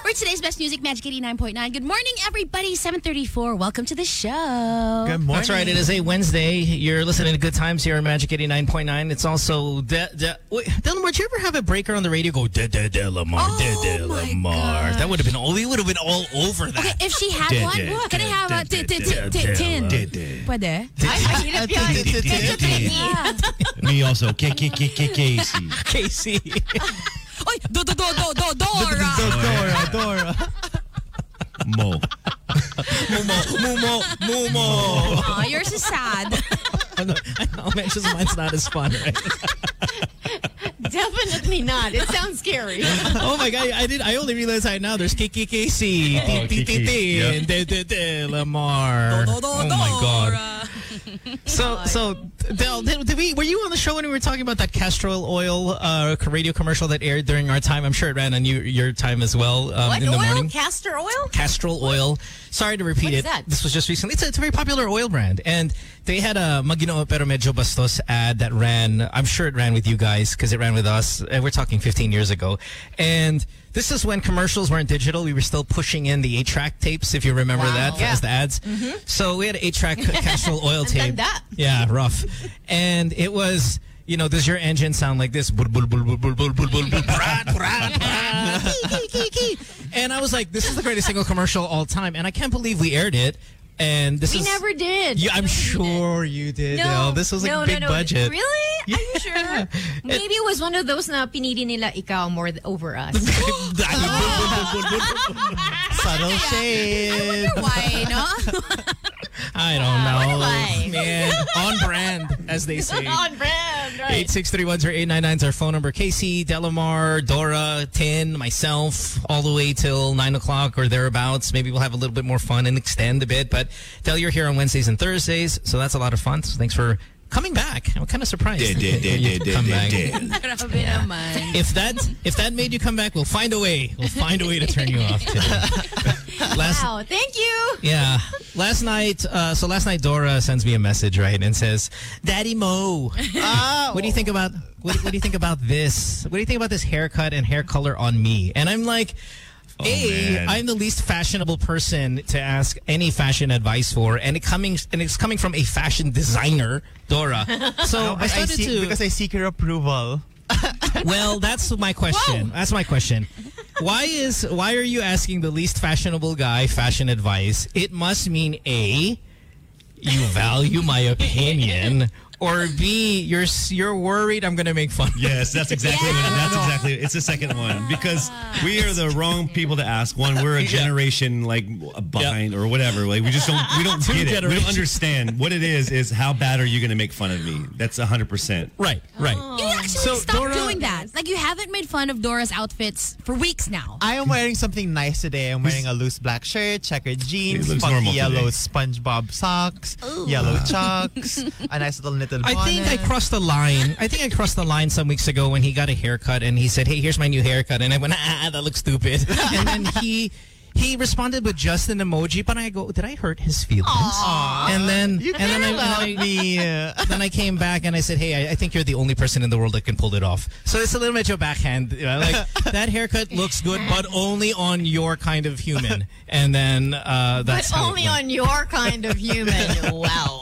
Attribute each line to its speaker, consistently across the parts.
Speaker 1: For today's best music, Magic 89.9. Good morning, everybody. 734. Welcome to the show.
Speaker 2: Good morning.
Speaker 3: That's right. It is a Wednesday. You're listening to Good Times here on Magic 89.9. It's also... De de Wait, Delamar, did you ever have a breaker on the radio go, de de Delamar,
Speaker 1: Oh,
Speaker 3: de
Speaker 1: my
Speaker 3: Delamar? That would have been... all. We would have been all over that.
Speaker 1: Okay, if she had
Speaker 3: Did
Speaker 1: one,
Speaker 3: it.
Speaker 1: can I have a tin?
Speaker 3: Did
Speaker 1: tin- tin-
Speaker 3: it.
Speaker 1: tin- tin?
Speaker 2: Did it.
Speaker 1: Pwede?
Speaker 4: Ay, mahirap yun.
Speaker 3: Medyo
Speaker 2: tricky.
Speaker 1: Yeah.
Speaker 2: Me also. K K K K Casey.
Speaker 3: Casey.
Speaker 1: Oy, do, do, do, do, do, Dora.
Speaker 2: Dora, Dora. Mo.
Speaker 3: Mumo, mumo, mumo.
Speaker 1: Aw, yours is sad.
Speaker 3: I know, I know, Oh, man, just mine's not as fun, right?
Speaker 4: Definitely not. It sounds scary.
Speaker 3: oh my god, I did. I only realized that now. There's Kiki Casey,
Speaker 2: Oh, Kiki. Yeah.
Speaker 3: and De De De Lamar.
Speaker 1: Do, do, do,
Speaker 3: Oh my god.
Speaker 1: Dora.
Speaker 3: So so Del, did, did we were you on the show when we were talking about that castor oil uh, radio commercial that aired during our time? I'm sure it ran on you, your time as well um,
Speaker 4: What
Speaker 3: in the
Speaker 4: oil?
Speaker 3: morning.
Speaker 4: Castor oil?
Speaker 3: Castrol oil. Sorry to repeat
Speaker 4: What
Speaker 3: it.
Speaker 4: is that?
Speaker 3: This was just recently. It's a, it's a very popular oil brand, and they had a Maginoa pero medyo bastos ad that ran. I'm sure it ran with you guys because it ran with us. And we're talking 15 years ago, and this is when commercials weren't digital. We were still pushing in the eight track tapes, if you remember
Speaker 4: Wow.
Speaker 3: that
Speaker 4: Yeah.
Speaker 3: as the ads. So we had eight track Castrol oil tape.
Speaker 4: tanda.
Speaker 3: Yeah, rough. And it was. You know, does your engine sound like this? Bul, bul, bul, bul, bul, bul, bul, bul, bul, brat, brat, brat. Key, key, key, key. And I was like, this is the greatest single commercial all time. And I can't believe we aired it. And this
Speaker 1: We
Speaker 3: is...
Speaker 1: never did.
Speaker 3: Yeah, I'm sure you did. Del. This was like
Speaker 4: no,
Speaker 3: big
Speaker 4: no, no.
Speaker 3: budget.
Speaker 4: Really? Are you sure? Maybe it was one of those na pinili nila ikaw more th- over us.
Speaker 3: Subtle shade.
Speaker 1: Why, no?
Speaker 3: I don't know.
Speaker 4: why.
Speaker 3: Man, on brand, as they say.
Speaker 4: On brand, right?
Speaker 3: Eight six three one zero eight nine nine is our phone number. Casey, Delamar, Dora, Tin, myself, all the way till nine o'clock or thereabouts. Maybe we'll have a little bit more fun and extend a bit. But Del, you're here on Wednesdays and Thursdays, so that's a lot of fun. So thanks for coming back. I'm kind of surprised.
Speaker 2: Did, did,
Speaker 3: that you
Speaker 2: did, did,
Speaker 3: come
Speaker 2: did,
Speaker 3: back.
Speaker 2: did.
Speaker 1: Grabe naman.
Speaker 3: If that if that made you come back, we'll find a way. We'll find a way to turn you off. Today. Last
Speaker 4: Wow, thank you.
Speaker 3: yeah. Last night, uh, so last night Dora sends me a message, right, and says, "Daddy Mo, what do you think about what, what do you think about this? What do you think about this haircut and hair color on me?" And I'm like. A,
Speaker 2: man.
Speaker 3: I'm the least fashionable person to ask any fashion advice for, and it coming and it's coming from a fashion designer, Dora. So I started to
Speaker 5: I seek your approval.
Speaker 3: well, that's my question. That's my question. Why is why are you asking the least fashionable guy fashion advice? It must mean A, you value my opinion, or B, you're s- you're worried I'm going to make fun. of you.
Speaker 5: Yes, that's exactly it. That's exactly it. It's the second one because we are the wrong people to ask. One, we're a generation like behind or whatever. Like we just don't we don't
Speaker 3: Two
Speaker 5: get it. We
Speaker 3: generations.
Speaker 5: don't understand what it is. Is how bad are you going to make fun of me? That's hundred percent. Oh.
Speaker 3: Right, right.
Speaker 1: You actually
Speaker 3: So,
Speaker 1: stop
Speaker 3: Dora-
Speaker 1: doing that. Like, you haven't made fun of Dora's outfits for weeks now.
Speaker 6: I am wearing something nice today. I'm wearing a loose black shirt, checkered jeans,
Speaker 5: looks
Speaker 6: funky
Speaker 5: normal
Speaker 6: yellow
Speaker 5: today.
Speaker 6: SpongeBob socks, yellow chucks, a nice little knitted
Speaker 3: I
Speaker 6: bonnet.
Speaker 3: think I crossed the line. I think I crossed the line some weeks ago when he got a haircut and he said, "Hey, here's my new haircut," and I went, "Ah, that looks stupid." and then he he responded with just an emoji, but I go, "Did I hurt his feelings?" And then
Speaker 6: You
Speaker 3: and then I,
Speaker 6: care
Speaker 3: and
Speaker 6: about
Speaker 3: I-
Speaker 6: me. Uh,
Speaker 3: then I came back and I said, "Hey, I, I think you're the only person in the world that can pull it off." So it's a little bit your backhand, you know, like that haircut looks good, but only on your kind of human. And then uh, that's
Speaker 4: But
Speaker 3: how it
Speaker 4: only
Speaker 3: went.
Speaker 4: on your kind of human. Wow.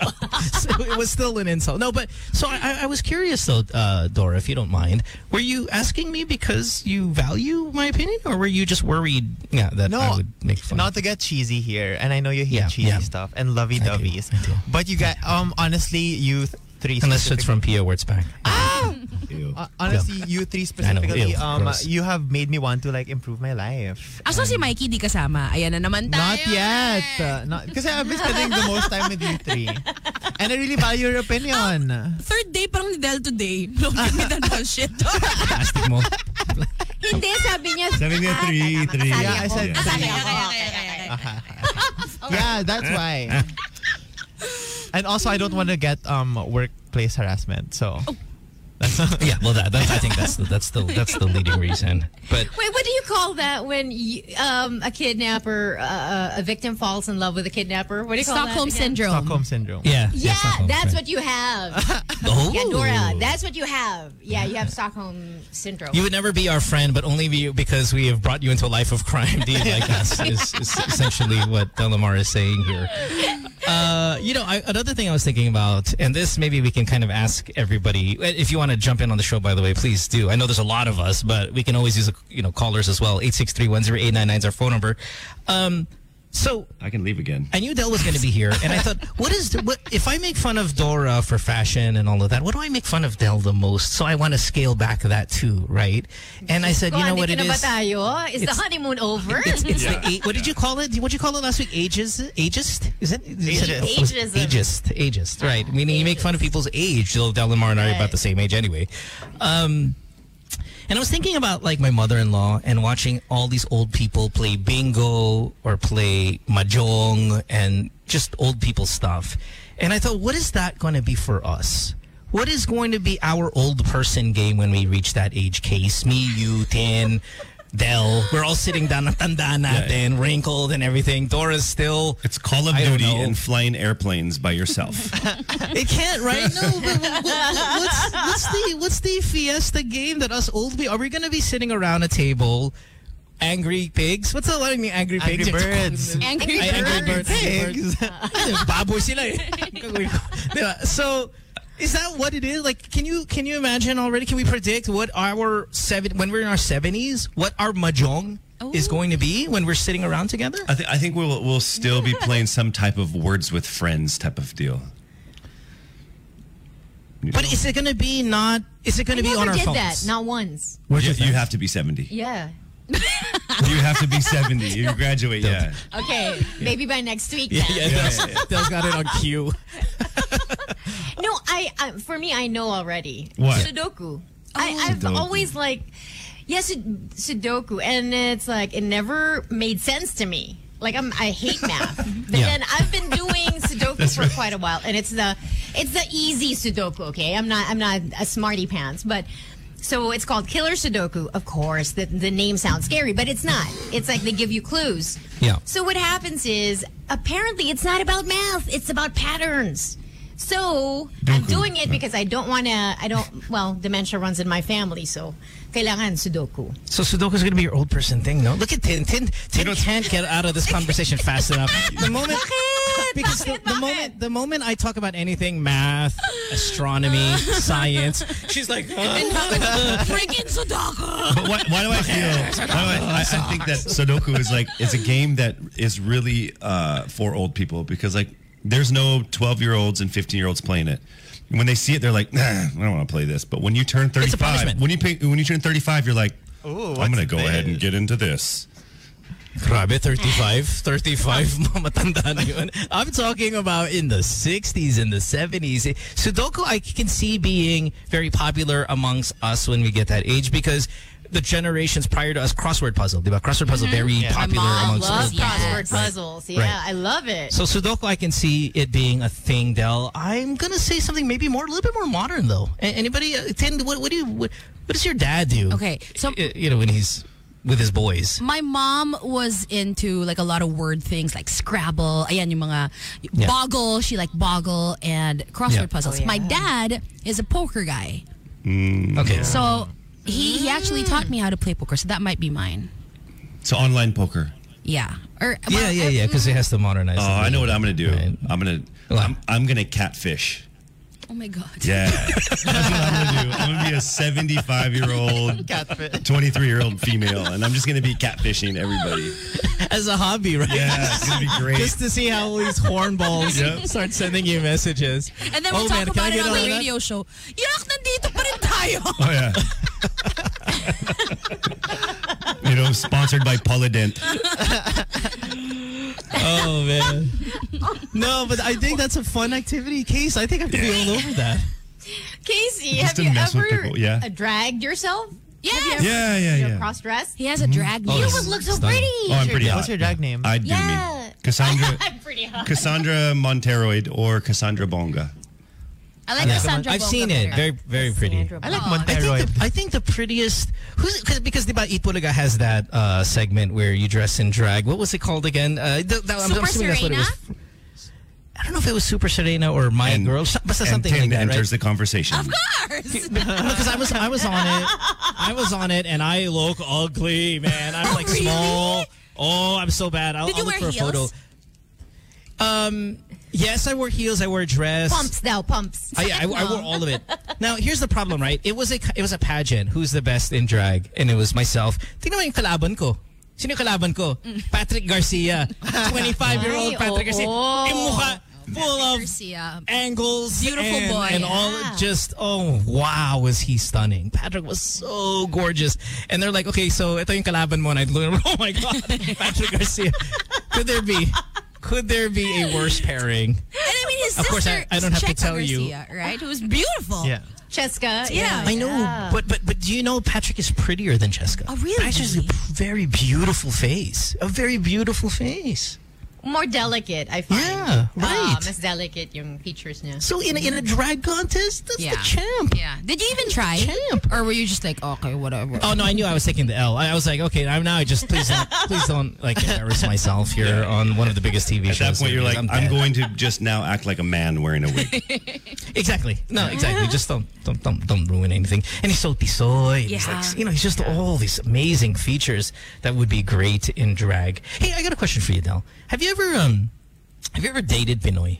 Speaker 3: So it was still an insult. No, but so I- I, I was curious though, uh, Dora, if you don't mind, were you asking me because you value my opinion, or were you just worried yeah, that I
Speaker 6: no,
Speaker 3: would make fun?
Speaker 6: not to get cheesy here, and I know you hate
Speaker 3: Yeah,
Speaker 6: cheesy
Speaker 3: yeah.
Speaker 6: stuff and lovey
Speaker 3: I do,
Speaker 6: doveys,
Speaker 3: I do.
Speaker 6: but you got um honestly you th- three
Speaker 3: unless
Speaker 6: specific-
Speaker 3: it's from Pia Wurtzbach.
Speaker 6: uh, honestly you three
Speaker 3: ew,
Speaker 6: specifically um
Speaker 3: gross.
Speaker 6: you have made me want to like improve my life.
Speaker 1: Aso si Mikey di kasama. Ayan na naman tayo.
Speaker 6: Not yet. Uh, not because I've been spending the most time with you three, and I really value your opinion.
Speaker 1: Third day parang ni Del today. Don't give me that bullshit.
Speaker 3: Plastic mo.
Speaker 5: Ah,
Speaker 4: Hindi, sabi niya.
Speaker 5: Sabi niya, Ah,
Speaker 4: ah,
Speaker 5: three,
Speaker 4: tama,
Speaker 5: three.
Speaker 4: kasali
Speaker 6: Yeah, I
Speaker 4: ako.
Speaker 6: said
Speaker 4: Kasali
Speaker 6: three. Ah,
Speaker 4: ako.
Speaker 6: Yeah, that's why.
Speaker 4: Oh.
Speaker 6: and also, I don't want to get um workplace harassment. So that's
Speaker 3: yeah, well, that, that's I think that's the, that's the that's the leading reason. But
Speaker 4: Wait, what do you call that when you, um, a kidnapper, uh, uh, a victim falls in love with a kidnapper? What do you call that?
Speaker 1: Stockholm
Speaker 4: again?
Speaker 1: syndrome.
Speaker 6: Stockholm syndrome.
Speaker 3: yeah,
Speaker 4: Yeah,
Speaker 3: Stockholm
Speaker 4: that's
Speaker 3: syndrome.
Speaker 4: what you have.
Speaker 3: Oh.
Speaker 4: Yeah, Dora, that's what you have. Yeah, you have Stockholm syndrome.
Speaker 3: You would never be our friend, but only be, because we have brought you into a life of crime. Do you like us? Is, is essentially what Delamar is saying here. Uh, you know, I, another thing I was thinking about, and this maybe we can kind of ask everybody. If you want to jump in on the show, by the way, please do. I know there's a lot of us, but we can always use you know callers as well. Eight six three one zero eight nine nine is our phone number. Um, so
Speaker 5: I can leave again.
Speaker 3: I knew Del was going to be here, and I thought, what is the, what if I make fun of Dora for fashion and all of that? What do I make fun of Del the most? So I want to scale back that too, right? And I said, you know
Speaker 4: Kuhanin
Speaker 3: what
Speaker 4: ka
Speaker 3: it
Speaker 4: na ba
Speaker 3: is?
Speaker 4: tayo? Is the
Speaker 3: It's-
Speaker 4: honeymoon over?
Speaker 3: It's the eight, what did you call it? What did you call it last week? Ages, ageist? Is it is it- Oh,
Speaker 4: Ageism.
Speaker 3: was-
Speaker 4: Ageism.
Speaker 3: Ageist, ageist, right? Meaning you make fun of people's age. Though Del Lamar and I are about
Speaker 4: Right.
Speaker 3: the same age anyway. Um, and I was thinking about like my mother-in-law and watching all these old people play bingo or play mahjong and just old people stuff. And I thought, what is that going to be for us? What is going to be our old person game when we reach that age? Case me, you, Tin, Del. We're all sitting down, tanda natin, wrinkled and everything. Dora's still.
Speaker 5: It's Call of
Speaker 3: I don't
Speaker 5: Duty
Speaker 3: know.
Speaker 5: and flying airplanes by yourself.
Speaker 3: It can't, right? No, but what, what- what's, what's the what's the fiesta game that us old people are we gonna be sitting around a table? Angry pigs? What's the line of angry pigs?
Speaker 6: Angry birds.
Speaker 1: Angry
Speaker 3: Ay, Angry
Speaker 1: Birds.
Speaker 3: birds. Pigs. Baboy sila eh. Di ba? so is that what it is? Like, can you can you imagine already? Can we predict what our seven when we're in our seventies? What our mahjong is
Speaker 1: Ooh.
Speaker 3: going to be when we're sitting around together?
Speaker 5: I, th- I think we'll we'll still be playing some type of words with friends type of deal. You know?
Speaker 3: But is it going to be not? Is it going
Speaker 4: I
Speaker 3: to be on
Speaker 4: never
Speaker 3: our
Speaker 4: did
Speaker 3: phones?
Speaker 4: that, not once.
Speaker 5: you, you have to be seventy.
Speaker 4: Yeah.
Speaker 5: You have to be seventy. You graduate. Yeah.
Speaker 4: Okay, maybe by next week. then.
Speaker 3: Del's got it on cue.
Speaker 4: No, I, I for me, I know already.
Speaker 5: What? Oh,
Speaker 4: Sudoku. I, I've
Speaker 5: Sudoku.
Speaker 4: always like, yes, Sud- Sudoku, and it's like it never made sense to me. Like I'm, I hate math, but
Speaker 3: Yeah.
Speaker 4: then I've been doing Sudoku for quite a while, and it's the, it's the easy Sudoku. Okay, I'm not, I'm not a smarty pants, but. So it's called Killer Sudoku. Of course, the, the name sounds scary, but it's not. It's like they give you clues.
Speaker 3: Yeah.
Speaker 4: So what happens is apparently it's not about math, it's about patterns. So I'm doing it because I don't want to I don't well, dementia runs in my family, so kailangan sudoku.
Speaker 3: So Sudoku's gonna be your old person thing, no? Look at Tin. Tin, Tin can't get out of this conversation fast enough. The moment, because the, the moment, the moment I talk about anything, math, astronomy, science, she's like,
Speaker 1: Freaking Sudoku.
Speaker 5: But why, why do I feel? Why do I, I, I think that Sudoku is like it's a game that is really uh, for old people because like there's no 12 year olds and 15 year olds playing it. When they see it, they're like, nah, I don't want to play this. But when you turn
Speaker 3: a
Speaker 5: 35,
Speaker 3: punishment.
Speaker 5: when you pay, when you turn 35, you're like,
Speaker 6: Ooh,
Speaker 5: I'm
Speaker 6: what's
Speaker 5: gonna go ahead and
Speaker 6: this?
Speaker 5: get into this.
Speaker 3: Grabe, 35, 35, matanda na yun. I'm talking about in the 60s, in the 70s. Sudoku, I can see being very popular amongst us when we get that age because the generations prior to us, crossword puzzle, diba? Crossword puzzle,
Speaker 6: Mm-hmm.
Speaker 3: very popular
Speaker 4: Mom
Speaker 3: amongst
Speaker 4: loves
Speaker 3: us.
Speaker 1: yes.
Speaker 4: crossword puzzles. Yeah,
Speaker 3: Right.
Speaker 4: I love it.
Speaker 3: So Sudoku, I can see it being a thing, Del. I'm gonna say something maybe more, a little bit more modern though. A- anybody, uh, Tin, what, what do you, what, what does your dad do?
Speaker 1: Okay, so-
Speaker 3: Y- you know when he's with his boys.
Speaker 1: My mom was into like a lot of word things like Scrabble, ayan yung mga
Speaker 3: Yeah.
Speaker 1: boggle, she like boggle and crossword
Speaker 3: Yeah.
Speaker 1: puzzles.
Speaker 4: Oh, yeah.
Speaker 1: My dad is a poker guy.
Speaker 5: "Hmm,
Speaker 3: Okay, so
Speaker 1: So he, he actually taught me how to play poker, so that might be mine.
Speaker 5: So online poker.
Speaker 1: Yeah. Er, Or
Speaker 3: yeah,
Speaker 1: well,
Speaker 3: yeah, yeah, because it has to modernize.
Speaker 5: Oh, I know what I'm gonna do.
Speaker 3: Right.
Speaker 5: I'm gonna
Speaker 3: What?
Speaker 5: I'm, I'm gonna catfish.
Speaker 1: Oh my god.
Speaker 5: Yeah, that's what I'm gonna do. I'm gonna be a 75 year old,
Speaker 6: Catfish.
Speaker 5: 23 year old female, and I'm just gonna be catfishing everybody.
Speaker 3: as a hobby, right?
Speaker 5: Yeah, it's gonna be great.
Speaker 3: Just to see how all these hornballs
Speaker 5: Yep.
Speaker 3: start sending you messages.
Speaker 1: And then we'll
Speaker 3: Oh,
Speaker 1: talk
Speaker 3: man, can I
Speaker 1: about it
Speaker 3: get
Speaker 1: on
Speaker 3: on
Speaker 1: the
Speaker 3: that?
Speaker 1: radio show. Yak, nandito pa rin tayo.
Speaker 5: Oh yeah. you know, sponsored by Polydent.
Speaker 3: Oh man. no, but I think that's a fun activity, Case. I think I could be all over that.
Speaker 4: Casey,
Speaker 5: Just
Speaker 4: have
Speaker 5: to
Speaker 4: you
Speaker 5: mess with
Speaker 4: ever
Speaker 5: people, yeah.
Speaker 4: uh, dragged yourself?
Speaker 1: Yes.
Speaker 5: Yeah, yeah, yeah.
Speaker 4: Cross dressed?
Speaker 1: He has a drag
Speaker 3: Oh,
Speaker 1: name.
Speaker 3: it's-
Speaker 4: You look so
Speaker 3: Stunning.
Speaker 4: pretty.
Speaker 5: Oh, I'm pretty hot.
Speaker 6: What's your drag name?
Speaker 5: I do
Speaker 4: Yeah.
Speaker 5: me. Cassandra
Speaker 4: I'm pretty hot.
Speaker 5: Cassandra Monteroid or Cassandra Bonga.
Speaker 1: I like
Speaker 3: Yeah.
Speaker 1: the Sandra
Speaker 3: I've
Speaker 1: Bullock
Speaker 3: seen
Speaker 1: over
Speaker 3: it.
Speaker 1: there.
Speaker 3: Very, very pretty.
Speaker 4: Sandra
Speaker 6: I like
Speaker 4: Bullock.
Speaker 3: I
Speaker 6: Monteroy.
Speaker 3: think, the, I think the prettiest who's cause, because diba Eat Bulaga has that uh, segment where you dress in drag. What was it called again? Uh, th- th- I'm- I'm
Speaker 1: Super
Speaker 3: assuming that's what it was. I don't know if it was Super Serena or My
Speaker 5: And-
Speaker 3: Girl. Some- Basta
Speaker 5: and
Speaker 3: something like
Speaker 5: Tin
Speaker 3: that,
Speaker 5: enters
Speaker 3: right?
Speaker 5: the conversation.
Speaker 1: Of course.
Speaker 3: Because I was I was on it. I was on it and I look ugly, man. I'm like
Speaker 1: Really?
Speaker 3: small. Oh, I'm so bad. I'll,
Speaker 1: Did you
Speaker 3: I'll look
Speaker 1: wear
Speaker 3: for a photo. Um
Speaker 1: heels?
Speaker 3: yes, I wore heels, I wore a dress.
Speaker 4: pumps now, pumps.
Speaker 3: I, I, I wore all of it. Now here's the problem, right? It was a it was a pageant. Who's the best in drag? And it was myself. Tingnan mo yung kalaban ko. Sino yung kalaban ko? Patrick Garcia. 25 year old
Speaker 4: Ay,
Speaker 3: Patrick Garcia.
Speaker 1: Oh.
Speaker 4: oo.
Speaker 3: Yung mukha full of
Speaker 1: Garcia.
Speaker 3: angles.
Speaker 1: Beautiful
Speaker 3: and,
Speaker 1: boy.
Speaker 3: And all
Speaker 4: Yeah.
Speaker 3: just, oh, wow, was he stunning. Patrick was so gorgeous. And they're like, okay, so ito yung kalaban mo. And I'd go, oh my God, Patrick Garcia. Could there be, could there be a worse pairing?
Speaker 1: And I mean, his
Speaker 3: Of
Speaker 1: sister.
Speaker 3: course, I- I don't
Speaker 1: is
Speaker 3: have to
Speaker 1: Checa
Speaker 3: tell you.
Speaker 1: Garcia, Right? Who's beautiful.
Speaker 6: Yeah.
Speaker 4: Cheska,
Speaker 1: Yeah.
Speaker 4: Uh, yeah.
Speaker 3: I know, but but but do you know Patrick is prettier than Cheska?
Speaker 1: Oh, really?
Speaker 3: Patrick has a very beautiful face. A very beautiful face.
Speaker 4: More delicate, I find.
Speaker 3: Yeah,
Speaker 4: Ah,
Speaker 3: right.
Speaker 4: mas delicate yung features niya. Mm-hmm.
Speaker 3: So in a, in a drag contest, that's
Speaker 1: Yeah.
Speaker 3: the champ.
Speaker 1: Yeah. Did you even try?
Speaker 3: Champ.
Speaker 1: Or were you just like, okay, whatever?
Speaker 3: Oh no, I knew I was taking the L. I I was like, okay, I'm now I just please don't please don't like embarrass myself here on one of the biggest TV
Speaker 5: At
Speaker 3: shows.
Speaker 5: that point, you're like, I'm,
Speaker 3: dead."
Speaker 5: going to just now act like a man wearing a wig.
Speaker 3: Exactly. No, exactly. Just don't don't don't, don't ruin anything. And he's so tisoy. He's
Speaker 1: Yeah.
Speaker 3: like, you know, he's just all these amazing features that would be great in drag. Hey, I got a question for you, Del. Have you ever um have you ever dated Pinoy?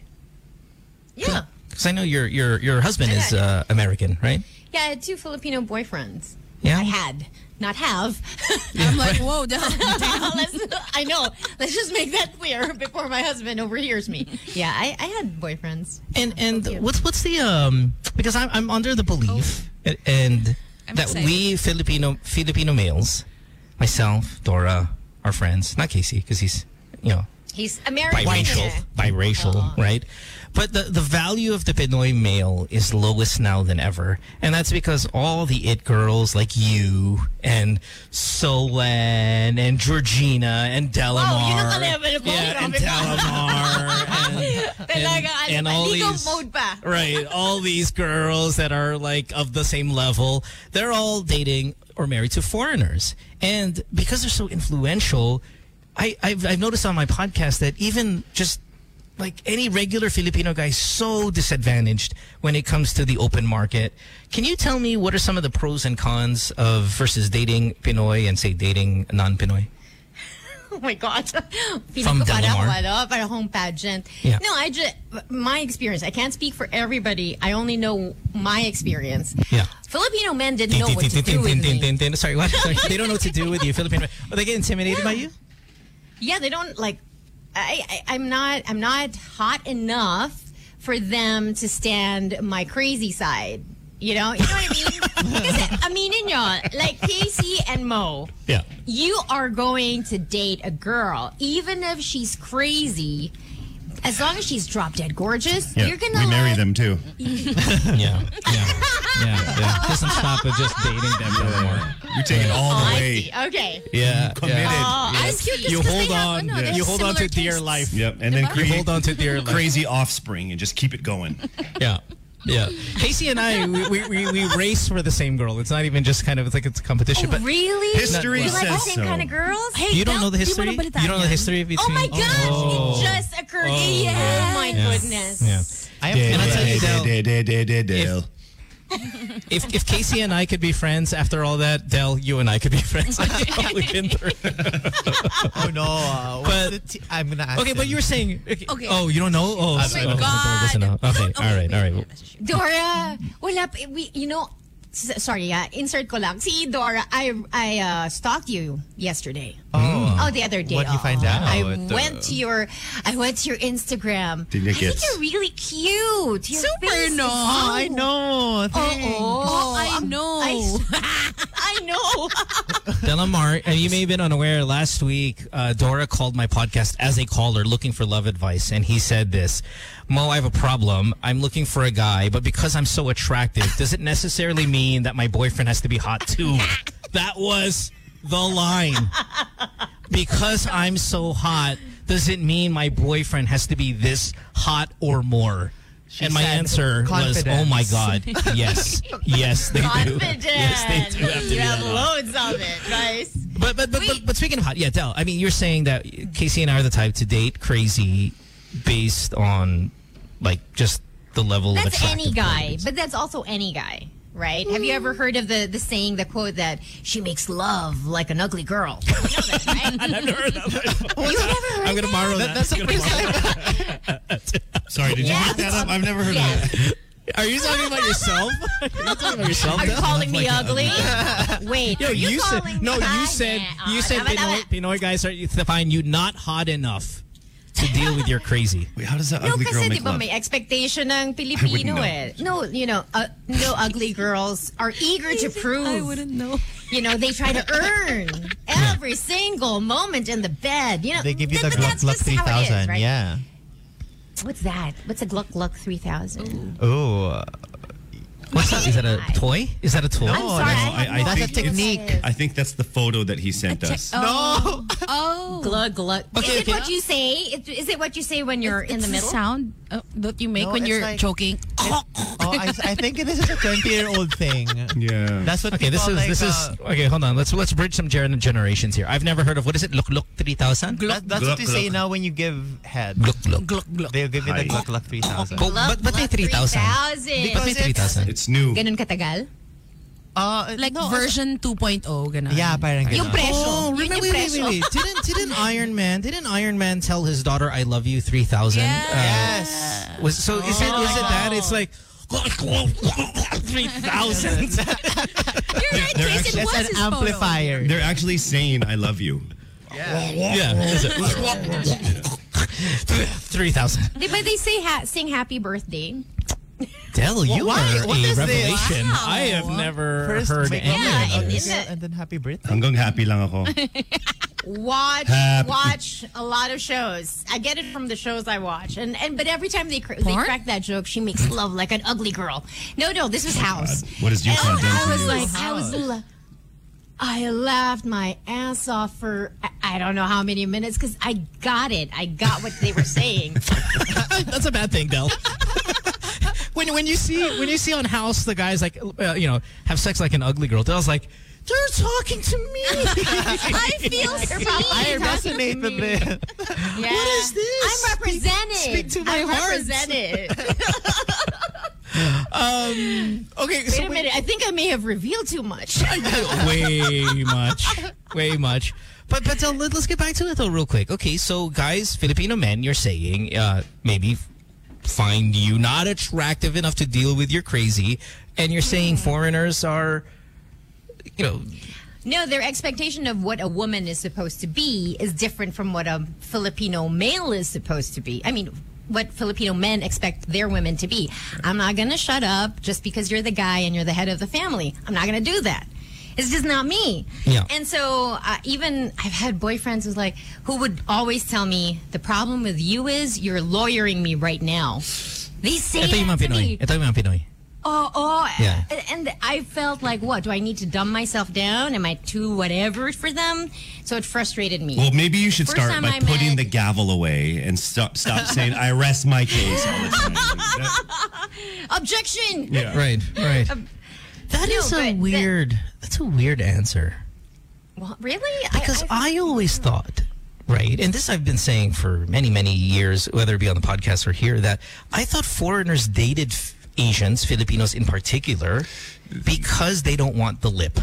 Speaker 4: Yeah.
Speaker 3: Because I know your your your husband is uh, American, right?
Speaker 4: Yeah, I had two Filipino boyfriends.
Speaker 3: Yeah.
Speaker 4: I had. Not have.
Speaker 1: I'm like, whoa, damn.
Speaker 4: Let's- I know. Let's just make that clear before my husband overhears me. Yeah, I, I had boyfriends.
Speaker 3: And and what's what's the um? Because I'm I'm under the belief
Speaker 4: Oh.
Speaker 3: a- and
Speaker 1: I'm
Speaker 3: that
Speaker 1: excited.
Speaker 3: we Filipino Filipino males, myself, Dora, our friends, not Casey, because he's you know
Speaker 4: He's American.
Speaker 3: biracial,
Speaker 4: Yeah.
Speaker 3: biracial,
Speaker 4: Uh-huh.
Speaker 3: right? But the the value of the Pinoy male is lowest now than ever, and that's because all the it girls like you and Solen and Georgina and Delamar,
Speaker 4: yun ang kalaban mo.
Speaker 3: yeah, and
Speaker 4: Grabe ka.
Speaker 3: Delamar, and,
Speaker 4: Talaga, ano
Speaker 3: and
Speaker 4: pa,
Speaker 3: all
Speaker 4: legal
Speaker 3: these-
Speaker 4: mode pa.
Speaker 3: right, all these girls that are like of the same level, they're all dating or married to foreigners. And because they're so influential, I, I've, I've noticed on my podcast that even just like any regular Filipino guy is so disadvantaged when it comes to the open market. Can you tell me what are some of the pros and cons of versus dating Pinoy and say dating non-Pinoy?
Speaker 4: Oh my God.
Speaker 3: From
Speaker 4: Feeling ko parang,
Speaker 3: Delamar.
Speaker 4: ano, parang home pageant.
Speaker 3: Yeah.
Speaker 4: No, I just, my experience, I can't speak for everybody. I only know my experience.
Speaker 3: Yeah.
Speaker 4: Filipino men didn't know what to do with me.
Speaker 3: Sorry, what? Sorry. They don't know what to do with you, Filipino. Are they get intimidated by you?
Speaker 4: Yeah, they don't like, I, I, I'm not, I'm not hot enough for them to stand my crazy side. You know, you know what I mean? Kasi, aminin nyo, like Casey and Mo,
Speaker 3: Yeah.
Speaker 4: you are going to date a girl, even if she's crazy, as long as she's drop dead gorgeous,
Speaker 5: Yeah,
Speaker 4: you're gonna
Speaker 5: we
Speaker 4: let-
Speaker 5: marry them too.
Speaker 3: Yeah, yeah, yeah. yeah. Doesn't stop with just dating them anymore.
Speaker 5: You take it all
Speaker 4: Oh,
Speaker 5: the
Speaker 4: I
Speaker 5: way.
Speaker 4: see. Okay.
Speaker 3: Yeah,
Speaker 5: Committed.
Speaker 1: That's cute 'cause-
Speaker 3: You
Speaker 1: 'cause they
Speaker 3: hold
Speaker 1: have-
Speaker 3: on.
Speaker 1: no, they have
Speaker 3: You hold on
Speaker 1: similar
Speaker 3: to dear
Speaker 1: tastes.
Speaker 3: life.
Speaker 5: Yep. And then
Speaker 3: You
Speaker 5: create
Speaker 3: hold on to dear life.
Speaker 5: crazy offspring and just keep it going.
Speaker 3: Yeah. Yeah. Casey and I, we, we, we, we race for the same girl. It's not even just kind of it's like it's a competition. but
Speaker 4: Oh, really?
Speaker 5: History
Speaker 4: you like the
Speaker 5: says
Speaker 4: same
Speaker 5: so.
Speaker 4: kind of girls?
Speaker 1: Hey,
Speaker 3: you don't know
Speaker 1: Del,
Speaker 3: the
Speaker 1: di mo
Speaker 3: history.
Speaker 1: nabalitaan
Speaker 3: you don't know the
Speaker 1: yan?
Speaker 3: history between.
Speaker 4: oh my gosh,
Speaker 3: Oh.
Speaker 4: it just occurred to me.
Speaker 1: Oh.
Speaker 4: Oh my
Speaker 3: Yeah.
Speaker 4: goodness.
Speaker 3: Yeah.
Speaker 6: I am
Speaker 3: And I tell you, Del-
Speaker 5: If,
Speaker 3: If- If, if Casey and I could be friends after all that, Dell, you and I could be friends. I've probably been through.
Speaker 6: Oh no. Uh, what's
Speaker 3: But-
Speaker 6: the t- I'm gonna ask.
Speaker 3: Okay, but you were saying. Okay.
Speaker 1: Okay.
Speaker 3: Oh, you don't know? Oh,
Speaker 1: my
Speaker 3: sorry. Okay,
Speaker 1: God.
Speaker 3: listen now. Okay, all right, all right.
Speaker 4: Dora, wala pa- we you know s- sorry, uh, insert ko lang. See, Dora, I I uh, stalked you yesterday.
Speaker 6: Oh.
Speaker 4: Oh, the other day.
Speaker 6: What'd you
Speaker 4: Oh,
Speaker 6: find out?
Speaker 4: I
Speaker 6: What, uh,
Speaker 4: went to your, I went to your Instagram.
Speaker 5: Did you
Speaker 4: I think
Speaker 5: get-
Speaker 4: you're really cute. Your
Speaker 1: Super,
Speaker 4: face is
Speaker 1: no?
Speaker 6: Oh, I know.
Speaker 4: Oh,
Speaker 1: Oh, I know.
Speaker 4: I know.
Speaker 3: Delamar, and you may have been unaware, last week, uh, Dora called my podcast as a caller looking for love advice, and he said this Mo, I have a problem. I'm looking for a guy, but because I'm so attractive, does it necessarily mean that my boyfriend has to be hot too? that was the line. Because I'm so hot, does it mean my boyfriend has to be this hot or more? and my
Speaker 6: said
Speaker 3: answer was, "Oh my God, yes, yes, they do,
Speaker 4: Confident.
Speaker 3: yes, they do have to be
Speaker 4: you have
Speaker 3: that hot."
Speaker 4: loads of it. Nice.
Speaker 3: But but but, but
Speaker 4: Wait.
Speaker 3: but speaking of hot, yeah, Del. I mean, you're saying that Casey and I are the type to date crazy based on like just the level of
Speaker 4: That's
Speaker 3: attractive
Speaker 4: any guy,
Speaker 3: qualities.
Speaker 4: but that's also any guy, right? Have you ever heard of the, the saying, the quote that she makes love like an ugly girl? You know that, right?
Speaker 3: I've never heard that before.
Speaker 4: You've never heard
Speaker 3: I'm gonna borrow that.
Speaker 6: That's a
Speaker 3: I'm gonna borrow that.
Speaker 5: Sorry, did
Speaker 4: Yeah.
Speaker 5: you make that up? I've never heard
Speaker 4: Yeah.
Speaker 5: of that.
Speaker 3: Are you talking about yourself? Are you talking about yourself?
Speaker 4: Are you
Speaker 3: Del?
Speaker 4: calling me ugly? Wait,
Speaker 3: Yo,
Speaker 4: are
Speaker 3: you,
Speaker 4: you, calling
Speaker 3: said
Speaker 4: me
Speaker 3: no. You
Speaker 4: hot?
Speaker 3: said
Speaker 4: Yeah.
Speaker 3: you
Speaker 4: Oh,
Speaker 3: said
Speaker 4: tama, tama.
Speaker 3: Pinoy, Pinoy guys are you find you not hot enough to deal with your crazy.
Speaker 5: Wait, how does that
Speaker 4: No,
Speaker 5: ugly girl
Speaker 4: kasi di
Speaker 5: make
Speaker 4: ba
Speaker 5: love?
Speaker 4: may expectation ng Pilipino
Speaker 5: know.
Speaker 4: eh. No, you know, uh, no ugly girls are eager to prove.
Speaker 1: I wouldn't know.
Speaker 4: You know, they try to earn every single moment in the bed. You know,
Speaker 6: They give you the
Speaker 4: but
Speaker 6: Glock
Speaker 4: that's
Speaker 6: Glock
Speaker 4: just how it
Speaker 6: 3000.
Speaker 4: is, right?
Speaker 6: Yeah.
Speaker 4: What's that? What's a Gluck Gluck 3000?
Speaker 6: Oh.
Speaker 3: What's that? Is that a toy? Is that a toy?
Speaker 4: I'm
Speaker 5: no,
Speaker 4: sorry. I,
Speaker 5: I-
Speaker 4: have no
Speaker 5: I
Speaker 6: That's
Speaker 4: idea
Speaker 6: a
Speaker 5: think
Speaker 4: what that
Speaker 6: technique.
Speaker 4: is.
Speaker 5: I think that's the photo that he sent us.
Speaker 1: Oh. No. Oh.
Speaker 4: Glug glug.
Speaker 3: Okay,
Speaker 4: is
Speaker 3: okay.
Speaker 4: it what you say? Is, is it what you say when you're in
Speaker 1: It's
Speaker 4: the middle?
Speaker 1: sound uh, that you make
Speaker 6: No,
Speaker 1: when
Speaker 6: it's
Speaker 1: you're
Speaker 6: like-
Speaker 1: joking.
Speaker 6: Oh, I, I think it is a 20 year old thing.
Speaker 5: Yeah.
Speaker 6: That's what
Speaker 3: Okay, this
Speaker 6: people
Speaker 3: is
Speaker 6: like,
Speaker 3: this
Speaker 6: uh,
Speaker 3: is okay. Hold on, let's let's bridge some gener- generations here. I've never heard of what is it? Look, look, three thousand.
Speaker 6: that- that's what you
Speaker 5: Glock,
Speaker 6: say
Speaker 5: Glock.
Speaker 6: now when you give head.
Speaker 3: Look, look.
Speaker 1: Gluck, gluck.
Speaker 6: They'll give you the
Speaker 5: Hi.
Speaker 6: Glock Glock
Speaker 3: But
Speaker 6: 3000.
Speaker 4: Glug
Speaker 3: but but may
Speaker 4: glug
Speaker 3: three thousand.
Speaker 4: 3,000.
Speaker 3: But may
Speaker 6: Because
Speaker 3: three thousand.
Speaker 5: it's new.
Speaker 4: Ganun katagal?
Speaker 6: Uh,
Speaker 1: Like
Speaker 6: no,
Speaker 1: version 2.0, ganun.
Speaker 6: Yeah, parang
Speaker 4: oh, Yung
Speaker 6: ganun.
Speaker 4: presyo.
Speaker 3: Oh,
Speaker 4: Yun
Speaker 3: remember? Wait,
Speaker 4: yung
Speaker 3: wait,
Speaker 4: presyo.
Speaker 3: wait, wait. Didn't didn't Iron Man? Didn't Iron Man tell his daughter "I love you" three thousand? Uh,
Speaker 6: Yes.
Speaker 3: Was so is it is it that? It's like three thousand.
Speaker 1: You're right,
Speaker 5: They're
Speaker 1: Chris.
Speaker 5: actually-
Speaker 1: it was
Speaker 6: That's
Speaker 1: his
Speaker 6: an
Speaker 1: photo.
Speaker 6: amplifier.
Speaker 5: They're actually saying I love you.
Speaker 3: Yeah. Three thousand.
Speaker 4: Di ba they say ha- sing happy birthday?
Speaker 3: Del, you
Speaker 6: why?
Speaker 3: are
Speaker 6: What
Speaker 3: a
Speaker 6: is this?
Speaker 3: revelation.
Speaker 1: Wow.
Speaker 3: I have never
Speaker 6: First,
Speaker 3: heard
Speaker 6: make
Speaker 3: any
Speaker 6: love
Speaker 4: Yeah,
Speaker 3: of
Speaker 6: with
Speaker 4: and
Speaker 6: a
Speaker 3: this.
Speaker 4: in-
Speaker 6: girl and then happy birthday.
Speaker 5: Hanggang happy lang ako.
Speaker 4: Watch
Speaker 5: Happy-
Speaker 4: watch a lot of shows. I get it from the shows I watch. And and but every time they cr- they
Speaker 1: Porn?
Speaker 4: crack that joke, she makes love like an ugly girl. No, no, this was
Speaker 6: Oh
Speaker 4: House.
Speaker 5: What is you
Speaker 4: And
Speaker 5: done
Speaker 4: Oh, I
Speaker 5: to
Speaker 4: was
Speaker 5: you?
Speaker 4: like, I was, la- I laughed my ass off for I, I don't know how many minutes because I got it. I got what they were saying.
Speaker 3: That's a bad thing, Del. when when you see when you see on House the guys like uh, you know have sex like an ugly girl, Del's like they're talking to me.
Speaker 1: I feel
Speaker 4: They're
Speaker 1: seen.
Speaker 4: probably
Speaker 6: I
Speaker 4: talking
Speaker 6: resonate
Speaker 4: to
Speaker 6: with
Speaker 4: me.
Speaker 6: it.
Speaker 4: Yeah.
Speaker 3: What is this?
Speaker 4: I'm represented.
Speaker 3: speak to my
Speaker 4: I'm
Speaker 3: heart.
Speaker 4: represented.
Speaker 3: Um, Okay,
Speaker 4: Wait a minute. I think I may have revealed too much.
Speaker 3: way much, way much. But but uh, let, us get back to it though, real quick. Okay, so guys, Filipino men, you're saying uh, maybe f- find you not attractive enough to deal with your crazy, and you're saying
Speaker 4: Hmm.
Speaker 3: foreigners are, you know,
Speaker 4: No, their expectation of what a woman is supposed to be is different from what a Filipino male is supposed to be. I mean, what Filipino men expect their women to be. I'm not going to shut up just because you're the guy and you're the head of the family. I'm not going to do that. It's just not me.
Speaker 3: Yeah.
Speaker 4: And so uh, even I've had boyfriends who's like who would always tell me the problem with you is you're lawyering me right now. They say
Speaker 3: ito yung
Speaker 4: that
Speaker 3: mga
Speaker 4: to
Speaker 3: Pinoy.
Speaker 4: me.
Speaker 3: Ito yung mga Pinoy.
Speaker 4: Oh, oh.
Speaker 3: Yeah.
Speaker 4: And I felt like, what? Do I need to dumb myself down? Am I too whatever for them? So it frustrated me.
Speaker 5: Well, maybe you should
Speaker 4: First
Speaker 5: start
Speaker 4: time
Speaker 5: by
Speaker 4: I
Speaker 5: putting
Speaker 4: met-
Speaker 5: the gavel away and stop stop saying I rest my case all the time. That-
Speaker 4: Objection! Um,
Speaker 5: yeah.
Speaker 3: Right, right. That
Speaker 4: uh, No,
Speaker 3: is
Speaker 4: but
Speaker 3: a
Speaker 4: that-
Speaker 3: weird. that's a weird answer.
Speaker 4: Well, really?
Speaker 3: Because I, always thought, right, and this I've been saying for many, many years, whether it be on the podcast or here, that I thought foreigners dated f- Asians, Filipinos in particular, because they don't want the lip.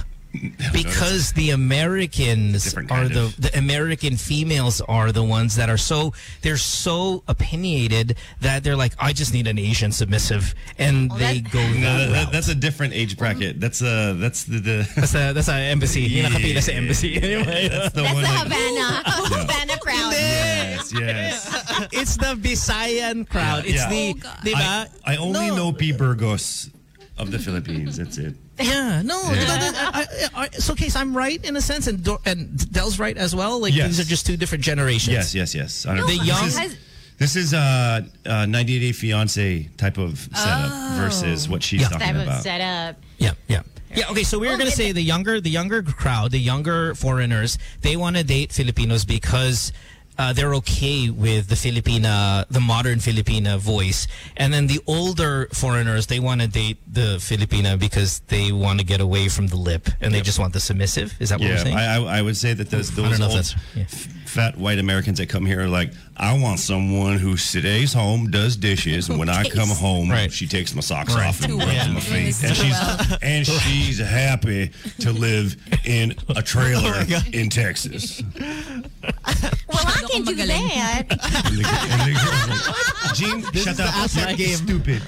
Speaker 3: Because the Americans
Speaker 5: Different
Speaker 3: are
Speaker 5: kind
Speaker 3: the
Speaker 5: of-
Speaker 3: the American females are the ones that are so they're so opinionated that they're like I just need an Asian submissive and they
Speaker 4: that-
Speaker 3: go that
Speaker 5: No, that-
Speaker 3: route.
Speaker 5: that- that's a different age bracket. That's uh that's the, the
Speaker 3: That's a, that's a embassy. Yung nakapila sa embassy.
Speaker 5: that's the
Speaker 4: That's
Speaker 5: one.
Speaker 4: the
Speaker 5: that-
Speaker 4: Havana. Havana crowd.
Speaker 5: yes, yes.
Speaker 3: it's the Visayan crowd. It's
Speaker 5: Yeah.
Speaker 3: the,
Speaker 1: Oh, God.
Speaker 3: di ba?
Speaker 5: I, I only
Speaker 3: No.
Speaker 5: know P Burgos of the Philippines. That's it.
Speaker 3: Yeah, no. di ba? I, I, I, so, case I'm right in a sense, and Do- and Dell's right as well. Like
Speaker 5: Yes.
Speaker 3: these are just two different generations.
Speaker 5: Yes, yes, yes. I don't
Speaker 3: The
Speaker 5: know.
Speaker 3: young-
Speaker 5: This
Speaker 4: has-
Speaker 5: is, this is uh, uh, 90 Day Fiance type of setup versus what she's
Speaker 3: Yeah.
Speaker 5: talking
Speaker 4: Type of
Speaker 5: about.
Speaker 4: setup.
Speaker 3: Yeah, yeah. Yeah, okay, so we were
Speaker 1: Oh,
Speaker 4: Well,
Speaker 3: gonna
Speaker 4: it-
Speaker 3: say the younger the younger crowd, the younger foreigners, they wanna date Filipinos because uh, they're okay with the Filipina, the modern Filipina voice, and then the older foreigners they want to date the Filipina because they want to get away from the lip and they just want the submissive. Is that what we're
Speaker 5: Yeah,
Speaker 3: saying?
Speaker 5: I, I, I would say that those,
Speaker 3: I don't
Speaker 5: those
Speaker 3: know if
Speaker 5: old
Speaker 3: that's- yeah.
Speaker 5: f- fat white Americans that come here are like, I want someone who stays home, does dishes, and when I come home,
Speaker 3: Right.
Speaker 5: she takes my socks
Speaker 3: Right.
Speaker 5: off and rubs
Speaker 3: Yeah.
Speaker 5: my feet,
Speaker 1: Yeah.
Speaker 5: and she's and she's happy to live in a trailer
Speaker 3: Oh
Speaker 5: in Texas.
Speaker 4: Well, I can do
Speaker 1: magaling.
Speaker 4: that.
Speaker 5: And the- and the girl's like, Gene, shut up. You're
Speaker 6: asset game.
Speaker 5: Stupid.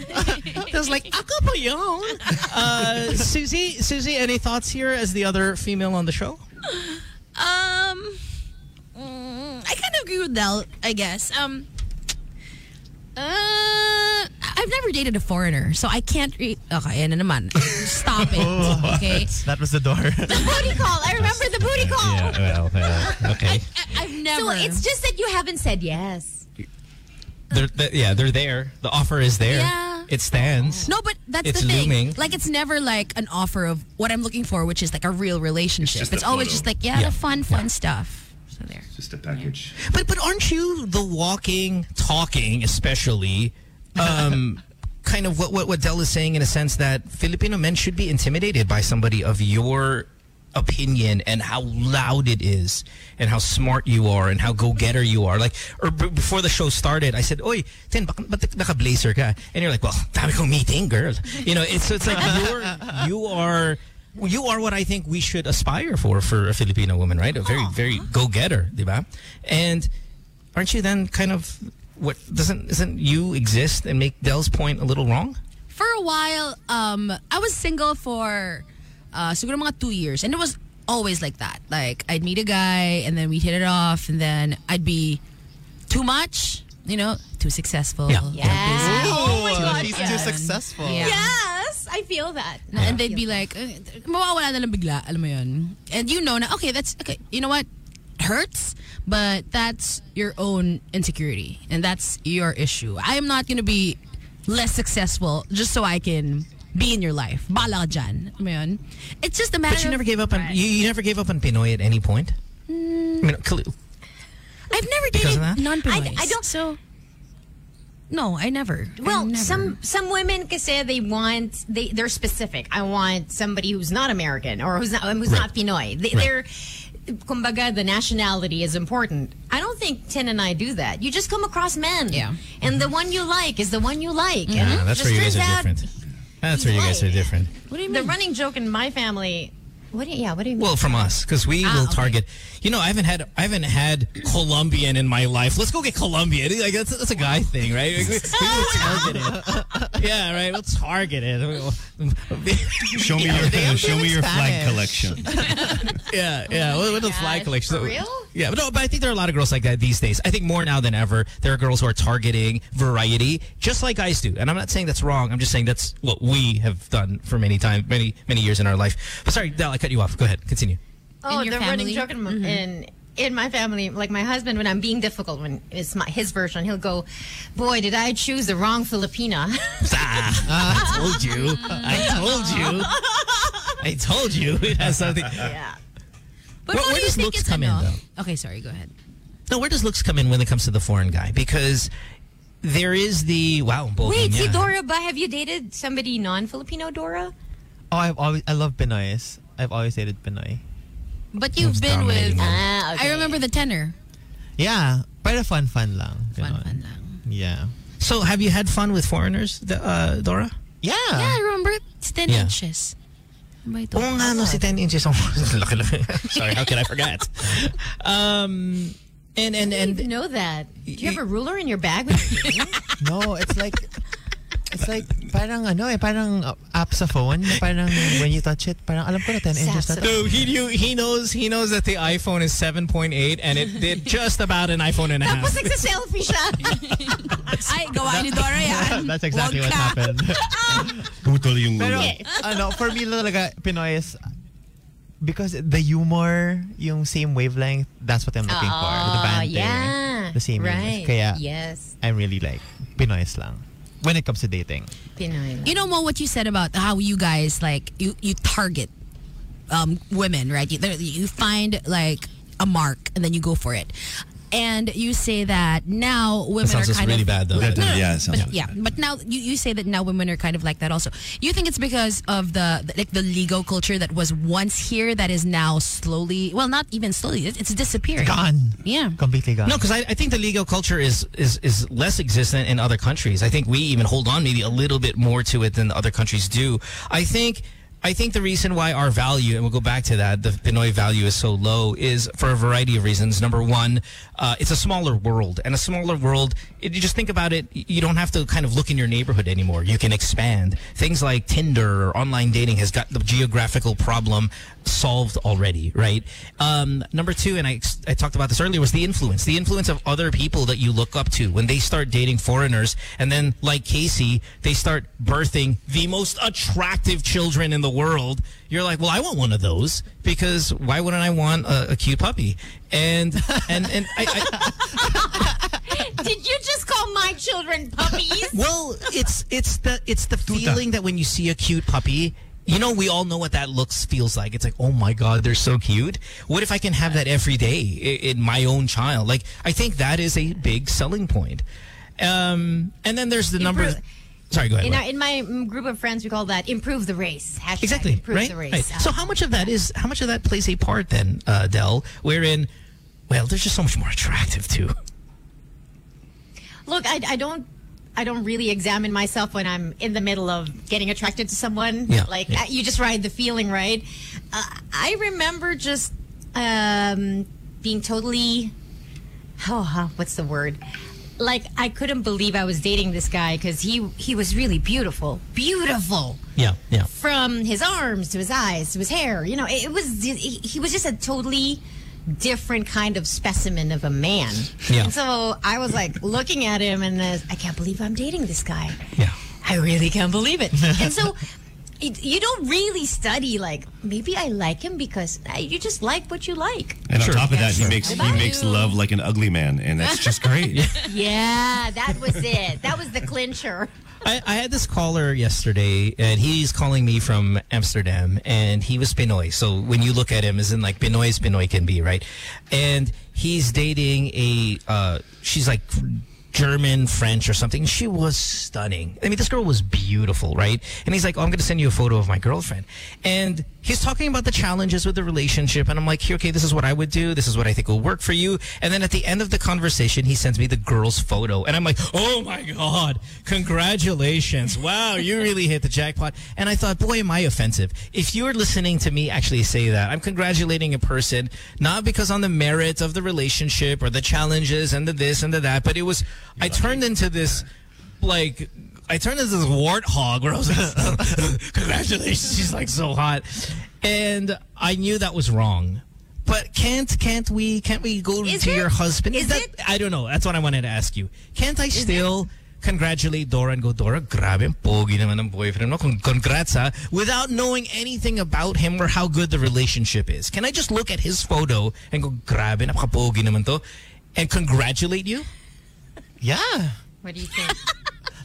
Speaker 3: There's like ako pa yun. Uh, Susie, Susie, any thoughts here as the other female on the show?
Speaker 1: Um, mm, I kind of agree with Del, I guess. Um, uh, I- I've never dated a foreigner, so I can't. Re- okay, ano naman. Stop it.
Speaker 6: Oh,
Speaker 1: Okay.
Speaker 6: That was the door.
Speaker 4: booty call. I remember the booty call.
Speaker 3: well, Uh, okay.
Speaker 1: I, I've never.
Speaker 4: So it's just that you haven't said yes.
Speaker 3: They're, they yeah, they're there. The offer is there.
Speaker 1: Yeah.
Speaker 3: It stands.
Speaker 1: no, but that's
Speaker 3: it's
Speaker 1: the thing.
Speaker 3: looming.
Speaker 1: Like, it's never like an offer of what I'm looking for, which is like a real relationship. It's,
Speaker 5: just a
Speaker 1: always
Speaker 5: photo.
Speaker 1: just like, yeah,
Speaker 3: Yeah.
Speaker 1: the fun, fun stuff. So there.
Speaker 5: Just a package.
Speaker 3: But but aren't you the walking, talking, especially, um, kind of what what what Del is saying in a sense that Filipino men should be intimidated by somebody of your opinion and how loud it is and how smart you are and how go-getter you are like or b- before the show started I said oy Tin bak- ba't naka-blazer ka and you're like well dami kong meeting girl you know it's so it's like you're you are you are what I think we should aspire for for a Filipino woman, right? A very, very go-getter, diba? And aren't you then kind of what doesn't isn't you exist and make Dell's point a little wrong?
Speaker 1: for a while, um, I was single for uh, siguro mga two years, and it was always like that. Like I'd meet a guy, and then we'd hit it off, and then I'd be too much, you know, too successful.
Speaker 3: Yeah.
Speaker 1: too
Speaker 4: Yeah.
Speaker 1: busy.
Speaker 4: Oh my God,
Speaker 6: He's too
Speaker 4: yes.
Speaker 6: successful.
Speaker 1: Yeah.
Speaker 4: Yes, I feel that.
Speaker 1: And they'd be like, "Eh, mawawala na lang bigla, alam mo yun. And you know na, okay, that's, okay, you know what? It hurts, but that's your own insecurity. And that's your issue. I am not gonna be less successful just so I can be in your life. Bala ka dyan. Alam mo yun? It's just a matter
Speaker 3: But you never
Speaker 1: of-
Speaker 3: gave up on you, you never gave up on Pinoy at any point. I mean, cl-
Speaker 1: Mm. I've never
Speaker 3: Because of
Speaker 1: dated
Speaker 3: that?
Speaker 1: non-Pinoys.
Speaker 4: I- I don't-
Speaker 1: So, no, I never. I
Speaker 4: Well,
Speaker 1: never.
Speaker 4: some some women kasi they want they they're specific. I want somebody who's not American or who's not who's
Speaker 3: Right.
Speaker 4: not Pinoy. They,
Speaker 3: Right.
Speaker 4: They're kumbaga the nationality is important. I don't think Tin and I do that. You just come across men,
Speaker 1: Yeah.
Speaker 4: and the one you like is the one you like.
Speaker 1: Mm-hmm.
Speaker 3: yeah,
Speaker 4: And it
Speaker 3: that's
Speaker 4: just
Speaker 3: where you
Speaker 4: turns
Speaker 3: guys are
Speaker 4: out
Speaker 3: different. That's where you guys are
Speaker 4: Pinoy.
Speaker 3: different.
Speaker 1: what do you
Speaker 4: The
Speaker 1: mean?
Speaker 4: running joke in my family. What do you, yeah? What do you mean?
Speaker 3: Well, from us, because we will
Speaker 1: Ah, okay.
Speaker 3: target. You know, I haven't had I haven't had Colombian in my life. Let's go get Colombian. Like that's, that's a guy thing, right? Like, we, we will target it. Yeah, right. We'll target it.
Speaker 5: Show me your show me your flag collection.
Speaker 3: Yeah, yeah. What, what the
Speaker 4: gosh,
Speaker 3: flag collection?
Speaker 4: for real?
Speaker 3: Yeah, but no, but I think there are a lot of girls like that these days. I think more now than ever, there are girls who are targeting variety, just like guys do. And I'm not saying that's wrong. I'm just saying that's what we have done for many time, many many years in our life. But sorry, Dal, I cut you off. Go ahead, continue.
Speaker 4: Oh,
Speaker 1: in your
Speaker 4: the running
Speaker 1: family?
Speaker 4: joke in, my- in in my family, like my husband, when I'm being difficult, when it's my, his version, he'll go, "Boy, did I choose the wrong Filipina?"
Speaker 3: Ah, I told you. I told you. I told you it has something.
Speaker 4: yeah.
Speaker 3: Where-
Speaker 1: but what
Speaker 3: where
Speaker 1: do you
Speaker 3: does
Speaker 1: think
Speaker 3: looks
Speaker 1: it's
Speaker 3: come in,
Speaker 1: ano? Okay, sorry, go ahead.
Speaker 3: No, where does looks come in when it comes to the foreign guy? Because there is the wow.
Speaker 4: Wait, see
Speaker 3: bohemia.
Speaker 4: Dora, but have you dated somebody non-Filipino, Dora?
Speaker 6: Oh, I've always I love Pinoy's. I've always hated Pinoy.
Speaker 1: But you've
Speaker 3: Who's
Speaker 1: been with,
Speaker 3: dominating it?
Speaker 4: Ah,
Speaker 1: I remember the tenor.
Speaker 6: Yeah, pero fun fun lang.
Speaker 1: Fun,
Speaker 6: Ganon.
Speaker 1: fun lang.
Speaker 6: Yeah.
Speaker 3: So, have you had fun with foreigners, the- uh, Dora?
Speaker 6: Yeah.
Speaker 1: Yeah, I remember. It's 10
Speaker 3: Yeah.
Speaker 1: inches. Ano ba ito?
Speaker 3: Oo nga, no, si 10 inches. ang- Laki-laki. Sorry, how could I forget? Um, and, and,
Speaker 4: I didn't
Speaker 3: and,
Speaker 4: know that. Do you have a ruler in your bag? When you're dating?
Speaker 6: No, it's like it's like parang ano eh, parang uh, app sa phone, na parang when you touch it, parang alam ko na 10 inches na to.
Speaker 3: so he knew, he knows, he knows that the iPhone is 7.8 and it did just about an iPhone and a half.
Speaker 4: Tapos nagsa-selfie siya.
Speaker 3: ah.
Speaker 1: Ay, gawa ni Dora yan.
Speaker 6: That's exactly
Speaker 1: Huwag
Speaker 6: what
Speaker 1: ka.
Speaker 6: happened.
Speaker 5: Putol yung
Speaker 6: Pero
Speaker 5: ulo.
Speaker 6: ano, for me talaga Pinoy is because the humor, yung same wavelength, that's what I'm looking for.
Speaker 3: Ah,
Speaker 6: The
Speaker 4: Oh,
Speaker 6: banter.
Speaker 4: yeah.
Speaker 6: The same
Speaker 4: Right.
Speaker 6: music. Kaya
Speaker 4: Yes.
Speaker 6: I'm really like Pinoy's lang when it comes to dating.
Speaker 4: Pinoy. lang.
Speaker 1: You know, Mo, what you said about how you guys, like, you, you target um, women, right? You, there- you find, like, a mark and then you go for it. and you say that now women
Speaker 3: sounds just
Speaker 1: are kind
Speaker 3: really
Speaker 1: of
Speaker 3: bad, though.
Speaker 1: No, no, no.
Speaker 5: Yeah, it sounds
Speaker 1: but,
Speaker 5: really
Speaker 1: yeah. But now you, you say that now women are kind of like that also. You think it's because of the, the- like the legal culture that was once here that is now slowly well not even slowly it- it's disappearing.
Speaker 6: Gone.
Speaker 1: Yeah.
Speaker 6: Completely gone.
Speaker 3: No, because I, I think the legal culture is, is is less existent in other countries. I think we even hold on maybe a little bit more to it than the other countries do. I think I think the reason why our value, and we'll go back to that, the Pinoy value is so low is for a variety of reasons. Number one, uh, it's a smaller world, and a smaller world. It, you just think about it. y- You don't have to kind of look in your neighborhood anymore. You can expand. Things like Tinder or online dating has got the geographical problem solved already, right? Um, number two, and I, ex- I talked about this earlier, was the influence. The influence of other people that you look up to when they start dating foreigners. And then, like Casey, they start birthing the most attractive children in the world. You're like, well, I want one of those because why wouldn't I want a, a cute puppy? And, and, and I, I,
Speaker 4: Did you just call my children puppies?
Speaker 3: Well, it's it's the it's the feeling that when you see a cute puppy, you know we all know what that looks feels like. It's like, "Oh my god, they're so cute." What if I can have that every day i- in my own child? Like I think that is a big selling point. Um and then there's the number
Speaker 4: Improve-
Speaker 3: Sorry, go ahead.
Speaker 4: in,
Speaker 3: Lau.
Speaker 4: our, in my mm, group of friends, we call that improve the race. Hashtag
Speaker 3: Exactly.
Speaker 4: Improve
Speaker 3: Right.
Speaker 4: the race.
Speaker 3: right. So how much of that is how much of that plays a part then, uh, Dell, wherein well, they're just so much more attractive too.
Speaker 4: Look, I, I don't. I don't really examine myself when I'm in the middle of getting attracted to someone.
Speaker 3: Yeah,
Speaker 4: like
Speaker 3: yeah.
Speaker 4: uh, you just ride the feeling, right? Uh, I remember just um, being totally. Oh, huh, what's the word? Like I couldn't believe I was dating this guy because he he was really beautiful, beautiful
Speaker 3: Yeah. Yeah.
Speaker 4: from his arms to his eyes to his hair. You know, it, it was he, he was just a totally different kind of specimen of a man.
Speaker 3: Yeah.
Speaker 4: And so I was like looking at him and uh, I can't believe I'm dating this guy.
Speaker 3: Yeah.
Speaker 4: I really can't believe it. and so it, you don't really study like maybe I like him because I, you just like what you like.
Speaker 5: And
Speaker 3: Sure.
Speaker 5: on top of that,
Speaker 4: Sure.
Speaker 5: he makes he
Speaker 4: Bye.
Speaker 5: makes love like an ugly man, and that's just great.
Speaker 4: Yeah, that was it. That was the clincher.
Speaker 3: I, I had this caller yesterday, and he's calling me from Amsterdam, and he was Pinoy. So when you look at him, as in like Pinoy as Pinoy can be, right? And he's dating a, uh, she's like German, French, or something. She was stunning. I mean, this girl was beautiful, right? And he's like, oh, I'm going to send you a photo of my girlfriend. And he's talking about the challenges with the relationship, and I'm like, here, okay, this is what I would do. This is what I think will work for you. And then at the end of the conversation, he sends me the girl's photo, and I'm like, oh my god, congratulations! Wow, you really hit the jackpot. And I thought, boy, am I offensive. If you're listening to me actually say that, I'm congratulating a person not because on the merits of the relationship or the challenges and the this and the that, but it was I turned into this like I turned into this warthog where I was like, congratulations, she's like so hot, and I knew that was wrong. But can't can't we can't we go
Speaker 4: Is
Speaker 3: to
Speaker 4: it?
Speaker 3: your husband?
Speaker 4: Is
Speaker 3: that,
Speaker 4: it?
Speaker 3: I don't know. That's what I wanted to ask you. Can't I still congratulate Dora and go, Dora, grabe ang pogi naman ng boyfriend mo. Con- Congrats ha. Without knowing anything about him or how good the relationship is. Can I just look at his photo and go, grabe, napaka-pogi naman to, and congratulate you?
Speaker 6: yeah.
Speaker 4: What do you think?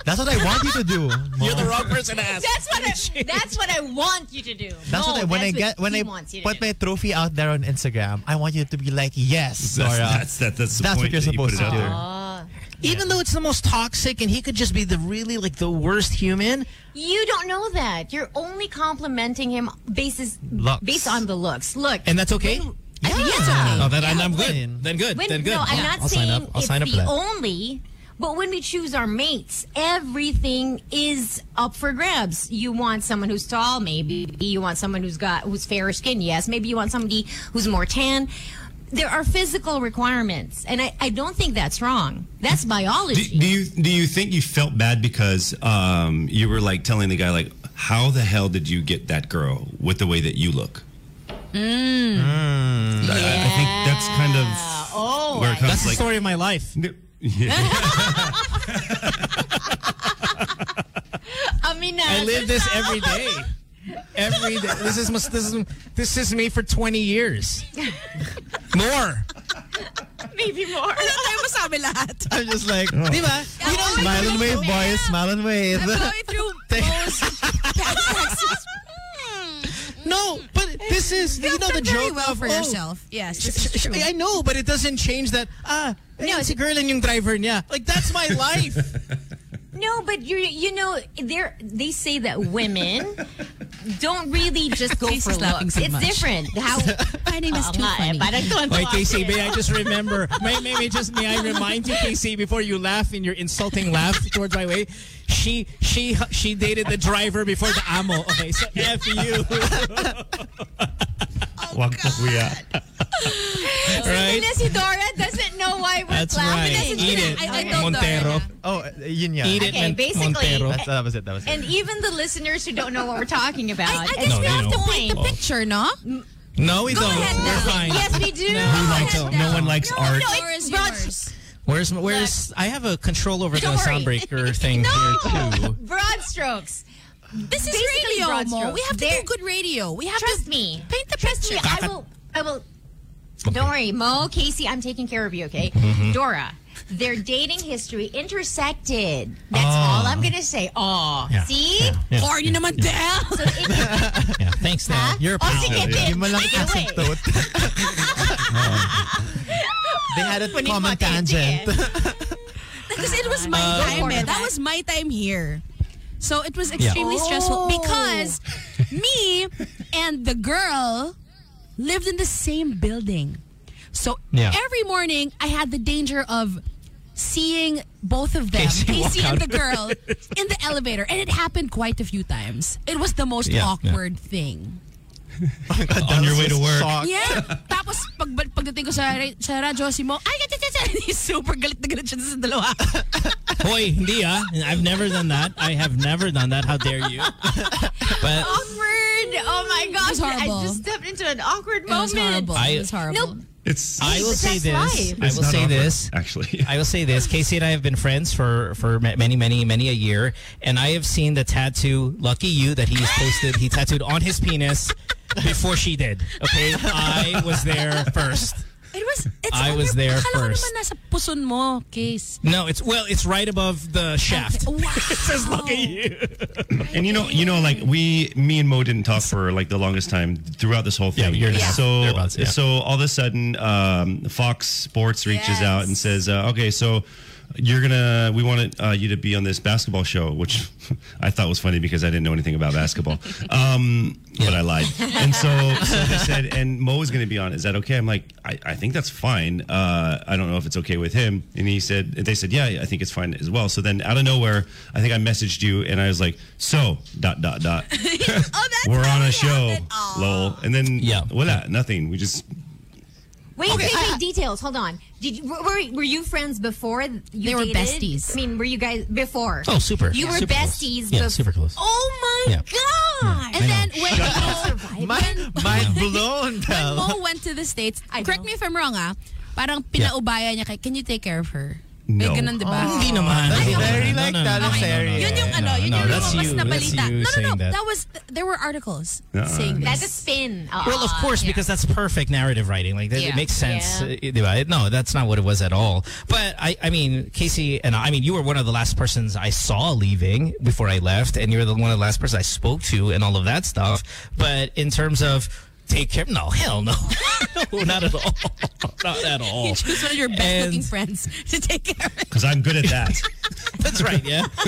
Speaker 6: That's what I want you to do. Mom.
Speaker 3: wrong person to ask.
Speaker 4: That's what I, that's what I want you to do.
Speaker 6: That's what I when I get when I put my trophy out there on Instagram, I want you to be like, yes, Dora.
Speaker 5: That's, that's, that, that's the
Speaker 6: That's
Speaker 5: point
Speaker 6: what you're
Speaker 5: that you put
Speaker 6: supposed
Speaker 5: it
Speaker 6: to
Speaker 5: out there.
Speaker 6: do.
Speaker 7: uh,
Speaker 3: Even though it's the most toxic and he could just be the really like the worst human,
Speaker 4: You don't know that. You're only complimenting him basis
Speaker 6: Looks.
Speaker 4: based on the looks. Look,
Speaker 3: and that's okay.
Speaker 4: I think it's okay.
Speaker 3: Oh, then I- I'm
Speaker 6: When-
Speaker 3: good. Then good.
Speaker 4: When-
Speaker 3: then good.
Speaker 4: No, I'm not
Speaker 3: I'll
Speaker 4: saying
Speaker 3: sign up. I'll
Speaker 4: it's
Speaker 3: sign up for
Speaker 4: the
Speaker 3: that.
Speaker 4: only. But when we choose our mates, everything is up for grabs. You want someone who's tall, maybe. You want someone who's got who's fairer skin, yes. Maybe you want somebody who's more tan. There are physical requirements, and I, I don't think that's wrong. That's biology.
Speaker 5: Do, do you do you think you felt bad because um, you were like telling the guy like, how the hell did you get that girl with the way that you look? Mm. I, I think that's kind of
Speaker 4: Oh,
Speaker 5: where it comes
Speaker 3: That's the
Speaker 5: like.
Speaker 3: story of my life.
Speaker 5: Yeah.
Speaker 4: I mean,
Speaker 3: I live this every day. Every day. This is must- this is this is me for 20 years. More.
Speaker 4: maybe more.
Speaker 1: Wala tayo masabi lahat.
Speaker 6: I'm just like,
Speaker 3: Di ba?
Speaker 1: You know,
Speaker 6: smile and wave, boys, smile and wave.
Speaker 1: I'm going through most hashtags.
Speaker 3: No, but This is you,
Speaker 1: You've
Speaker 3: know the
Speaker 1: done very
Speaker 3: joke
Speaker 1: well
Speaker 3: of,
Speaker 1: for
Speaker 3: oh,
Speaker 1: yourself. Yes,
Speaker 3: sh-
Speaker 1: this is
Speaker 3: sh-
Speaker 1: true.
Speaker 3: I know, but it doesn't change that. Ah, no, si Gerlin yung driver niya. Like that's my life.
Speaker 4: No, but you you know they they say that women don't really just go
Speaker 1: Casey's
Speaker 4: for
Speaker 1: laughing
Speaker 4: looks.
Speaker 1: so
Speaker 4: it's
Speaker 1: much.
Speaker 4: different. How
Speaker 1: My name is
Speaker 4: Oo
Speaker 1: too
Speaker 4: nga eh,
Speaker 1: funny.
Speaker 4: parang tuwan-tuwa
Speaker 3: Wait,
Speaker 4: ako
Speaker 3: KC,
Speaker 4: eh.
Speaker 3: may I just remember? May, may, may just may I remind you, KC, before you laugh in your insulting laugh towards my way, she she she dated the driver before the amo. Okay, so f you,
Speaker 2: Wag na kuya.
Speaker 3: right?
Speaker 4: Dora doesn't know why we're
Speaker 3: That's
Speaker 4: laughing.
Speaker 3: right. Eat it,
Speaker 1: I- I told
Speaker 3: Montero.
Speaker 1: Dora
Speaker 6: Oh, uh, yun yan.
Speaker 3: Eat it,
Speaker 4: Okay,
Speaker 3: Mon-
Speaker 4: basically-
Speaker 3: Montero.
Speaker 6: That's, that was it. That was it.
Speaker 4: And even the listeners who don't know what we're talking about.
Speaker 1: I, I
Speaker 4: at
Speaker 1: guess
Speaker 3: No, Oh.
Speaker 1: we
Speaker 3: they
Speaker 1: have to
Speaker 3: don't.
Speaker 1: paint the picture, no?
Speaker 3: No, we
Speaker 1: Go
Speaker 3: don't.
Speaker 1: ahead,
Speaker 3: We're
Speaker 1: Nelly.
Speaker 3: fine.
Speaker 4: Yes, we do.
Speaker 5: Who likes,
Speaker 1: no.
Speaker 5: no one likes art.
Speaker 4: no,
Speaker 1: Or is
Speaker 4: Rog-
Speaker 1: yours?
Speaker 3: Where's my- where's I have a control over the
Speaker 4: Don't worry.
Speaker 3: soundbreaker thing here too.
Speaker 4: broad strokes.
Speaker 1: This is
Speaker 4: Basically
Speaker 1: radio,
Speaker 4: broad
Speaker 1: Mo.
Speaker 4: strokes.
Speaker 1: We have to
Speaker 4: There-
Speaker 1: do good radio. We have
Speaker 4: Trust
Speaker 1: to
Speaker 4: me.
Speaker 1: paint the
Speaker 4: Trust
Speaker 1: picture.
Speaker 4: me. I will. I will. Don't worry, Mo, Casey. I'm taking care of you. Okay,
Speaker 3: Mm-hmm.
Speaker 4: Dora. Their dating history intersected. That's all I'm gonna say. Oh,
Speaker 3: Ah. Yeah,
Speaker 4: see.
Speaker 3: yeah, yeah.
Speaker 1: Party naman, Del.
Speaker 4: So it,
Speaker 3: Yeah, thanks, Dad.
Speaker 4: Huh?
Speaker 3: You're a
Speaker 4: Oh,
Speaker 3: pal.
Speaker 4: sige,
Speaker 5: Yeah.
Speaker 4: Tin.
Speaker 6: Yung malang
Speaker 4: By the
Speaker 6: kasing
Speaker 4: way,
Speaker 6: toot. They had a
Speaker 4: Punin mo
Speaker 6: common
Speaker 4: at Tin, sige.
Speaker 6: tangent.
Speaker 1: Because it was my
Speaker 3: Uh,
Speaker 1: time, eh. That was my time here. So it was extremely stressful
Speaker 3: Oh.
Speaker 1: because me and the girl lived in the same building. So
Speaker 3: Yeah.
Speaker 1: every morning, I had the danger of seeing both of them,
Speaker 3: Casey
Speaker 1: Casey,
Speaker 3: walk
Speaker 1: and the
Speaker 3: out.
Speaker 1: girl, in the elevator. And it happened quite a few times. It was the most
Speaker 3: Yeah, yeah.
Speaker 1: awkward thing.
Speaker 5: On your way to work.
Speaker 1: Yeah. Tapos pag, pagdating ko sa, ra- sa radyo, si Mo, ay, gatit, gatit, super galit na galit siya sa dalawa.
Speaker 3: Hoy, hindi ah. I've never done that. I have never done that. How dare you? But
Speaker 4: awkward. Oh my gosh,
Speaker 1: was
Speaker 4: I
Speaker 1: horrible.
Speaker 4: just stepped into an awkward
Speaker 1: It was
Speaker 4: moment.
Speaker 1: horrible.
Speaker 3: I-
Speaker 1: it was horrible.
Speaker 4: Nope.
Speaker 5: It's
Speaker 3: I will
Speaker 4: That's
Speaker 3: say this.
Speaker 4: life.
Speaker 3: I
Speaker 5: it's
Speaker 3: will
Speaker 5: not
Speaker 3: say
Speaker 5: awkward,
Speaker 3: this.
Speaker 5: Actually.
Speaker 3: I will say this. Casey and I have been friends for for ma- many, many, many a year, and I have seen the tattoo. Lucky you that he's posted. He tattooed on his penis before she did. Okay, I was there first.
Speaker 1: It was. It's
Speaker 3: I
Speaker 1: on
Speaker 3: was
Speaker 1: your-
Speaker 3: there
Speaker 1: akala
Speaker 3: first.
Speaker 1: Ko naman nasa puson mo, case.
Speaker 3: No, it's well, it's right above the shaft.
Speaker 1: Wow. it says
Speaker 3: Lucky you.
Speaker 5: And you know, you know, like we, me and Mo didn't talk for like the longest time throughout this whole
Speaker 3: Yeah,
Speaker 5: thing.
Speaker 3: you're Yeah.
Speaker 5: So,
Speaker 3: thereabouts, yeah.
Speaker 5: so all of a sudden, um, Fox Sports reaches
Speaker 1: Yes.
Speaker 5: out and says, uh, "Okay, so you're gonna, we wanted uh, you to be on this basketball show," which I thought was funny because I didn't know anything about basketball, um, but I lied. And so, so they said, "And Mo is gonna be on. Is that okay?" I'm like, "I, I think that's fine. Uh, I don't know if it's okay with him." And he said, "They said, yeah, I think it's fine as well." So then, out of nowhere, I think I messaged you and I was like, "So dot dot dot."
Speaker 1: Oh, that's
Speaker 5: We're
Speaker 1: how
Speaker 5: on a
Speaker 1: it
Speaker 5: show,
Speaker 1: happened. Aw.
Speaker 5: lol. And then, yeah,
Speaker 3: Yeah.
Speaker 5: voila, nothing. We just
Speaker 4: Wait, wait, wait, details. Hold on. Did you, were, were- were you friends before you
Speaker 1: They were
Speaker 4: dated?
Speaker 1: besties.
Speaker 4: I mean, were you guys before?
Speaker 3: Oh, super.
Speaker 4: You
Speaker 3: Yeah,
Speaker 4: were
Speaker 3: super close.
Speaker 4: besties.
Speaker 3: Yeah,
Speaker 4: bef-
Speaker 3: super close.
Speaker 4: Oh my
Speaker 3: Yeah.
Speaker 4: god!
Speaker 1: And then when
Speaker 6: Mind,
Speaker 1: Mo, when,
Speaker 6: mind blown,
Speaker 3: Um,
Speaker 1: when
Speaker 6: Belle.
Speaker 1: Mo went to the States,
Speaker 4: I
Speaker 1: correct
Speaker 4: know.
Speaker 1: me if I'm wrong ah, parang
Speaker 3: Yeah.
Speaker 1: pinaubaya niya kay, can you take care of her? May
Speaker 5: No.
Speaker 1: ganun, diba? di ba?
Speaker 3: Oh. Hindi naman.
Speaker 6: That's
Speaker 3: Ayoko
Speaker 6: very
Speaker 3: na.
Speaker 6: like
Speaker 3: No, no, no, no, no,
Speaker 6: Talaseri.
Speaker 3: no, no,
Speaker 1: Yun yung
Speaker 3: no,
Speaker 1: ano,
Speaker 3: no,
Speaker 1: yun
Speaker 3: no,
Speaker 1: yung
Speaker 3: that's
Speaker 1: lumabas
Speaker 3: you-
Speaker 1: na
Speaker 3: that's you
Speaker 1: balita. No, no, no.
Speaker 3: saying
Speaker 1: That. was, there were articles
Speaker 5: Uh-uh.
Speaker 1: saying this.
Speaker 4: That's a spin.
Speaker 3: Well,
Speaker 1: Oh,
Speaker 3: of course, because that's perfect narrative writing. Like, that, it
Speaker 1: Uh, Yeah.
Speaker 3: makes sense.
Speaker 4: Yeah.
Speaker 3: Uh, diba? It- No, that's not what it was at all. But I, I mean, Casey and I, I mean, you were one of the last persons I saw leaving before I left, and you were the one of the last persons I spoke to, and all of that stuff. But in terms of take care, no, hell no, no, not at all, not at all.
Speaker 1: You choose one of your
Speaker 3: And-
Speaker 1: best-looking friends to take care of.
Speaker 5: because I'm good at that.
Speaker 3: That's right. Yeah.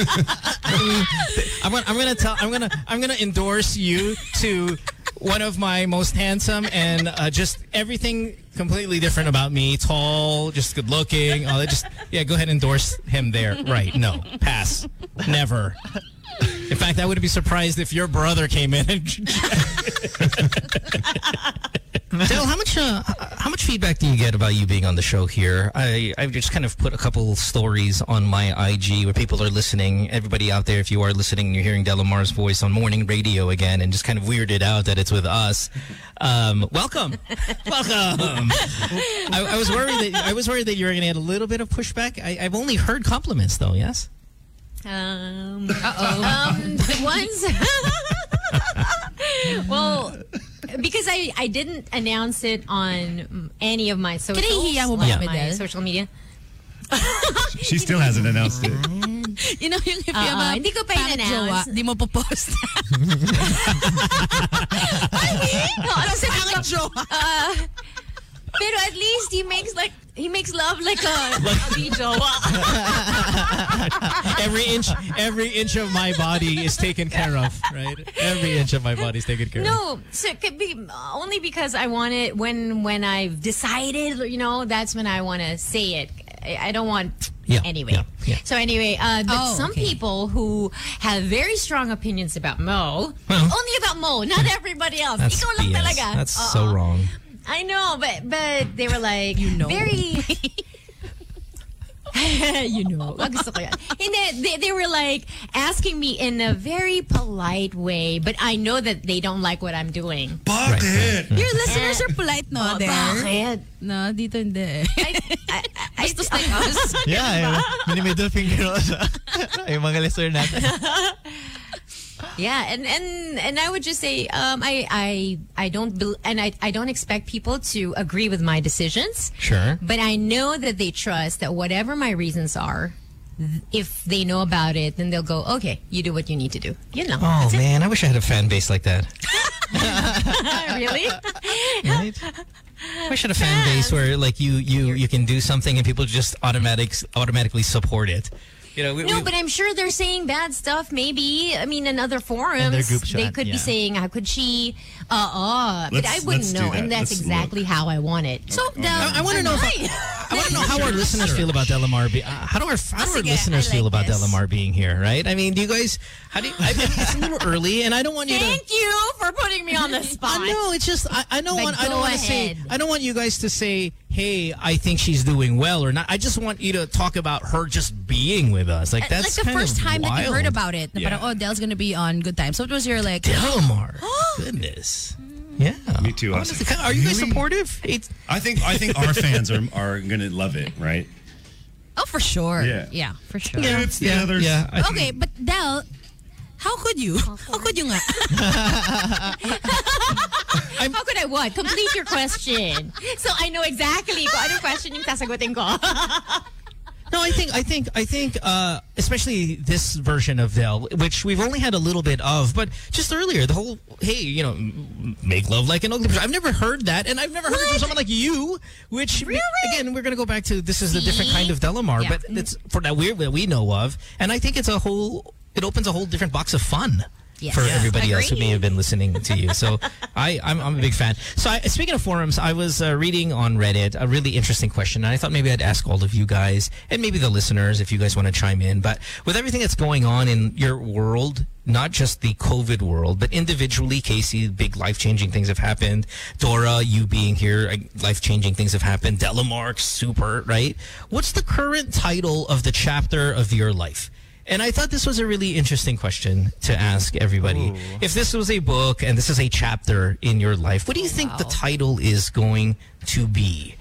Speaker 3: I'm gonna, I'm gonna tell. I'm gonna. I'm gonna endorse you to one of my most handsome and uh, just everything completely different about me. Tall, just good looking. All that. Just yeah. Go ahead and endorse him there. Right. No. Pass. Never. In fact, I would be surprised if your brother came in and. Dale, how much uh, how much feedback do you get about you being on the show here? I I've just kind of put a couple stories on my IG where people are listening. Everybody out there, if you are listening, you're hearing Delamar's voice on morning radio again, and just kind of weirded out that it's with us. Um, welcome, welcome. I, I was worried that I was worried that you were going to get a little bit of pushback. I, I've only heard compliments though. Yes.
Speaker 4: Um, uh-oh. Um, the ones. well, because I, I didn't announce it on any of my socials,
Speaker 1: Kinahihiya mo ba
Speaker 4: like
Speaker 1: kami
Speaker 4: my
Speaker 1: dahil?
Speaker 4: social media.
Speaker 5: she still hasn't announced it.
Speaker 1: You know, yung if
Speaker 4: Oo,
Speaker 1: yung mga
Speaker 4: hindi ko pa in-announce.
Speaker 1: pang-jowa, Di mo po post.
Speaker 4: No, kasi
Speaker 1: Ang jowa.
Speaker 4: Pero Uh, at least he makes like he makes love like a a jowa.
Speaker 3: Uh, every inch, every inch of my body is taken care of, right? Every inch of my body is taken care of.
Speaker 4: No, so it could be only because I want it when when I've decided, you know, that's when I want to say it. I, I don't want
Speaker 3: Yeah,
Speaker 4: anyway.
Speaker 3: yeah, yeah.
Speaker 4: So anyway, uh, but
Speaker 1: Oh,
Speaker 4: some
Speaker 1: okay.
Speaker 4: people who have very strong opinions about Mo, only about Mo, not everybody else. um Ikaw lang talaga.
Speaker 3: That's
Speaker 4: Oo.
Speaker 3: so wrong.
Speaker 4: I know, but but they were like you
Speaker 1: know.
Speaker 4: very you know. Wag gusto ko yan. Hindi, they, they were like asking me in a very polite way, but I know that they don't like what I'm doing.
Speaker 5: Bob the Hit.
Speaker 1: Your listeners are polite, no?
Speaker 4: Oh,
Speaker 1: there.
Speaker 4: bakit?
Speaker 1: Eh. No, dito hindi.
Speaker 4: I, I, I, Bastos like us.
Speaker 6: Yeah, mini middle finger also. yung mga listener natin.
Speaker 4: Yeah, and and and I would just say um, I I I don't bel and I I don't expect people to agree with my decisions.
Speaker 3: Sure.
Speaker 4: But I know that they trust that whatever my reasons are, th- if they know about it, then they'll go, okay, you do what you need to do. You know,
Speaker 3: Oh man, I wish I had a fan base like that.
Speaker 4: really?
Speaker 3: Right? I wish I had a fan base where like you you you can do something and people just automatic automatically support it. You know, we,
Speaker 4: No,
Speaker 3: we-
Speaker 4: but I'm sure they're saying bad stuff. Maybe I mean in other forums,
Speaker 6: their group
Speaker 4: they
Speaker 6: chat,
Speaker 4: could be
Speaker 6: yeah.
Speaker 4: saying, "How could she?" Uh, uh But I
Speaker 5: Let's-
Speaker 4: wouldn't
Speaker 5: let's do
Speaker 4: know,
Speaker 5: that.
Speaker 4: and that's
Speaker 5: Let's
Speaker 4: exactly how I want it. So
Speaker 1: Now,
Speaker 3: I want to know. If, I want to know how our listeners feel about Delamar. Be, uh, how do our how do our
Speaker 1: sige,
Speaker 3: listeners
Speaker 1: I
Speaker 3: feel
Speaker 1: like
Speaker 3: about
Speaker 1: this.
Speaker 3: Delamar being here? Right? I mean, do you guys? How do you, I mean, it's a little early, and I don't want you to.
Speaker 4: thank you for putting me on the spot.
Speaker 3: I know. It's just I, I don't
Speaker 4: Like,
Speaker 3: want I don't
Speaker 4: go
Speaker 3: want to say
Speaker 4: ahead.
Speaker 3: I don't want you guys to say, "Hey, I think she's doing well" or not. I just want you to talk about her just being with us. Like
Speaker 1: Uh, like
Speaker 3: that's
Speaker 1: the
Speaker 3: kind
Speaker 1: first
Speaker 3: of
Speaker 1: time that you
Speaker 3: wild.
Speaker 1: heard about it, na
Speaker 5: Yeah.
Speaker 1: parang, oh, Del's gonna be on Good Time. So it was your like,
Speaker 3: Delamar. Goodness. Yeah.
Speaker 5: Me too,
Speaker 3: I
Speaker 5: I was
Speaker 3: wanted to
Speaker 5: like,
Speaker 3: kind of- are you guys
Speaker 5: really?
Speaker 3: supportive? It's,
Speaker 5: I think I think our fans are are gonna love it, right?
Speaker 1: oh, for sure.
Speaker 5: Yeah.
Speaker 1: Yeah, for sure.
Speaker 5: It's the others.
Speaker 3: yeah. I-
Speaker 1: Okay, but Del, how could you? How could you nga?
Speaker 4: How could I what? Complete your question. So I know exactly kung anong question yung sasagutin ko.
Speaker 3: No, I think I think I think uh, especially this version of Dell, which we've only had a little bit of, but just earlier the whole hey, you know, m- make love like an ugly person. I've never heard that, and I've never heard it from someone like you. Which really? again, we're gonna go back to this is a different kind of Delamar,
Speaker 4: Yeah.
Speaker 3: but it's for that weird that we know of, and I think it's a whole it opens a whole different box of fun.
Speaker 1: Yes.
Speaker 3: For
Speaker 1: Yeah.
Speaker 3: everybody else who may have been listening to you, so I, I'm, I'm a big fan. So I, speaking of forums, I was uh, reading on Reddit a really interesting question, and I thought maybe I'd ask all of you guys and maybe the listeners if you guys want to chime in. But with everything that's going on in your world, not just the COVID world, but individually, Casey, big life changing things have happened. Dora, you being here, life changing things have happened. Delamark, super, right? What's the current title of the chapter of your life? And I thought this was a really interesting question to ask everybody. If this was a book and this is a chapter in your life, what do you think the title is going to be?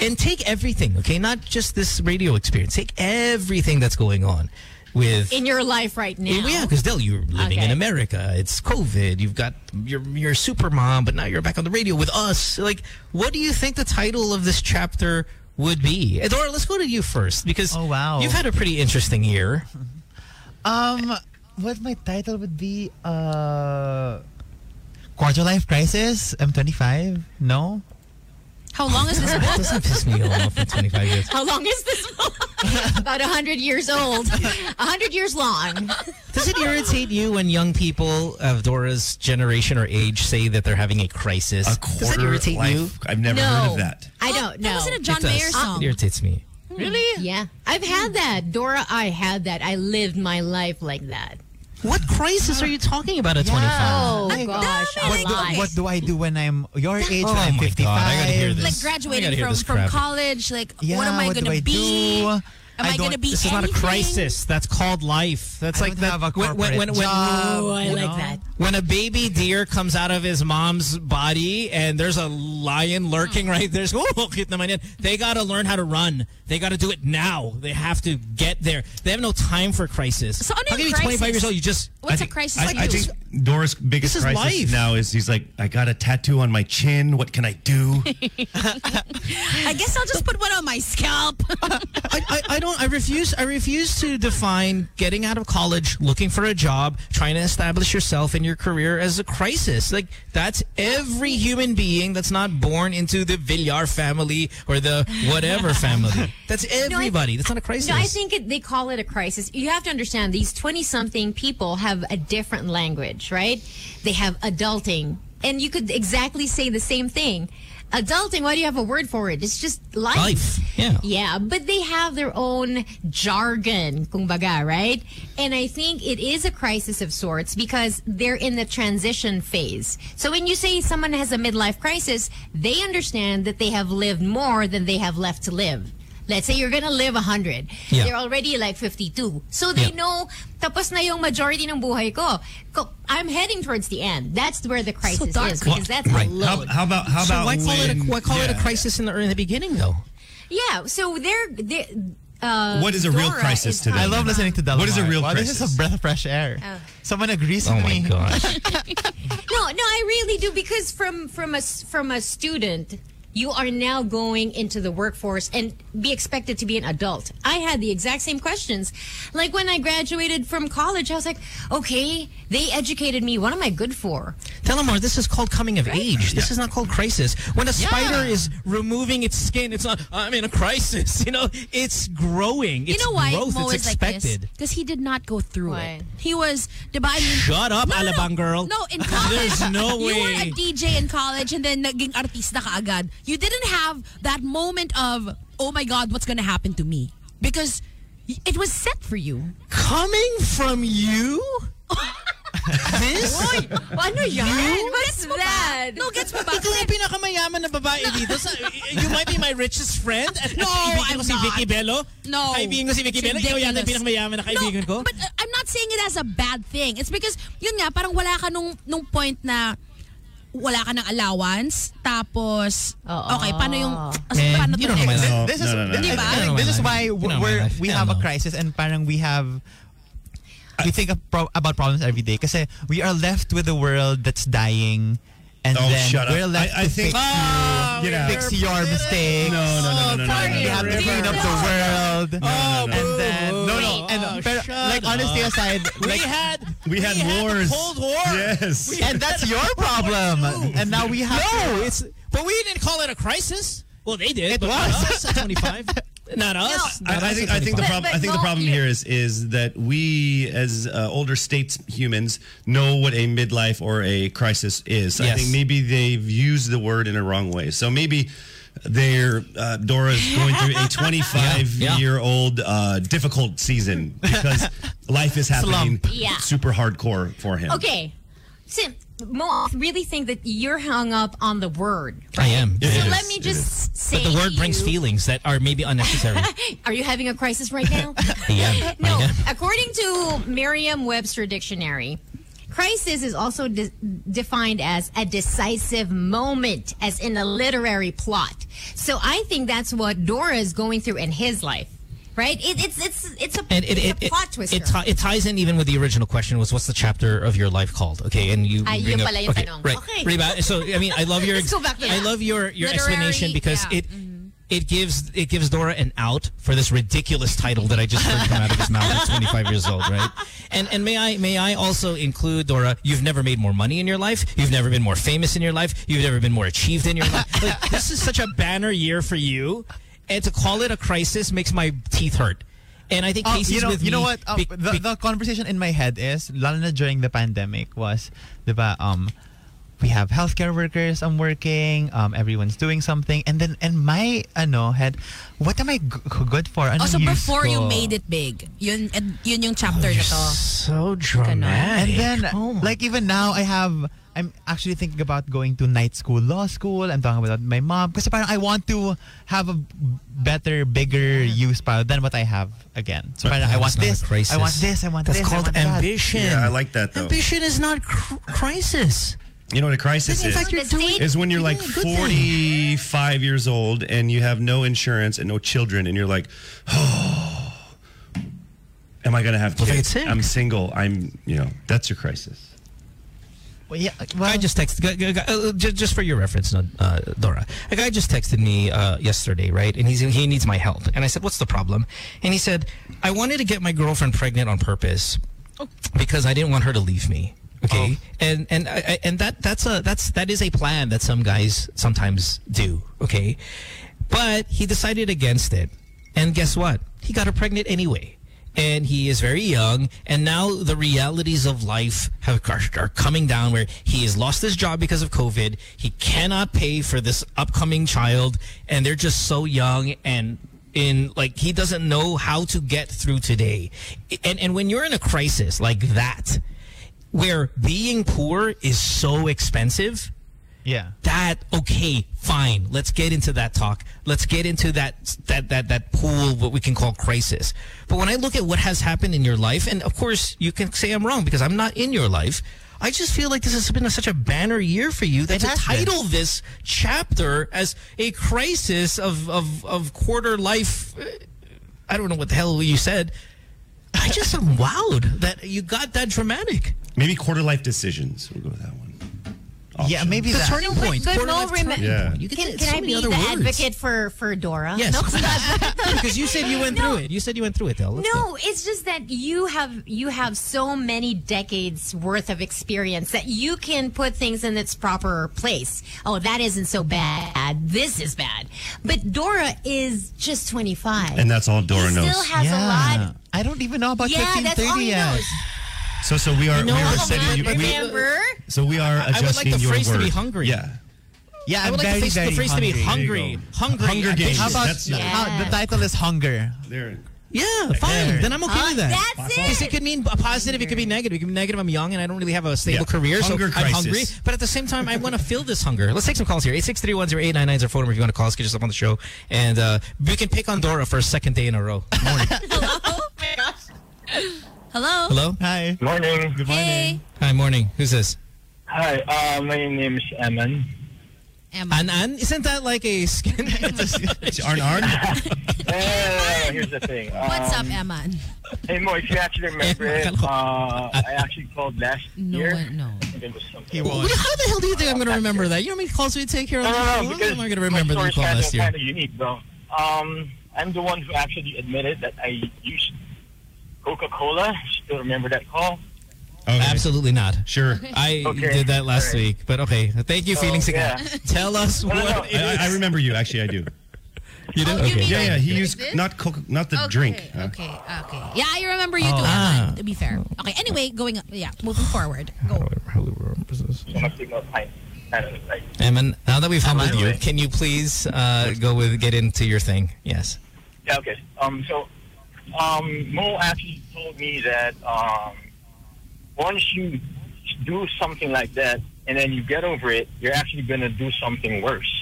Speaker 3: And take everything, okay? Not just this radio experience. Take everything that's going on with
Speaker 4: In your life right now.
Speaker 3: yeah, because Del, you're living in
Speaker 4: Okay.
Speaker 3: America. It's COVID. You've got your your super mom, but now you're back on the radio with us. Like, what do you think the title of this chapter would be? Edora, let's go to you first because
Speaker 6: Oh, wow.
Speaker 3: you've had a pretty interesting year.
Speaker 6: Um, what my title would be? Uh, Quarter life crisis. I'm 25. No.
Speaker 1: How long is this?
Speaker 3: That doesn't piss me off at 25 years.
Speaker 4: How long is this? About 100 years old. 100 years long.
Speaker 3: Does it irritate you when young people of Dora's generation or age say that they're having a crisis?
Speaker 5: A
Speaker 3: Does it
Speaker 5: quarter
Speaker 3: irritate
Speaker 5: life.
Speaker 3: you?
Speaker 5: I've never heard of that.
Speaker 4: I don't know.
Speaker 1: That wasn't a John
Speaker 3: it does.
Speaker 1: Mayer song.
Speaker 3: It irritates me.
Speaker 4: really? Yeah. I've had that. Dora, I had that. I lived my life like that.
Speaker 3: What crisis are you talking about at 25?
Speaker 4: Oh, gosh.
Speaker 1: dami,
Speaker 4: a
Speaker 1: like,
Speaker 4: lot.
Speaker 6: What do I do when I'm your age?
Speaker 3: Oh
Speaker 6: when I'm
Speaker 3: my
Speaker 6: 55?
Speaker 3: God, I gotta hear this.
Speaker 1: like
Speaker 3: I gotta
Speaker 1: graduating
Speaker 3: hear
Speaker 1: from,
Speaker 3: this
Speaker 1: from
Speaker 3: crap.
Speaker 1: college. Like, what
Speaker 6: Yeah,
Speaker 1: am I
Speaker 6: what do
Speaker 1: gonna
Speaker 6: I
Speaker 1: be?
Speaker 6: do?
Speaker 1: Am
Speaker 6: I
Speaker 1: I,
Speaker 6: don't-
Speaker 1: gonna be?
Speaker 3: This is not a
Speaker 1: anything?
Speaker 3: crisis. That's called life. That's
Speaker 6: I
Speaker 3: like
Speaker 6: don't
Speaker 3: that.
Speaker 6: have a
Speaker 3: when, when,
Speaker 6: corporate
Speaker 3: when, when,
Speaker 6: job,
Speaker 4: Oh, I
Speaker 6: you
Speaker 4: like
Speaker 6: know?
Speaker 4: that.
Speaker 3: when a baby deer comes out of his mom's body and there's a lion lurking right there, it's, oh, cute naman yan." they got to learn how to run. They got to do it now. They have to get there. They have no time for crisis.
Speaker 1: So ano
Speaker 3: How can
Speaker 1: yung
Speaker 3: you be 25 years
Speaker 1: crisis?
Speaker 3: old? You just.
Speaker 1: What's
Speaker 5: I think-
Speaker 1: a crisis?
Speaker 5: I,
Speaker 1: like
Speaker 5: I
Speaker 1: you?
Speaker 5: think Doris' biggest
Speaker 3: This is
Speaker 5: crisis
Speaker 3: life.
Speaker 5: now is he's like, I got a tattoo on my chin. What can I do?
Speaker 1: I guess I'll just put one on my scalp.
Speaker 3: I, I, I don't don't. I refuse. I refuse to define getting out of college, looking for a job, trying to establish yourself in your career as a crisis. Like that's every human being that's not born into the Villar family or the whatever family. That's everybody. that's not a crisis.
Speaker 4: No, I think it, they call it a crisis. You have to understand these 20 something people have a different language, right? They have adulting. And you could exactly say the same thing. Adulting, why do you have a word for it? It's just life.
Speaker 3: Life, yeah.
Speaker 4: Yeah, but they have their own jargon, kumbaga, right? And I think it is a crisis of sorts because they're in the transition phase. So when you say someone has a midlife crisis, they understand that they have lived more than they have left to live. Let's say you're gonna live 100.
Speaker 3: Yeah.
Speaker 4: They're already like 52. So they
Speaker 3: Yeah.
Speaker 4: know, tapos na yung majority ng buhay ko. Ko- I'm heading towards the end. That's where the crisis
Speaker 1: dark.
Speaker 4: is because that's
Speaker 3: Right.
Speaker 4: a
Speaker 5: How,
Speaker 4: load.
Speaker 5: how about how
Speaker 3: so
Speaker 5: about
Speaker 3: why call it a,
Speaker 5: when-
Speaker 3: why call it a
Speaker 5: yeah.
Speaker 3: crisis in the in the beginning though?
Speaker 4: yeah, so they're, they're uh,
Speaker 5: What is a real
Speaker 4: Dora
Speaker 5: crisis
Speaker 4: is
Speaker 5: to them?
Speaker 6: I love listening to Delmar.
Speaker 5: What is a real
Speaker 6: wow, This
Speaker 5: crisis?
Speaker 6: is a breath of fresh air.
Speaker 4: Oh.
Speaker 6: Someone agrees
Speaker 3: Oh
Speaker 6: with me.
Speaker 3: gosh!
Speaker 4: No, no, I really do because from from a s- from a student, you are now going into the workforce and be expected to be an adult. I had the exact same questions. Like when I graduated from college, I was like, okay, they educated me. What am I good for?
Speaker 3: Telemar, this is called coming of age. This is not called crisis. When a spider is removing its skin, it's not. I'm in a crisis. You know, it's growing. It's
Speaker 1: you know why
Speaker 3: growth.
Speaker 1: Mo
Speaker 3: it's
Speaker 1: is like
Speaker 3: expected.
Speaker 1: this? Because he did not go through
Speaker 4: Why?
Speaker 1: it. He was, diba? I mean-
Speaker 3: Shut up,
Speaker 1: no, no, no.
Speaker 3: Alabang girl.
Speaker 1: No, in college.
Speaker 3: There's no
Speaker 1: You were
Speaker 3: way.
Speaker 1: a DJ in college and then naging artista ka agad. You didn't have that moment of, oh my God, what's gonna happen to me? Because y- it was set for you.
Speaker 3: Coming from you? this?
Speaker 4: Ano yan? What's that?
Speaker 1: No, gets mo ba?
Speaker 3: Ikaw yung pinakamayaman na babae dito. Sa, you might be my richest friend. At,
Speaker 1: No,
Speaker 3: at kaibigan ko
Speaker 1: I'm
Speaker 3: si
Speaker 1: not.
Speaker 3: Vicky Bello.
Speaker 1: No.
Speaker 3: Kaibigan ko si Vicky
Speaker 1: It's
Speaker 3: Bello. Ikaw yata yung
Speaker 1: ridiculous.
Speaker 3: pinakamayaman na kaibigan
Speaker 1: no,
Speaker 3: ko.
Speaker 1: But uh, I'm not saying it as a bad thing. It's because, yun nga, parang wala ka nung, nung point na wala ka ng allowance, tapos,
Speaker 4: Oo.
Speaker 1: okay, paano yung, as,
Speaker 3: Eh,
Speaker 1: paano
Speaker 3: you
Speaker 1: to
Speaker 3: don't know my
Speaker 1: fix?
Speaker 3: life.
Speaker 5: No,
Speaker 6: This is
Speaker 5: no, no, no.
Speaker 6: I-
Speaker 1: Diba?
Speaker 6: I
Speaker 3: You know
Speaker 6: think this
Speaker 3: my
Speaker 6: is
Speaker 3: life.
Speaker 6: why
Speaker 3: You know my
Speaker 6: we're,
Speaker 3: life.
Speaker 6: we
Speaker 3: You
Speaker 6: have a
Speaker 3: know.
Speaker 6: crisis and parang we have we think of pro- about problems every day kasi we are left with a world that's dying and
Speaker 5: Oh,
Speaker 6: then
Speaker 5: shut up.
Speaker 6: we're left
Speaker 5: I- I
Speaker 6: to
Speaker 5: think-
Speaker 6: fix,
Speaker 5: Get out.
Speaker 6: fix your mistakes.
Speaker 5: No, no, no, no, no, no, no,
Speaker 4: sorry.
Speaker 5: no,
Speaker 6: We
Speaker 5: no.
Speaker 6: have to
Speaker 4: River.
Speaker 6: clean up the world.
Speaker 5: Oh,
Speaker 6: and then
Speaker 3: boo.
Speaker 6: no, no, and
Speaker 3: Oh,
Speaker 6: pero,
Speaker 3: shut
Speaker 6: like honestly aside,
Speaker 3: we
Speaker 6: like,
Speaker 3: had
Speaker 5: We had wars.
Speaker 3: the Cold War.
Speaker 5: Yes.
Speaker 6: and that's your problem. and now we have
Speaker 3: No, it's but we didn't call it a crisis. Well, they did. It
Speaker 6: was.
Speaker 3: us at 25. Not us.
Speaker 5: I,
Speaker 3: not
Speaker 5: I
Speaker 3: us
Speaker 5: think
Speaker 3: at
Speaker 5: I think the
Speaker 3: 25.
Speaker 5: problem
Speaker 4: But-
Speaker 5: I think the
Speaker 4: but
Speaker 5: problem
Speaker 4: you-
Speaker 5: here is is that we as uh, older states humans know what a midlife or a crisis is. I
Speaker 3: Yes.
Speaker 5: think maybe they've used the word in a wrong way. So maybe their uh, Dora's going through a 25
Speaker 3: Yeah, yeah.
Speaker 5: year old uh, difficult season because life is happening
Speaker 6: Slump.
Speaker 4: Yeah.
Speaker 5: super hardcore for him.
Speaker 4: Okay. So, Mo, I really think that you're hung up on the word.
Speaker 3: I am.
Speaker 5: It
Speaker 4: So
Speaker 5: is,
Speaker 4: let me
Speaker 5: it
Speaker 4: just say
Speaker 3: But the
Speaker 4: to
Speaker 3: word brings
Speaker 4: you-
Speaker 3: feelings that are maybe unnecessary.
Speaker 4: Are you having a crisis right now?
Speaker 3: yeah.
Speaker 4: No, according to Merriam-Webster dictionary, crisis is also de- defined as a decisive moment, as in a literary plot. So I think that's what Dora is going through in his life, right? It, it's it's it's a,
Speaker 3: And it,
Speaker 4: it's
Speaker 3: it,
Speaker 4: a
Speaker 3: it,
Speaker 4: plot twister.
Speaker 3: it, ti- it ties in even with the original question was what's the chapter of your life called? Okay, and you
Speaker 4: Ay,
Speaker 3: bring
Speaker 4: yun
Speaker 3: up,
Speaker 4: pala yung
Speaker 3: okay,
Speaker 4: tanong.
Speaker 3: right,
Speaker 4: Okay.
Speaker 3: Reba, so I mean I love your
Speaker 4: Let's go back to
Speaker 3: I
Speaker 4: that.
Speaker 3: love your your
Speaker 4: Literary,
Speaker 3: explanation because
Speaker 4: yeah.
Speaker 3: it Mm-hmm. it gives it gives Dora an out for this ridiculous title that I just heard come out of his mouth at 25 years old, right? And and may I may I also include Dora? You've never made more money in your life. You've never been more famous in your life. You've never been more achieved in your life. Like, this is such a banner year for you, and to call it a crisis makes my teeth hurt. And I think
Speaker 6: Oh,
Speaker 3: Casey's
Speaker 6: you know,
Speaker 3: with
Speaker 6: you know
Speaker 3: me
Speaker 6: what? Um,
Speaker 3: be-
Speaker 6: the,
Speaker 3: be-
Speaker 6: the conversation in my head is, lalo na during the pandemic, was, di ba, um, we have healthcare workers, I'm working, um, everyone's doing something, and then, and my, ano, head, what am I g- good for? Anong
Speaker 1: Oh, so
Speaker 6: use
Speaker 1: before you
Speaker 6: ko?
Speaker 1: made it big, yun, and yun yung chapter na to.
Speaker 3: so
Speaker 6: And
Speaker 3: dramatic.
Speaker 6: then,
Speaker 3: Oh my
Speaker 6: like even now, I have. I'm actually thinking about going to night school, law school. I'm talking about my mom because I want to have a better, bigger use para than what I have again. So parang I
Speaker 3: That's
Speaker 6: want
Speaker 3: not a
Speaker 6: this,
Speaker 3: crisis.
Speaker 6: I want this, I want
Speaker 3: That's
Speaker 6: this. I
Speaker 3: called
Speaker 6: want that.
Speaker 3: ambition.
Speaker 5: Yeah, I like that though.
Speaker 3: Ambition is not cr- crisis.
Speaker 5: You know what a crisis
Speaker 3: In
Speaker 5: is?
Speaker 3: fact, you're
Speaker 4: That's
Speaker 3: doing
Speaker 4: it.
Speaker 5: is when you're like
Speaker 3: doing a good thing.
Speaker 5: 45 years old and you have no insurance and no children and you're like, "Oh, am I going to have
Speaker 3: Well, then
Speaker 5: kids?
Speaker 3: it's sick.
Speaker 5: I'm single. I'm, you know, that's your crisis.
Speaker 6: Well, yeah,
Speaker 3: I just texted, g- g- uh, ju- just for your reference, no, uh, Dora. A guy just texted me uh, yesterday, right? And he's, he needs my help. And I said, What's the problem? And he said, I wanted to get my girlfriend pregnant on purpose because I didn't want her to leave me. Okay, and and I, I- and that that's a that's that is a plan that some guys sometimes do. Okay, but he decided against it, and guess what? He got her pregnant anyway, and he is very young. And now the realities of life have are, are coming down where he has lost his job because of COVID. He cannot pay for this upcoming child, and they're just so young and in like he doesn't know how to get through today and and when you're in a crisis like that where being poor is so expensive
Speaker 6: yeah.
Speaker 3: that okay fine let's get into that talk let's get into that that that that pool what we can call crisis but when i look at what has happened in your life and of course you can say i'm wrong because i'm not in your life i just feel like this has been such a banner year for you that to
Speaker 6: has been.
Speaker 3: title this chapter as a crisis of of of quarter life uh, i don't know what the hell you said i just am wowed that you got that dramatic
Speaker 5: Maybe quarter life decisions. We'll go with that one.
Speaker 6: Yeah,
Speaker 5: Option.
Speaker 6: maybe
Speaker 3: the
Speaker 6: that.
Speaker 3: turning point
Speaker 4: but
Speaker 3: quarter
Speaker 4: Mo,
Speaker 3: life
Speaker 4: remem-
Speaker 3: turning
Speaker 5: Yeah.
Speaker 3: point. You
Speaker 4: Can,
Speaker 3: say
Speaker 4: can
Speaker 3: so
Speaker 4: I
Speaker 3: many
Speaker 4: be the
Speaker 3: other words.
Speaker 4: advocate for, for Dora?
Speaker 3: Yes.
Speaker 4: No,
Speaker 3: because you said you went through it. You said you went through it, though. Let's
Speaker 4: No, it's just that you have you have so many decades worth of experience that you can put things in its proper place. Oh, that isn't so bad. This is bad. But Dora is just 25.
Speaker 5: And that's all Dora
Speaker 4: he
Speaker 5: knows.
Speaker 4: Still has a lot.
Speaker 6: I don't even know about
Speaker 4: Yeah, that's all
Speaker 1: Oh,
Speaker 6: 1530
Speaker 4: he
Speaker 6: yet.
Speaker 4: knows.
Speaker 5: So so we are
Speaker 3: know
Speaker 5: we
Speaker 3: how
Speaker 5: are
Speaker 3: to
Speaker 5: setting you, we,
Speaker 4: Remember?
Speaker 5: so we are
Speaker 3: would like
Speaker 5: adjusting
Speaker 3: the
Speaker 5: your
Speaker 3: phrase to
Speaker 5: word.
Speaker 3: be hungry.
Speaker 5: Yeah.
Speaker 6: Yeah,
Speaker 3: I
Speaker 6: I'm
Speaker 3: would like
Speaker 6: very,
Speaker 3: the phrase,
Speaker 6: very
Speaker 3: the phrase to be
Speaker 5: hungry.
Speaker 3: hungry. Hungry.
Speaker 5: Hunger
Speaker 3: I think-
Speaker 5: Games.
Speaker 6: How about
Speaker 5: That's your-
Speaker 6: how-
Speaker 4: Yeah.
Speaker 6: the title is hunger?
Speaker 5: There.
Speaker 3: Yeah, fine. Then I'm okay
Speaker 4: Huh?
Speaker 3: with
Speaker 1: Oh,
Speaker 3: that.
Speaker 4: That's
Speaker 3: Because
Speaker 4: it.
Speaker 3: it could mean a positive, it could be negative. It could be negative. I'm young and I don't really have a stable
Speaker 5: Yeah.
Speaker 3: career, so
Speaker 5: Hunger
Speaker 3: I'm
Speaker 5: crisis.
Speaker 3: hungry. But at the same time, I want to fill this hunger. Let's take some calls here. 863-1089 is our phone number if you want to call us. Get yourself on the show. And uh, we can pick on Dora for a second day in a row. Morning.
Speaker 1: Hello?
Speaker 3: Hello?
Speaker 6: Hi.
Speaker 2: Morning.
Speaker 6: Good morning.
Speaker 3: Hi, morning. Who's this?
Speaker 2: Hi, uh, my name's Eman.
Speaker 1: Am I?
Speaker 3: Anan? Isn't that like a skin?
Speaker 5: Arn Arn?
Speaker 2: Uh, here's the thing. Um,
Speaker 1: What's up, Eman?
Speaker 2: Hey, Mo, if you actually remember
Speaker 3: Eh,
Speaker 2: it,
Speaker 3: hello.
Speaker 2: uh, I actually called last
Speaker 1: No,
Speaker 2: year.
Speaker 1: one- no.
Speaker 2: I think it was something.
Speaker 6: He
Speaker 3: Well,
Speaker 6: won't.
Speaker 3: How the hell do you think I'm going to remember that? You know how many calls we take here on
Speaker 2: No,
Speaker 3: the
Speaker 2: no,
Speaker 3: show?
Speaker 2: no, because
Speaker 3: I'm not going to remember
Speaker 2: my
Speaker 3: the call
Speaker 2: story's
Speaker 3: last year.
Speaker 2: Kind of unique, bro. Um, I'm the one who actually admitted that I used Coca-Cola. Still remember that call?
Speaker 5: Okay.
Speaker 3: Absolutely not.
Speaker 5: Sure.
Speaker 3: I
Speaker 2: Okay.
Speaker 3: did that last
Speaker 2: All right. Oh,
Speaker 3: week, but okay. Thank you, feelings again.
Speaker 2: yeah.
Speaker 3: Tell us
Speaker 2: no, no.
Speaker 3: what it
Speaker 5: I, I- I
Speaker 3: is.
Speaker 5: remember you. Actually, I do.
Speaker 3: You do?
Speaker 1: Oh, you mean
Speaker 5: Yeah, yeah. He used
Speaker 1: this?
Speaker 5: not Coca, not the
Speaker 1: Okay,
Speaker 5: drink. Uh. huh?
Speaker 1: Okay, okay. Yeah, I remember you too,
Speaker 3: Ah.
Speaker 1: Eman, to be fair. Okay, anyway, going up. Yeah, moving forward. Go.
Speaker 2: So my signal time. I don't know, like,
Speaker 3: Emin, now that we've humbled you,
Speaker 2: anyway.
Speaker 3: can you please uh, go with get into your thing? Yes.
Speaker 2: Yeah, okay. Um, so, um, Mo actually told me that um, once you do something like that and then you get over it, you're actually going to do something worse.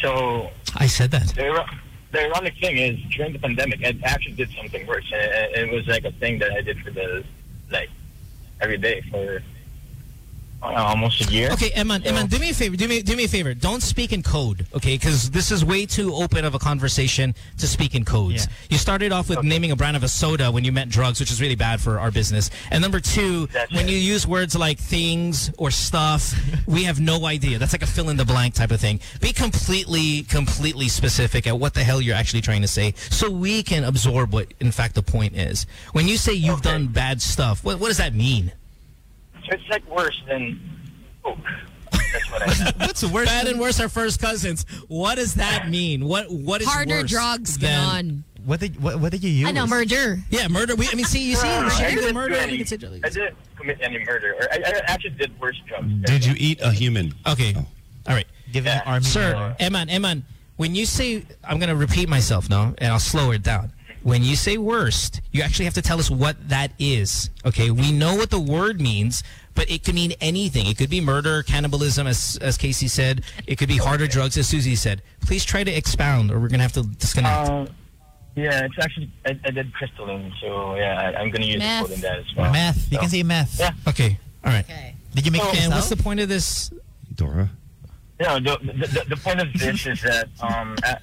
Speaker 2: So,
Speaker 3: I said that.
Speaker 2: the, ir- the ironic thing is, during the pandemic, I actually did something worse. And it- it was like a thing that I did for the, like, every day for I don't know, almost a year.
Speaker 3: Okay, Eman, Eman, do me a favor. Do me do me a favor. Don't speak in code, okay? Because this is way too open of a conversation to speak in codes.
Speaker 6: Yeah.
Speaker 3: You started off with naming a brand of a soda when you meant drugs, which is really bad for our business. And number two,
Speaker 2: That's
Speaker 3: when
Speaker 2: it.
Speaker 3: you use words like things or stuff, we have no idea. That's like a fill in the blank type of thing. Be completely, completely specific at what the hell you're actually trying to say, so we can absorb what, in fact, the point is. When you say you've
Speaker 2: Okay.
Speaker 3: done bad stuff, what, what does that mean?
Speaker 2: So it's like worse than Coke. That's what I said.
Speaker 3: What's worse? Bad and worse are first cousins. What does that mean? What what is
Speaker 1: Harder
Speaker 3: worse
Speaker 1: drugs,
Speaker 3: than-
Speaker 1: ganon.
Speaker 6: What did what, what did you use?
Speaker 4: I know, murder.
Speaker 3: Yeah, murder. We, I mean, see, you see,
Speaker 2: No, no, no,
Speaker 3: she
Speaker 2: I
Speaker 3: did
Speaker 2: didn't
Speaker 3: murder.
Speaker 2: do
Speaker 3: I
Speaker 2: any-
Speaker 3: didn't consider-
Speaker 2: I didn't commit any murder. Or I, I actually did worse drugs.
Speaker 5: Did you eat a human?
Speaker 3: Okay,
Speaker 5: Oh.
Speaker 3: all right,
Speaker 6: Give him
Speaker 2: Yeah.
Speaker 6: army.
Speaker 3: sir,
Speaker 6: color.
Speaker 3: Eman, Eman. When you say, I'm gonna repeat myself now, and I'll slow it down. When you say worst, you actually have to tell us what that is. Okay, we know what the word means, but it could mean anything. It could be murder, cannibalism, as as Casey said. It could be harder drugs, as Susie said. Please try to expound, or we're gonna have to disconnect.
Speaker 2: Uh, yeah, it's actually I, I did crystalline, so yeah, I, I'm gonna use
Speaker 1: Meth.
Speaker 2: the code in that as well.
Speaker 6: Meth. You
Speaker 2: So-
Speaker 6: can say meth.
Speaker 2: Yeah.
Speaker 3: okay, all right.
Speaker 1: Okay.
Speaker 6: Did you make
Speaker 2: Oh.
Speaker 6: this
Speaker 3: And what's the
Speaker 6: out?
Speaker 3: point of this
Speaker 5: Dora.
Speaker 2: No, the, the, the- the point of this is that um, I,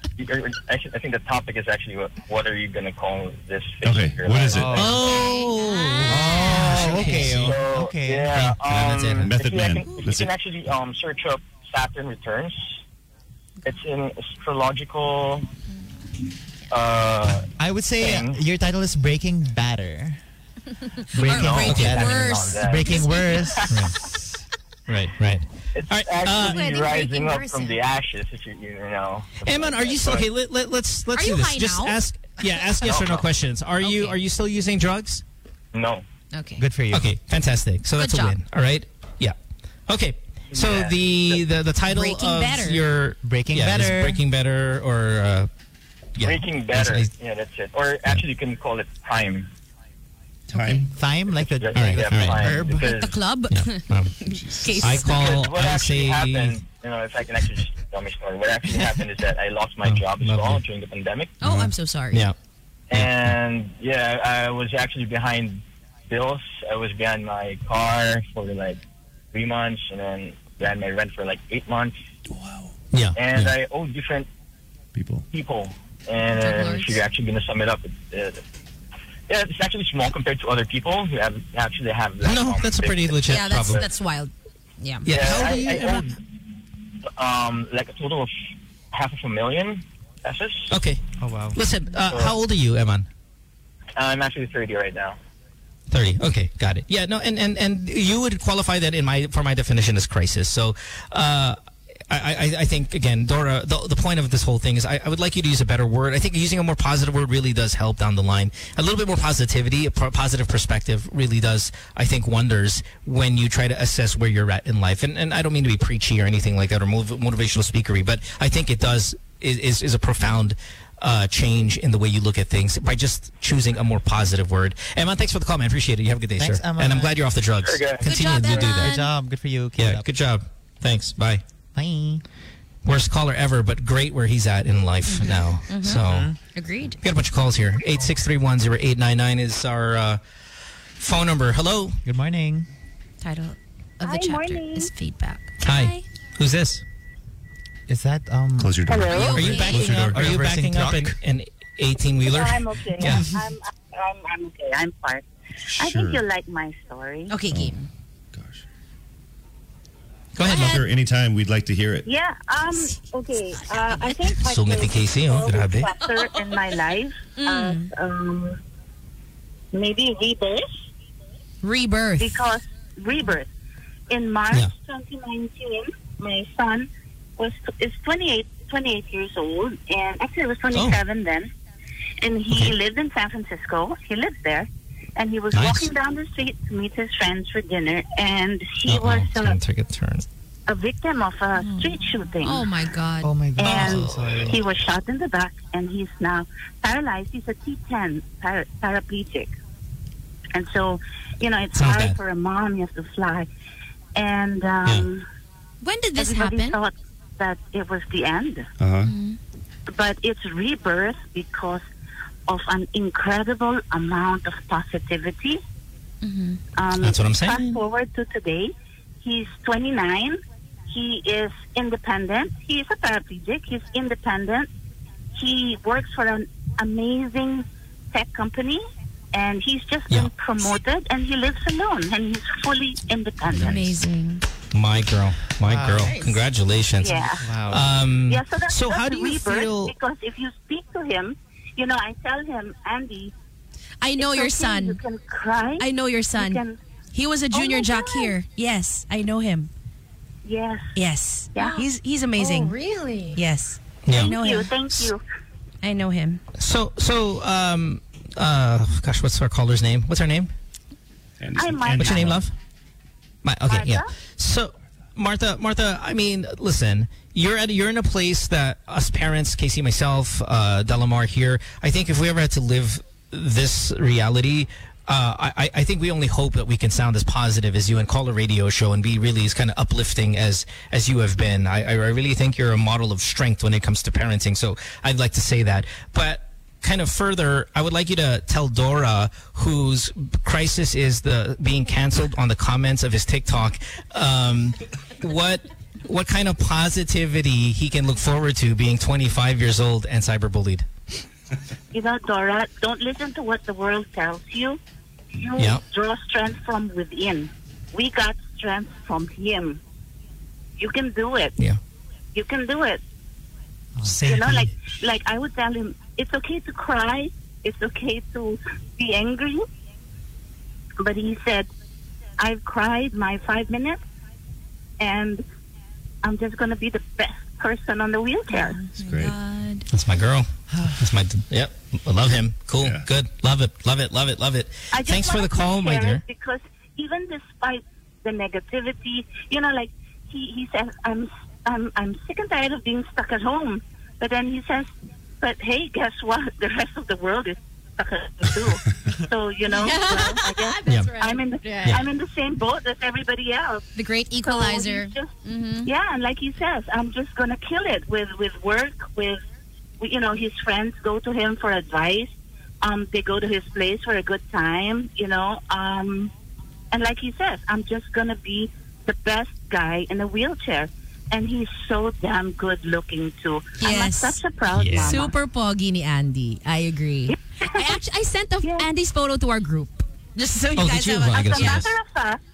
Speaker 2: I should- I think the topic is actually what, what are you gonna call this? Um, phase
Speaker 5: Okay,
Speaker 2: of your
Speaker 5: what
Speaker 2: life?
Speaker 5: is it?
Speaker 6: Oh.
Speaker 3: Oh,
Speaker 6: Oh, Oh, okay.
Speaker 3: So,
Speaker 6: oh,
Speaker 8: So,
Speaker 6: okay.
Speaker 8: Yeah.
Speaker 3: that's it.
Speaker 8: Um,
Speaker 5: Method
Speaker 8: if you
Speaker 5: Man.
Speaker 8: Can, you
Speaker 5: That's
Speaker 8: can
Speaker 5: it.
Speaker 8: actually um, search up Saturn returns. It's in astrological. Uh,
Speaker 6: I would say uh,
Speaker 8: Thing.
Speaker 6: your title is Breaking Batter. Breaking,
Speaker 8: no,
Speaker 1: Breaking
Speaker 8: okay,
Speaker 1: Worse.
Speaker 8: not that.
Speaker 6: Breaking Worse.
Speaker 3: Right, right.
Speaker 8: It's
Speaker 3: All right, uh,
Speaker 8: actually
Speaker 4: Pwedeng
Speaker 8: rising
Speaker 4: breaking
Speaker 8: up
Speaker 4: worse
Speaker 8: from the ashes. If you you know.
Speaker 3: Eman, are you still okay? Let, let, let's let's
Speaker 1: Are
Speaker 3: do
Speaker 1: you
Speaker 3: this.
Speaker 1: high
Speaker 3: Just
Speaker 1: now?
Speaker 3: ask. Yeah, ask yes or no questions. Are you
Speaker 1: Okay.
Speaker 3: are you still using drugs?
Speaker 8: No.
Speaker 1: Okay.
Speaker 6: Good for you.
Speaker 3: Okay, fantastic. So that's a
Speaker 1: job.
Speaker 3: win. All right. Yeah. Okay. So
Speaker 8: Yeah.
Speaker 3: the, the the title
Speaker 1: Breaking
Speaker 3: of
Speaker 1: Better.
Speaker 3: your
Speaker 6: Breaking
Speaker 3: yeah, is
Speaker 6: Better.
Speaker 3: breaking better or uh, yeah.
Speaker 8: Breaking better.
Speaker 3: Yes,
Speaker 8: yeah, that's it. Or actually, you can call it time.
Speaker 5: Time.
Speaker 6: Thyme, like the
Speaker 8: Just
Speaker 3: All right,
Speaker 8: yeah,
Speaker 3: all right.
Speaker 8: time,
Speaker 6: herb.
Speaker 8: Because
Speaker 1: The club.
Speaker 3: I, um,
Speaker 1: Case.
Speaker 3: I call.
Speaker 8: Because what
Speaker 3: I
Speaker 8: actually
Speaker 3: say.
Speaker 8: happened, you know, if I can actually just tell my story, what actually happened is that I lost my
Speaker 3: Oh,
Speaker 8: job as
Speaker 3: lovely.
Speaker 8: well during the pandemic.
Speaker 1: oh, I'm so sorry.
Speaker 3: Yeah.
Speaker 8: And yeah, I was actually behind bills. I was behind my car for like three months and then behind my rent for like eight months.
Speaker 5: Wow.
Speaker 3: Yeah.
Speaker 8: And
Speaker 3: yeah.
Speaker 8: I owe different
Speaker 5: People.
Speaker 8: people. And
Speaker 1: Oh, Lord.
Speaker 8: if you're actually going to sum it up, it's, uh, yeah, it's actually small compared to other people who have actually have. Like,
Speaker 3: no,
Speaker 8: um,
Speaker 3: that's a
Speaker 8: big-
Speaker 3: pretty legit
Speaker 1: Yeah, that's
Speaker 3: problem.
Speaker 1: that's wild. Yeah.
Speaker 3: yeah.
Speaker 8: Yeah,
Speaker 3: How do you?
Speaker 8: I, I
Speaker 3: Eman?
Speaker 8: owed, um, like a total of half of a million pesos.
Speaker 3: okay.
Speaker 6: Oh, wow.
Speaker 3: Listen. Uh, how old are you, Eman?
Speaker 8: I'm actually 30 right now.
Speaker 3: 30 okay got it yeah no and and and you would qualify that in my for my definition as crisis so uh I, I, I think again, Dora. The, the point of this whole thing is, I, I would like you to use a better word. I think using a more positive word really does help down the line. A little bit more positivity, a pro- positive perspective really does, I think, wonders when you try to assess where you're at in life. And and I don't mean to be preachy or anything like that or motiv- motivational speakery, but I think it does is is, is a profound uh, change in the way you look at things by just choosing a more positive word. Eman, thanks for the call, man. Appreciate it. You have a good day,
Speaker 6: Thanks,
Speaker 3: sir. And I'm
Speaker 6: Eman.
Speaker 3: glad you're off the drugs.
Speaker 8: Very good.
Speaker 3: Continue
Speaker 1: Good job,
Speaker 3: to do
Speaker 1: Eman.
Speaker 3: that.
Speaker 6: Good job. Good for you. Keep it
Speaker 3: Yeah,
Speaker 6: up.
Speaker 3: good job. Thanks. Bye.
Speaker 6: Bye.
Speaker 3: Worst caller ever, but great where he's at in life
Speaker 6: Mm-hmm.
Speaker 3: now. So
Speaker 1: Agreed.
Speaker 3: we got a bunch of calls here. 86310899 is our uh, phone number. Hello.
Speaker 6: Good morning.
Speaker 1: Title of the
Speaker 7: Hi,
Speaker 1: chapter
Speaker 7: morning.
Speaker 1: is feedback.
Speaker 3: Who's this?
Speaker 6: Is that um?
Speaker 5: Close your door.
Speaker 7: Hello.
Speaker 3: Are you
Speaker 1: Okay.
Speaker 3: backing up? Are you
Speaker 6: Reversing
Speaker 3: backing up an
Speaker 6: truck.
Speaker 3: an 18 wheeler?
Speaker 7: I'm okay.
Speaker 3: Yeah.
Speaker 7: I'm, I'm, I'm okay. I'm fine.
Speaker 5: Sure.
Speaker 7: I think you like my story.
Speaker 1: Okay, game.
Speaker 5: Gosh.
Speaker 3: Go ahead.
Speaker 5: Sure. Anytime we'd like to hear it.
Speaker 7: Yeah. Um. Okay. Uh, I think what
Speaker 3: So ngiti
Speaker 7: is
Speaker 3: KC, oh,
Speaker 7: the
Speaker 3: grabe.
Speaker 7: chapter in my life as um maybe rebirth
Speaker 1: Rebirth.
Speaker 7: because rebirth in March
Speaker 3: Yeah.
Speaker 7: 2019, my son was is 28, 28 years old, and actually he was 27 then, and he
Speaker 3: Oh. Okay.
Speaker 7: lived in San Francisco. He lived there, and he was
Speaker 3: Nice.
Speaker 7: walking down the street to meet his friends for dinner, and he
Speaker 3: Uh-oh,
Speaker 7: was
Speaker 3: it's
Speaker 7: uh,
Speaker 3: gonna take a turn.
Speaker 7: a victim of a street shooting.
Speaker 1: Oh my God.
Speaker 6: Oh my god.
Speaker 7: And
Speaker 6: I'm so sorry.
Speaker 7: he was shot in the back, and he's now paralyzed. He's a T10 para- paraplegic, and so you know it's
Speaker 3: Sounds
Speaker 7: hard
Speaker 3: bad.
Speaker 7: for a mom. You have to fly, and um,
Speaker 1: When did this
Speaker 7: everybody
Speaker 1: happen?
Speaker 7: thought that it was the end,
Speaker 6: Uh-huh.
Speaker 5: Uh huh.
Speaker 7: but it's rebirth because of an incredible amount of positivity.
Speaker 9: Mm-hmm.
Speaker 7: Um,
Speaker 3: That's what I'm saying.
Speaker 7: Fast forward to today, he's 29. He is independent. He is a paraplegic. He's independent. He works for an amazing tech company, and he's just
Speaker 3: Yeah.
Speaker 7: been promoted. And he lives alone, and he's fully independent.
Speaker 1: Amazing.
Speaker 3: My girl. My
Speaker 6: Wow.
Speaker 3: girl.
Speaker 6: Nice.
Speaker 3: Congratulations.
Speaker 7: Yeah.
Speaker 6: Wow.
Speaker 3: Um,
Speaker 7: Yeah, so that's,
Speaker 3: so
Speaker 7: that's
Speaker 3: how do you
Speaker 7: rebirth
Speaker 3: feel?
Speaker 7: Because if you speak to him, you know, I tell him, Andy,
Speaker 1: I know your
Speaker 7: it's okay, You
Speaker 1: son.
Speaker 7: can cry.
Speaker 1: I know your
Speaker 7: You
Speaker 1: son.
Speaker 7: can, Oh
Speaker 1: He was a junior
Speaker 7: my
Speaker 1: jock
Speaker 7: God.
Speaker 1: here. Yes, I know him.
Speaker 7: yes.
Speaker 1: Yes.
Speaker 7: Yeah.
Speaker 1: He's he's amazing.
Speaker 4: really?
Speaker 1: Yes.
Speaker 3: Yeah.
Speaker 1: I know
Speaker 7: Thank you.
Speaker 1: him.
Speaker 7: Thank you.
Speaker 1: I know him.
Speaker 3: So so um uh gosh, what's our caller's name? What's her name?
Speaker 7: I might
Speaker 3: What's your name, love? My, okay,
Speaker 7: Martha?
Speaker 3: yeah. So, Martha, Martha, I mean, listen, you're at you're in a place that us parents, Casey, myself, uh, Delamar here. I think if we ever had to live this reality. Uh, I, I- I think we only hope that we can sound as positive as you and call a radio show and be really as kind of uplifting as as you have been. I, I really think you're a model of strength when it comes to parenting. So I'd like to say that. But kind of further, I would like you to tell Dora, whose crisis is the being canceled on the comments of his TikTok, um, what what kind of positivity he can look forward to being 25 years old and cyberbullied.
Speaker 7: You know, Dora, don't listen to what the world tells you. You
Speaker 3: Yeah.
Speaker 7: draw strength from within. We got strength from him. You can do it.
Speaker 3: Yeah.
Speaker 7: You can do it.
Speaker 9: Say
Speaker 3: Oh,
Speaker 7: you know,
Speaker 9: it.
Speaker 7: like like I would tell him, it's okay to cry, it's okay to be angry. But he said, I've cried my five minutes, and I'm just gonna be the best person on the wheelchair.
Speaker 5: It's great.
Speaker 9: God.
Speaker 3: That's Oh my girl. That's my yep. I love him. Cool.
Speaker 5: Yeah.
Speaker 3: Good. Love it. Love it. Love it. Love it.
Speaker 7: I just
Speaker 3: Thanks for the
Speaker 7: wanted to
Speaker 3: call, my
Speaker 7: share it
Speaker 3: dear.
Speaker 7: Because even despite the negativity, you know, like he he says, I'm I'm I'm sick and tired of being stuck at home. But then he says, but hey, guess what? The rest of the world is stuck at home too. so you know, well, I guess
Speaker 3: Yeah.
Speaker 9: right.
Speaker 7: I'm in the
Speaker 9: Yeah.
Speaker 7: I'm in the same boat as everybody else.
Speaker 9: The great
Speaker 7: So he's
Speaker 9: equalizer.
Speaker 7: just-
Speaker 9: mm-hmm.
Speaker 7: yeah, and like he says, I'm just gonna kill it with with work, with with, you know his friends go to him for advice. Um, they go to his place for a good time, you know. Um, and like he says, I'm just gonna be the best guy in a wheelchair. And he's so damn good looking too. I'm like
Speaker 9: Yes.
Speaker 7: such a proud
Speaker 3: Yeah.
Speaker 7: mama.
Speaker 1: Super pogi ni Andy. I agree. I actually I sent a,
Speaker 7: Yeah.
Speaker 1: Andy's photo to our group. Just so you
Speaker 3: Oh,
Speaker 1: guys
Speaker 3: did you?
Speaker 1: have a-
Speaker 3: Well, I
Speaker 7: As
Speaker 3: guess
Speaker 7: a
Speaker 3: yes.
Speaker 7: matter of fact,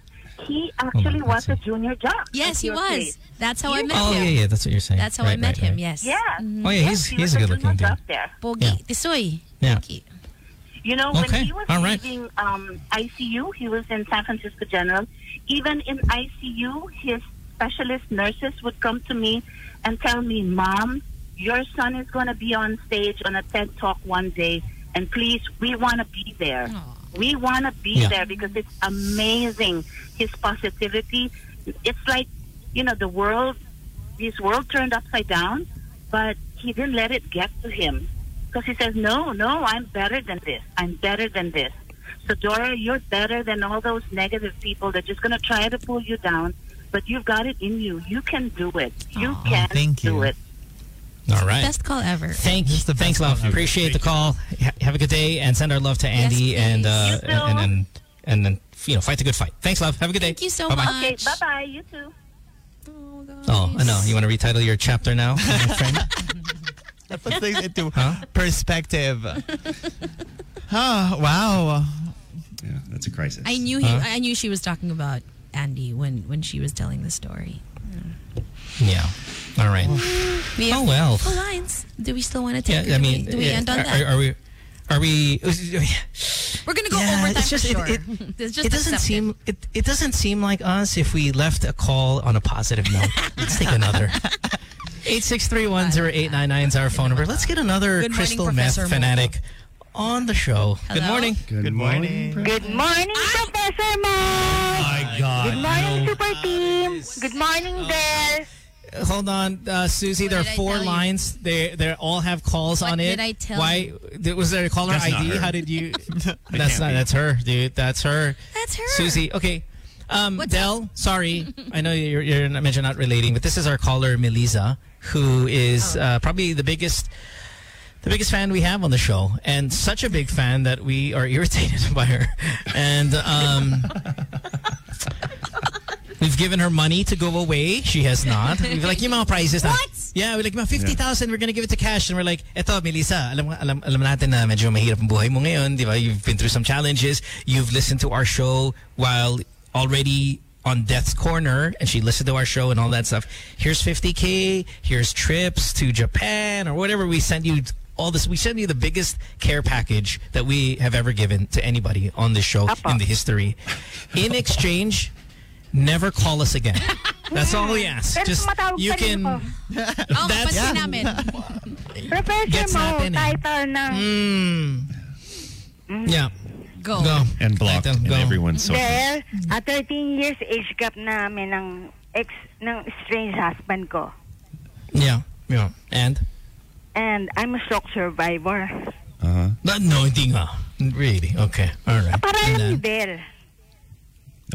Speaker 7: he actually
Speaker 3: God,
Speaker 7: was
Speaker 3: that's
Speaker 7: a
Speaker 3: it.
Speaker 7: junior jock.
Speaker 1: Yes,
Speaker 7: at
Speaker 1: he
Speaker 7: your
Speaker 1: was.
Speaker 7: place.
Speaker 1: That's how I
Speaker 7: You
Speaker 1: met
Speaker 3: Oh yeah,
Speaker 1: him.
Speaker 3: yeah. That's what you're saying.
Speaker 1: That's how I
Speaker 3: Right,
Speaker 1: met
Speaker 3: right,
Speaker 1: him.
Speaker 3: right.
Speaker 1: Yes. Mm-hmm.
Speaker 7: Yeah.
Speaker 3: Oh yeah, he's
Speaker 7: Yes, he
Speaker 3: he's
Speaker 7: was
Speaker 3: a good
Speaker 7: junior
Speaker 3: looking dude.
Speaker 7: jock there.
Speaker 1: Pogi.
Speaker 3: Yeah.
Speaker 1: Tisoy.
Speaker 3: Yeah.
Speaker 1: Pogi.
Speaker 7: You know,
Speaker 3: Okay.
Speaker 7: when he was
Speaker 3: All right.
Speaker 7: leaving um, ICU, he was in San Francisco General. Even in ICU, his specialist nurses would come to me and tell me, Mom, your son is going to be on stage on a TED Talk one day, and please, we want to be there. We want to be
Speaker 3: Yeah.
Speaker 7: there because it's amazing. His positivity. It's like, you know, the world, this world turned upside down, but he didn't let it get to him because he says, no, no, I'm better than this. I'm better than this. So, Dora, you're better than all those negative people. They're just going to try to pull you down, but you've got it in you. You can do it. You can
Speaker 6: thank
Speaker 7: do
Speaker 6: you.
Speaker 7: it.
Speaker 3: All right.
Speaker 1: Best call ever.
Speaker 3: Thank you. Thanks, love. Appreciate the call. Ha- Have a good day and send our love to Andy
Speaker 1: Yes,
Speaker 3: and, uh,
Speaker 7: please. You
Speaker 3: and
Speaker 7: too.
Speaker 3: and and then you know fight the good fight. Thanks, love. Have a good day.
Speaker 1: Thank you so
Speaker 3: Bye-bye.
Speaker 1: much.
Speaker 7: Okay, bye bye. You too.
Speaker 1: Oh, guys.
Speaker 3: Oh, I know. You want to retitle your chapter now?
Speaker 6: That puts things into
Speaker 3: Huh?
Speaker 6: perspective. oh, wow.
Speaker 5: Yeah, that's a crisis.
Speaker 1: I knew he.
Speaker 3: Huh?
Speaker 1: I knew she was talking about Andy when when she was telling the story.
Speaker 3: Oh, yeah. All right.
Speaker 1: We
Speaker 3: Oh
Speaker 1: have
Speaker 3: well.
Speaker 1: full lines. Do we still want to
Speaker 3: Yeah.
Speaker 1: take?
Speaker 3: I
Speaker 1: do
Speaker 3: mean,
Speaker 1: we, do we
Speaker 3: yeah,
Speaker 1: end on
Speaker 3: are,
Speaker 1: that?
Speaker 3: Are, are we? Are we?
Speaker 1: We're gonna go
Speaker 3: Yeah,
Speaker 1: over overtime
Speaker 3: it's just-
Speaker 1: for
Speaker 3: it-
Speaker 1: sure.
Speaker 3: it-
Speaker 1: it's just
Speaker 3: it doesn't
Speaker 1: accepted.
Speaker 3: seem it, it doesn't seem like us if we left a call on a positive note. Let's take another. 863-10899 is our phone number. Let's get another
Speaker 1: Good morning,
Speaker 3: crystal meth
Speaker 1: Professor Mo.
Speaker 3: fanatic on the show. Good
Speaker 1: Hello?
Speaker 3: morning.
Speaker 5: Good,
Speaker 6: morning.
Speaker 10: Good morning, Professor
Speaker 1: Ah!
Speaker 10: Mo.
Speaker 5: My God.
Speaker 10: Good morning, Super Team. Good morning, Bell.
Speaker 3: Hold on, uh, Susie. there are
Speaker 1: did I
Speaker 3: four
Speaker 1: tell you?
Speaker 3: lines. They they all have calls
Speaker 1: What
Speaker 3: on it.
Speaker 1: did I tell
Speaker 3: Why th- was there a caller
Speaker 5: That's not
Speaker 3: ID?
Speaker 5: her.
Speaker 3: How did you? that's
Speaker 5: can't
Speaker 3: not.
Speaker 5: be.
Speaker 3: That's her, dude. That's her.
Speaker 1: That's her.
Speaker 3: Susie. Okay. Um,
Speaker 1: What's
Speaker 3: Del, sorry. I know you're, you're not, mentioned not relating, but this is our caller, Melisa, who
Speaker 1: Oh.
Speaker 3: is uh, probably the biggest. The biggest fan we have on the show, and such a big fan that we are irritated by her. And um, we've given her money to go away. She has not. We've like, yung mga prizes na. What? Yeah, we're like, mga 50,000, we're gonna give it to cash. And we're like, eto, Melissa, alam, alam, alam natin na medyo mahirap ang buhay mo ngayon, di ba? You've been through some challenges. You've listened to our show while already on Death's Corner, and she listened to our show and all that stuff. Here's 50K, here's trips to Japan or whatever we sent you all this we send you the biggest care package that we have ever given to anybody on this show in the history in exchange never call us again. That's all we ask.
Speaker 10: Pero
Speaker 3: Just
Speaker 10: tumatawag
Speaker 3: you
Speaker 10: pa rin
Speaker 3: can
Speaker 10: ako.
Speaker 1: Oh,
Speaker 3: That's-
Speaker 1: mapansin namin.
Speaker 10: Professor
Speaker 3: Gets
Speaker 10: Mo,
Speaker 3: natin eh. Hmm.
Speaker 10: title ng
Speaker 3: yeah
Speaker 1: Go.
Speaker 3: go
Speaker 5: And blocked
Speaker 3: Item,
Speaker 5: in
Speaker 3: go.
Speaker 5: everyone's social.
Speaker 10: Bell. A 13 years age gap namin ng ex ng strange husband ko.
Speaker 3: yeah yeah and
Speaker 10: And I'm a shock survivor.
Speaker 5: Uh-huh.
Speaker 3: no, no hindi nga really okay all right
Speaker 10: Para
Speaker 3: And
Speaker 10: alam ni
Speaker 3: then-
Speaker 10: Bell.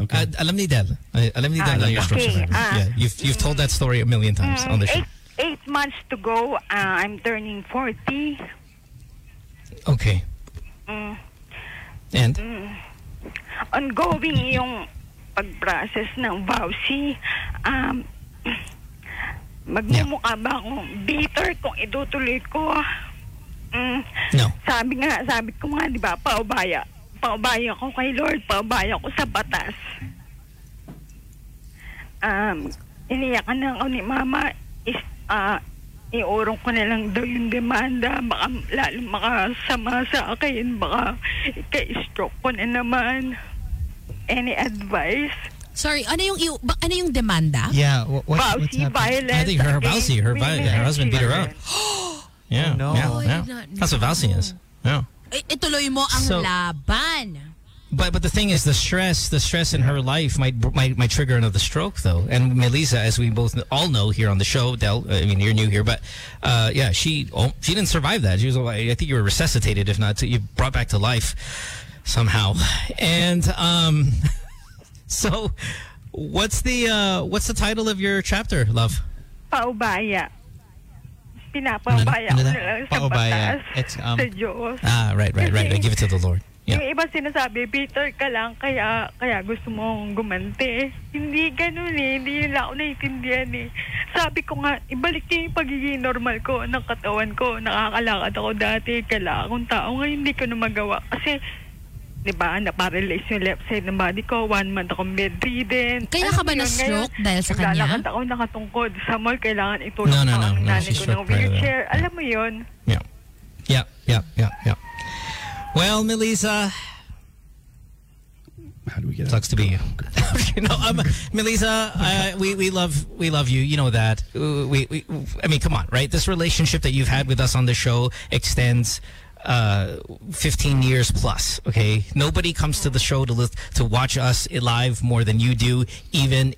Speaker 5: Okay.
Speaker 3: Uh, alam ni Del. Ay, Alam ni Del
Speaker 10: Ah,
Speaker 3: na yung
Speaker 10: okay.
Speaker 3: structure.
Speaker 10: Ah.
Speaker 3: yeah, you've, you've told that story a million times on the show.
Speaker 10: Mm, eight, eight months to go. Uh, I'm turning 40.
Speaker 3: Okay.
Speaker 10: Mm.
Speaker 3: And?
Speaker 10: ongoing yung pag-process ng vowsy. Um, magmumukha ba akong bitter kung itutuloy ko? Mm,
Speaker 3: No.
Speaker 10: sabi nga, sabi ko nga, di ba, paubaya. paubaya ko kay Lord, paubaya ko sa batas. Um, iniyakan na ako ni Mama, is, ah, iurong ko na lang daw yung demanda, baka lalo makasama sa akin, baka ka-stroke ko na naman. Any advice?
Speaker 1: Sorry, ano yung, iu- ba- ano yung demanda?
Speaker 6: Yeah, wha- what, what's
Speaker 10: Bousy
Speaker 6: happening?
Speaker 10: violence.
Speaker 3: I think
Speaker 1: eh,
Speaker 3: her
Speaker 10: against
Speaker 3: Bousy, her,
Speaker 10: women
Speaker 3: vi- her
Speaker 10: and
Speaker 3: husband beat her up.
Speaker 10: children.
Speaker 3: Yeah,
Speaker 6: no.
Speaker 3: yeah,
Speaker 6: Oh,
Speaker 1: I
Speaker 3: yeah.
Speaker 1: did not
Speaker 3: That's what Valsy is. Yeah.
Speaker 1: I- ituloy Eh, mo ang
Speaker 3: So-
Speaker 1: laban.
Speaker 3: But but the thing is, the stress, the stress in her life might might, might trigger another stroke, though. And Melissa, as we both all know here on the show, Del, I mean you're new here, but uh, yeah, she oh, she didn't survive that. She was oh, I think you were resuscitated, if not, you brought back to life somehow. And um, so what's the uh, what's the title of your chapter, love?
Speaker 10: Paubaya.
Speaker 1: Ano
Speaker 10: Pinapaubaya ko
Speaker 3: Ano- ano
Speaker 10: na
Speaker 3: na?
Speaker 10: lang sa
Speaker 6: Paubaya.
Speaker 10: batas.
Speaker 6: It's, um,
Speaker 10: sa Diyos.
Speaker 3: uh, Ah, right, right, right. I give it to the Lord.
Speaker 10: Yung
Speaker 3: Yeah.
Speaker 10: iba sinasabi, Peter ka lang, kaya, kaya gusto mong gumanti. Hindi ganun eh, hindi nila ako naiintindihan eh. Sabi ko nga, ibalik niyo yung pagiging normal ko ng katawan ko. Nakakalakad ako dati, kailangan akong tao. Ngayon hindi ko na magawa. Kasi, di ba, naparelax yung left side ng body ko. One month akong bedridden.
Speaker 1: Kailan ka ba
Speaker 10: Alam mo yun,
Speaker 1: na-stroke
Speaker 10: ngayon,
Speaker 1: dahil sa kanya?
Speaker 10: naglalakad ako nakatungkod. Sa mall, kailangan itulong
Speaker 3: No, no,
Speaker 10: pa
Speaker 3: no,
Speaker 10: ang
Speaker 3: no,
Speaker 10: nanay
Speaker 3: she's
Speaker 10: ko ng
Speaker 3: stroke prone.
Speaker 10: wheelchair. Alam mo yun?
Speaker 3: Yeah. Yeah, yeah, yeah, yeah. Well, Melissa,
Speaker 5: How do we get
Speaker 3: Sucks to be you. no, um, Melissa, uh, we, we love we love you. You know that. Uh, We, we I mean, come on, right? This relationship that you've had with us on the show extends uh 15 years plus okay nobody comes to the show to lis- to watch us live more than you do even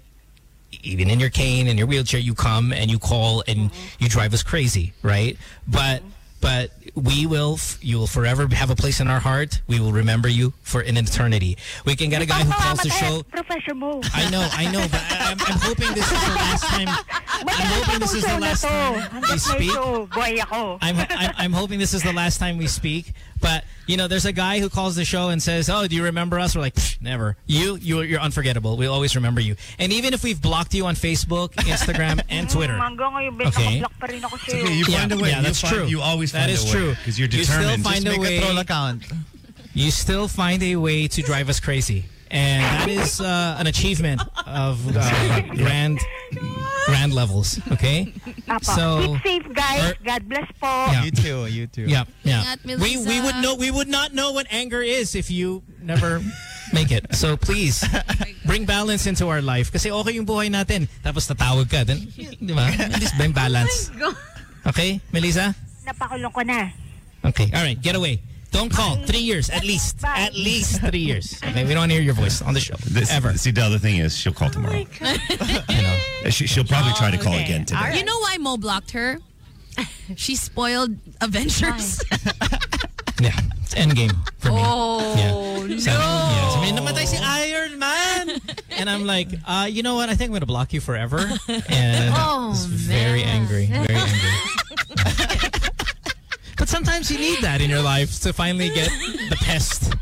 Speaker 3: even in your cane and your wheelchair you come and you call and you drive us crazy right but but we will f- you will forever have a place in our heart we will remember you for an eternity we can get a guy who calls the show
Speaker 10: Professor Mo.
Speaker 3: I know, I know, but I, I'm, I'm hoping this is the last time. I'm hoping this is the last time we speak.
Speaker 10: Boy ako.
Speaker 3: I'm, I'm, I'm hoping this is the last time we speak. But you know, there's a guy who calls the show and says, "Oh, do you remember us?" We're like, "Pfft, "Never. You, you, you're unforgettable. We'll always remember you." And even if we've blocked you on Facebook, Instagram, and Twitter,
Speaker 10: Manggo ngayon, Ben,
Speaker 3: Okay.
Speaker 10: nakablock pa rin ako sa'yo.
Speaker 5: Okay, you
Speaker 3: Yeah,
Speaker 5: find a way.
Speaker 3: yeah,
Speaker 5: You
Speaker 3: that's
Speaker 5: find-
Speaker 3: true.
Speaker 5: You always
Speaker 3: That
Speaker 5: find
Speaker 3: is
Speaker 5: a way.
Speaker 3: true.
Speaker 5: Because you're
Speaker 3: You still
Speaker 5: determined.
Speaker 3: find
Speaker 5: Just
Speaker 3: a
Speaker 5: make
Speaker 3: way.
Speaker 6: Make a troll account.
Speaker 3: you still find a way to drive us crazy, and that is uh, an achievement of uh, grand, grand levels. Okay.
Speaker 10: Apo.
Speaker 3: So-
Speaker 10: Keep safe, guys.
Speaker 3: Or-
Speaker 10: God bless po.
Speaker 3: Yeah.
Speaker 6: You too, you too.
Speaker 3: Yeah, yeah.
Speaker 1: Ingat,
Speaker 3: We we
Speaker 1: Melissa.
Speaker 3: would know we would not know what anger is if you never make it. So please bring balance into our life kasi okay yung buhay natin. Tapos tatawag ka then, di ba? At least bring balance. Okay, Melissa?
Speaker 10: Napakulong ko na.
Speaker 3: Okay. All right, get away. Don't call. Three years at least.
Speaker 10: Bye.
Speaker 3: At least three years. Okay, we don't want to hear your voice on the show
Speaker 5: This,
Speaker 3: ever.
Speaker 5: See, the other thing is, she'll call tomorrow.
Speaker 4: Oh
Speaker 3: You know.
Speaker 5: She, she'll probably try to call again today.
Speaker 1: You know why Mo blocked her? She spoiled Avengers.
Speaker 3: Yeah, it's end game for me.
Speaker 1: oh,
Speaker 3: So, yeah, so, I mean, namatay si Iron Man. And I'm like, uh, you know what? I think I'm going to block you forever. And
Speaker 1: Oh,
Speaker 3: it's very angry. Very angry. but sometimes you need that in your life to finally get the pest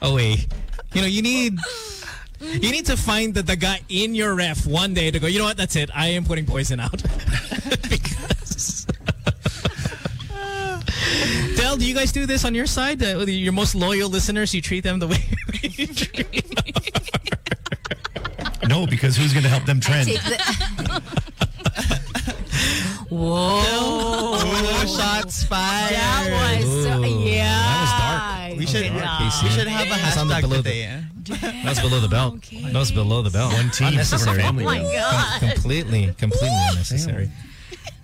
Speaker 3: away. You know, you need... You need to find the, the guy in your ref one day to go, you know what, that's it. I am putting poison out. because... Del, do you guys do this on your side? Uh, with your most loyal listeners, you treat them the way you treat
Speaker 5: No, because who's going to help them trend?
Speaker 1: Take the- Whoa.
Speaker 6: Oh, shots fired.
Speaker 1: That was, so- yeah.
Speaker 3: That
Speaker 6: We should,
Speaker 3: Casey.
Speaker 6: we should have a
Speaker 3: That's on the
Speaker 6: hashtag
Speaker 3: below
Speaker 6: today. eh?
Speaker 3: That's below the belt. That was below the belt.
Speaker 5: One team for
Speaker 3: Unnecessary.
Speaker 5: family.
Speaker 3: Com- completely, completely unnecessary.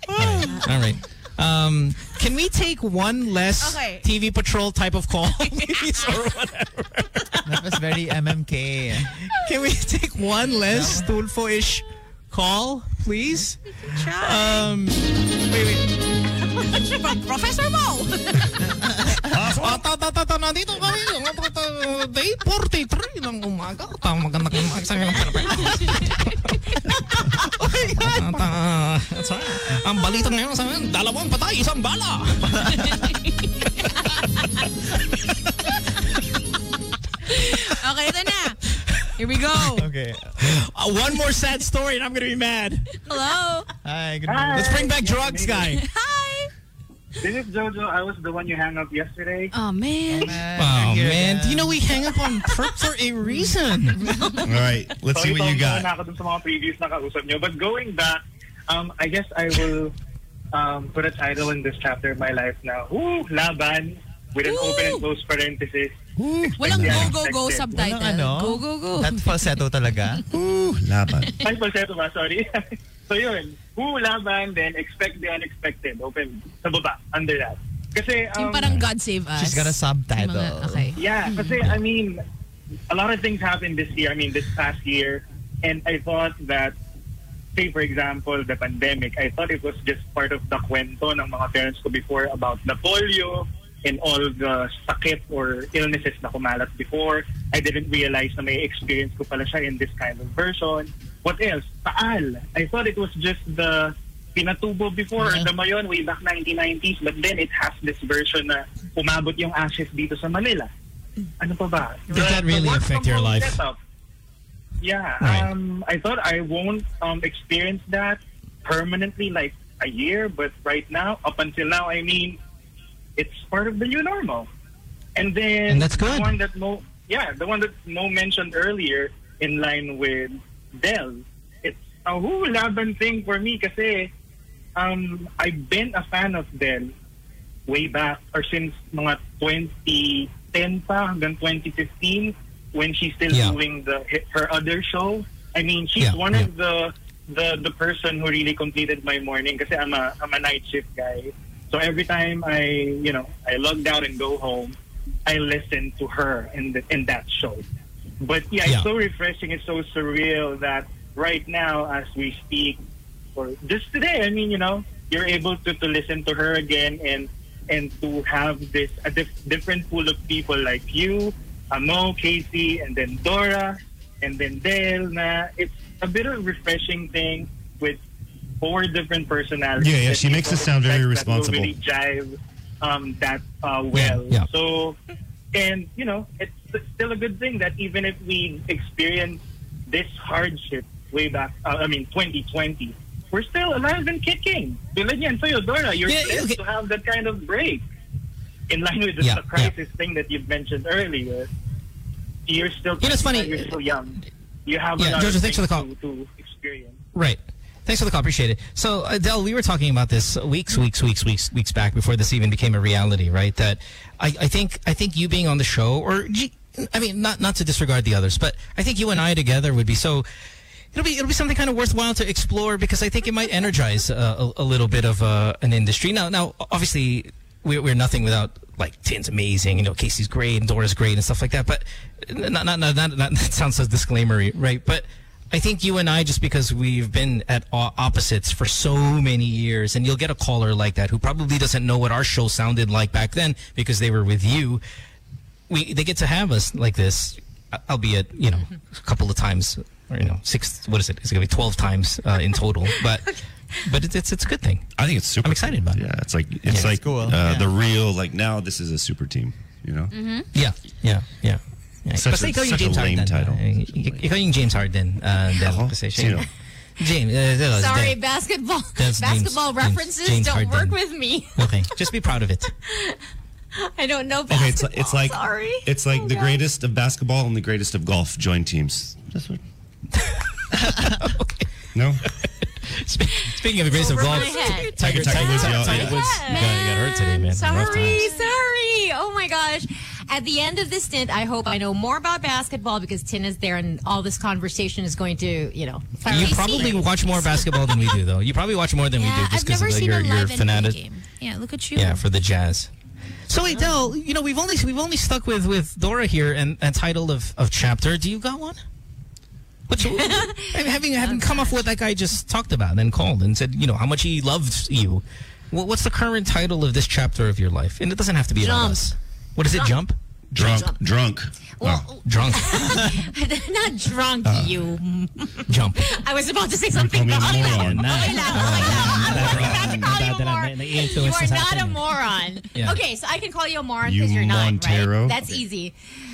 Speaker 3: All right. All right. Um, can we take one less
Speaker 9: Okay.
Speaker 3: TV patrol type of call, please, or whatever?
Speaker 6: That was very MMK.
Speaker 3: Can we take one less Tulfo-ish call, please? Um, wait, wait.
Speaker 1: Professor Mo.
Speaker 3: Ah, ta- ta- ta- ta- nandito kami. Day 43 ng umaga. Tama, maganda kayo. Sabi ng pera-pera. Ah, ta- sa- Ang balita ngayon sa amin, dalawang patay, isang bala.
Speaker 1: Okay, ito na. Here we go.
Speaker 6: Okay.
Speaker 3: Ah, one more sad story and I'm gonna be mad.
Speaker 1: Hello.
Speaker 6: Hi, good morning.
Speaker 3: Let's bring back drugs guy.
Speaker 1: Hi.
Speaker 8: This is Jojo. I was the one you hung up yesterday.
Speaker 1: Oh, man.
Speaker 3: Oh, man. You know, we hang up on for, for a reason.
Speaker 1: Uh-huh.
Speaker 5: All right, let's see
Speaker 8: Sorry,
Speaker 5: what you
Speaker 8: taong
Speaker 5: got.
Speaker 8: Na ako dun sa mga previous na kausap nyo. But going back, um, I guess I will um, put a title in this chapter of my life na, Woo! Laban! With an
Speaker 1: Woo!
Speaker 8: open and closed parenthesis.
Speaker 1: Walang
Speaker 8: Yeah.
Speaker 1: go-go-go
Speaker 8: Expected.
Speaker 1: subtitle.
Speaker 6: Walang ano?
Speaker 1: Go, go, go.
Speaker 6: That falsetto talaga.
Speaker 5: Ooh, laban.
Speaker 8: Ay, falsetto ba? Sorry. so yun. Woo! Laban! Then expect the unexpected. Open. Sa baba. Under that. Kasi, um,
Speaker 1: Yung parang God save us.
Speaker 6: She's got a subtitle.
Speaker 1: Mga, okay.
Speaker 8: Yeah, kasi I mean, a lot of things happened this year. I mean, this past year, and I thought that, say for example, the pandemic. I thought it was just part of the kwento ng mga parents ko before about the polio and all the sakit or illnesses na kumalat before. I didn't realize na may experience ko pala siya in this kind of version. What else? Taal. I thought it was just the pinatubo before
Speaker 3: Mm-hmm.
Speaker 8: or the mayon way back 1990s but then it has this version na umabot yung ashes dito sa Manila ano pa ba?
Speaker 3: Did that really
Speaker 8: work
Speaker 3: affect
Speaker 8: from
Speaker 3: your
Speaker 8: home
Speaker 3: life?
Speaker 8: setup. Yeah.
Speaker 3: Right.
Speaker 8: Um, I thought I won't um, experience that permanently, like a year, but right now, up until now, I mean, it's part of the new normal. And then
Speaker 3: And that's good.
Speaker 8: the one that Mo, yeah, the one that Mo mentioned earlier, in line with Dell, it's a whole laban thing for me kasi um, I've been a fan of Dell way back or since mga 2010 pa hanggang 2015 when she's still
Speaker 3: Yeah.
Speaker 8: doing the her other show. I mean, she's
Speaker 3: Yeah,
Speaker 8: one
Speaker 3: yeah.
Speaker 8: of the the the person who really completed my morning kasi I'm a I'm a night shift guy. So every time I, you know, I logged out and go home, I listen to her in the, in that show. But yeah,
Speaker 3: Yeah.
Speaker 8: it's so refreshing, it's so surreal that right now as we speak or just today, I mean, you know, you're able to, to listen to her again and and to have this a dif- different pool of people like you, Amo, Casey, and then Dora, and then Dale. Na it's a bit of a refreshing thing with four different personalities.
Speaker 5: Yeah, yeah,
Speaker 8: that
Speaker 5: she makes
Speaker 8: people
Speaker 5: us sound very
Speaker 8: respect that
Speaker 5: responsible.
Speaker 8: will Really jive um, that uh, well.
Speaker 3: Yeah, yeah.
Speaker 8: So, and you know, it's still a good thing that even if we experience this hardship way back, uh, I mean, 2020, we're still alive and kicking. Tulad yan sa'yo, Dora, you're
Speaker 3: Yeah, okay.
Speaker 8: blessed to have that kind of break. In line with the
Speaker 3: Yeah,
Speaker 8: the crisis thing that you've mentioned earlier, you're still
Speaker 3: You know, it's funny.
Speaker 8: you're still young. You have
Speaker 3: Yeah,
Speaker 8: another
Speaker 3: Jojo, thanks for
Speaker 8: thing
Speaker 3: the call.
Speaker 8: To, to experience.
Speaker 3: Right. Thanks for the call. Appreciate it. So, Adele, we were talking about this weeks, weeks, weeks, weeks, weeks back before this even became a reality, right? That I, I think, I think you being on the show, or G- I mean, not not to disregard the others, but I think you and I together would be so. It'll be it'll be something kind of worthwhile to explore because I think it might energize uh, a, a little bit of uh, an industry. Now, now, obviously, we're, we're nothing without like Tin's amazing, you know, Casey's great, and Dora's great, and stuff like that. But not not not, not, not that sounds so disclaimery, right? But I think you and I, just because we've been at o- opposites for so many years, and you'll get a caller like that who probably doesn't know what our show sounded like back then because they were with you. We they get to have us like this, a- albeit you know a couple of times, or, you know six. What is it? It's gonna be twelve times uh, in total, but but it's, it's it's a good thing.
Speaker 5: I think it's super.
Speaker 3: I'm excited about it.
Speaker 5: Yeah, it's like it's
Speaker 3: it's
Speaker 5: like
Speaker 6: cool.
Speaker 5: uh, the real. Like now, this is a super team. You know,
Speaker 1: Mm-hmm.
Speaker 3: Yeah, yeah, yeah. yeah.
Speaker 5: Such
Speaker 3: Basta
Speaker 5: a-
Speaker 3: ikaw yung
Speaker 5: such a
Speaker 3: James
Speaker 5: lame
Speaker 3: Harden.
Speaker 5: title.
Speaker 3: Uh,
Speaker 5: Such a lame-
Speaker 3: ikaw yung James Harden. Uh, Del,
Speaker 5: Ako?
Speaker 3: kasi siya
Speaker 5: Sino?
Speaker 3: yung- James. uh, Del, Del.
Speaker 4: Sorry, basketball
Speaker 3: That's James-
Speaker 4: basketball
Speaker 3: James-
Speaker 4: references
Speaker 3: James
Speaker 4: don't
Speaker 3: Harden.
Speaker 4: work with me.
Speaker 3: Okay, just be proud of it.
Speaker 4: I don't know
Speaker 5: okay,
Speaker 4: basketball.
Speaker 5: it's like it's like
Speaker 4: sorry.
Speaker 5: it's like
Speaker 4: Oh,
Speaker 5: the
Speaker 4: God.
Speaker 5: greatest of basketball and the greatest of golf join teams. That's what. No,
Speaker 3: Spe- Speaking of the grace of
Speaker 4: Over
Speaker 3: golf,
Speaker 4: my head.
Speaker 3: Tiger,
Speaker 5: Tiger Woods, yeah,
Speaker 3: Tiger
Speaker 5: yeah.
Speaker 3: Woods got, got hurt today, man. Rough
Speaker 4: Sorry,
Speaker 3: times.
Speaker 4: sorry. Oh my gosh. At the end of this stint, I hope I know more about basketball because Tin is there and all this conversation is going to, you know.
Speaker 3: You
Speaker 4: thoroughly
Speaker 3: probably
Speaker 4: see.
Speaker 3: watch more basketball than we do, though. You probably watch more than we
Speaker 1: Yeah,
Speaker 3: do just
Speaker 1: I've
Speaker 3: because
Speaker 1: never
Speaker 3: of the,
Speaker 1: seen
Speaker 3: your,
Speaker 1: a
Speaker 3: your
Speaker 1: live NBA
Speaker 3: fanatic.
Speaker 1: game. Yeah, look at you.
Speaker 3: Yeah, for the Jazz. So wait, Del, you know we've only we've only stuck with with Dora here and, and title of, of chapter. Do you got one? Which, I mean, having having come off what that guy just talked about and called and said, you know how much he loves you. What, what's the current title of this chapter of your life? And it doesn't have to be about
Speaker 4: Jump.
Speaker 3: us. What is it? Jump.
Speaker 5: drunk, drunk. Oh.
Speaker 4: Well,
Speaker 3: Drunk.
Speaker 4: not drunk, you.
Speaker 3: Jump.
Speaker 4: I was about to say something
Speaker 5: call me a
Speaker 4: wrong.
Speaker 5: moron.
Speaker 3: Ah,
Speaker 4: Okay lang, okay lang. I'm not about to call
Speaker 3: dala,
Speaker 4: moron.
Speaker 3: na-
Speaker 4: you
Speaker 3: nai-influence na
Speaker 4: are
Speaker 3: sa eh.
Speaker 4: not a
Speaker 3: akin.
Speaker 4: moron.
Speaker 3: Yeah.
Speaker 4: Okay, so I can call you a moron
Speaker 5: You
Speaker 4: because you're not,
Speaker 5: Montero?
Speaker 4: right? That's easy.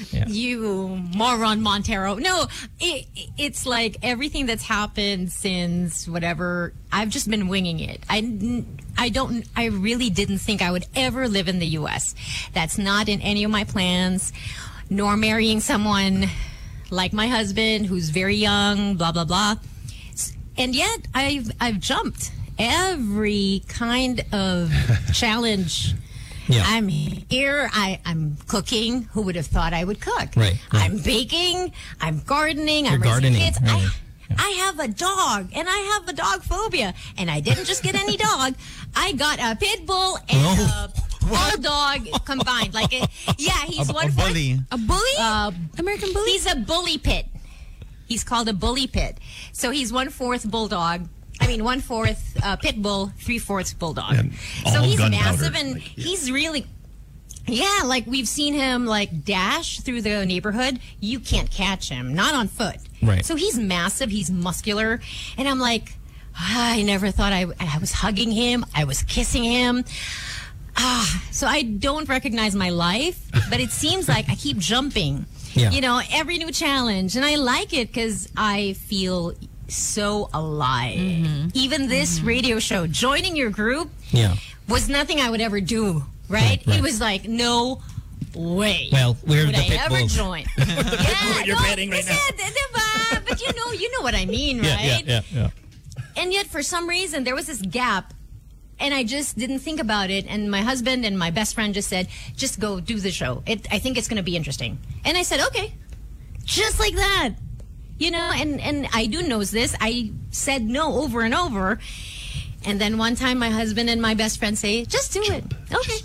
Speaker 3: Yeah.
Speaker 4: You moron Montero. No, it, it's like everything that's happened since whatever. I've just been winging it. I, n- I don't. I really didn't think I would ever live in the U.S. That's not in any of my plans. Nor marrying someone like my husband who's very young. Blah blah blah. S- And yet I've I've jumped every kind of challenge.
Speaker 3: Yeah.
Speaker 4: I'm here. I, I'm cooking. Who would have thought I would cook?
Speaker 3: Right, right.
Speaker 4: I'm baking. I'm gardening. I'm
Speaker 3: You're
Speaker 4: raising
Speaker 3: gardening,
Speaker 4: kids.
Speaker 3: right.
Speaker 4: I, I have a dog, and I have a dog phobia. And I didn't just get any dog. I got a pit bull and
Speaker 3: Oh.
Speaker 4: a bulldog combined. Like, it, yeah, he's
Speaker 6: A-
Speaker 4: one
Speaker 6: a
Speaker 4: fourth-
Speaker 6: bully.
Speaker 1: A bully?
Speaker 4: Uh,
Speaker 1: American bully?
Speaker 4: He's a bully pit. He's called a bully pit. So he's one fourth bulldog. I mean, one fourth uh, pit bull, three fourths bulldog.
Speaker 5: And
Speaker 4: so
Speaker 5: all
Speaker 4: he's
Speaker 5: gunpowder,
Speaker 4: massive and
Speaker 5: like, yeah.
Speaker 4: he's really. Yeah, like we've seen him like dash through the neighborhood. You can't catch him, not on foot.
Speaker 3: Right.
Speaker 4: So he's massive, he's muscular, and I'm like, ah, I never thought I I was hugging him, I was kissing him. Ah, so I don't recognize my life, but it seems like I keep jumping.
Speaker 3: Yeah.
Speaker 4: You know, every new challenge, and I like it because I feel so alive.
Speaker 3: Mm-hmm.
Speaker 4: Even this radio show, joining your group,
Speaker 3: Yeah.
Speaker 4: was nothing I would ever do. Right?
Speaker 3: Right, right.
Speaker 4: It was like no way.
Speaker 3: Well, we're
Speaker 4: would
Speaker 3: the
Speaker 4: I
Speaker 3: pit
Speaker 4: ever
Speaker 3: bulls.
Speaker 4: join? yeah,
Speaker 3: you're
Speaker 4: no,
Speaker 3: betting right
Speaker 4: kasi, di- di ba? But you know, you know what I mean, right?
Speaker 3: yeah.
Speaker 4: And yet, for some reason, there was this gap, and I just didn't think about it. And my husband and my best friend just said, "Just go do the show. It, I think it's going to be interesting." And I said, "Okay," just like that, you know. And and I do knows this. I said no over and over, and then one time, my husband and my best friend say, "Just do it." Okay,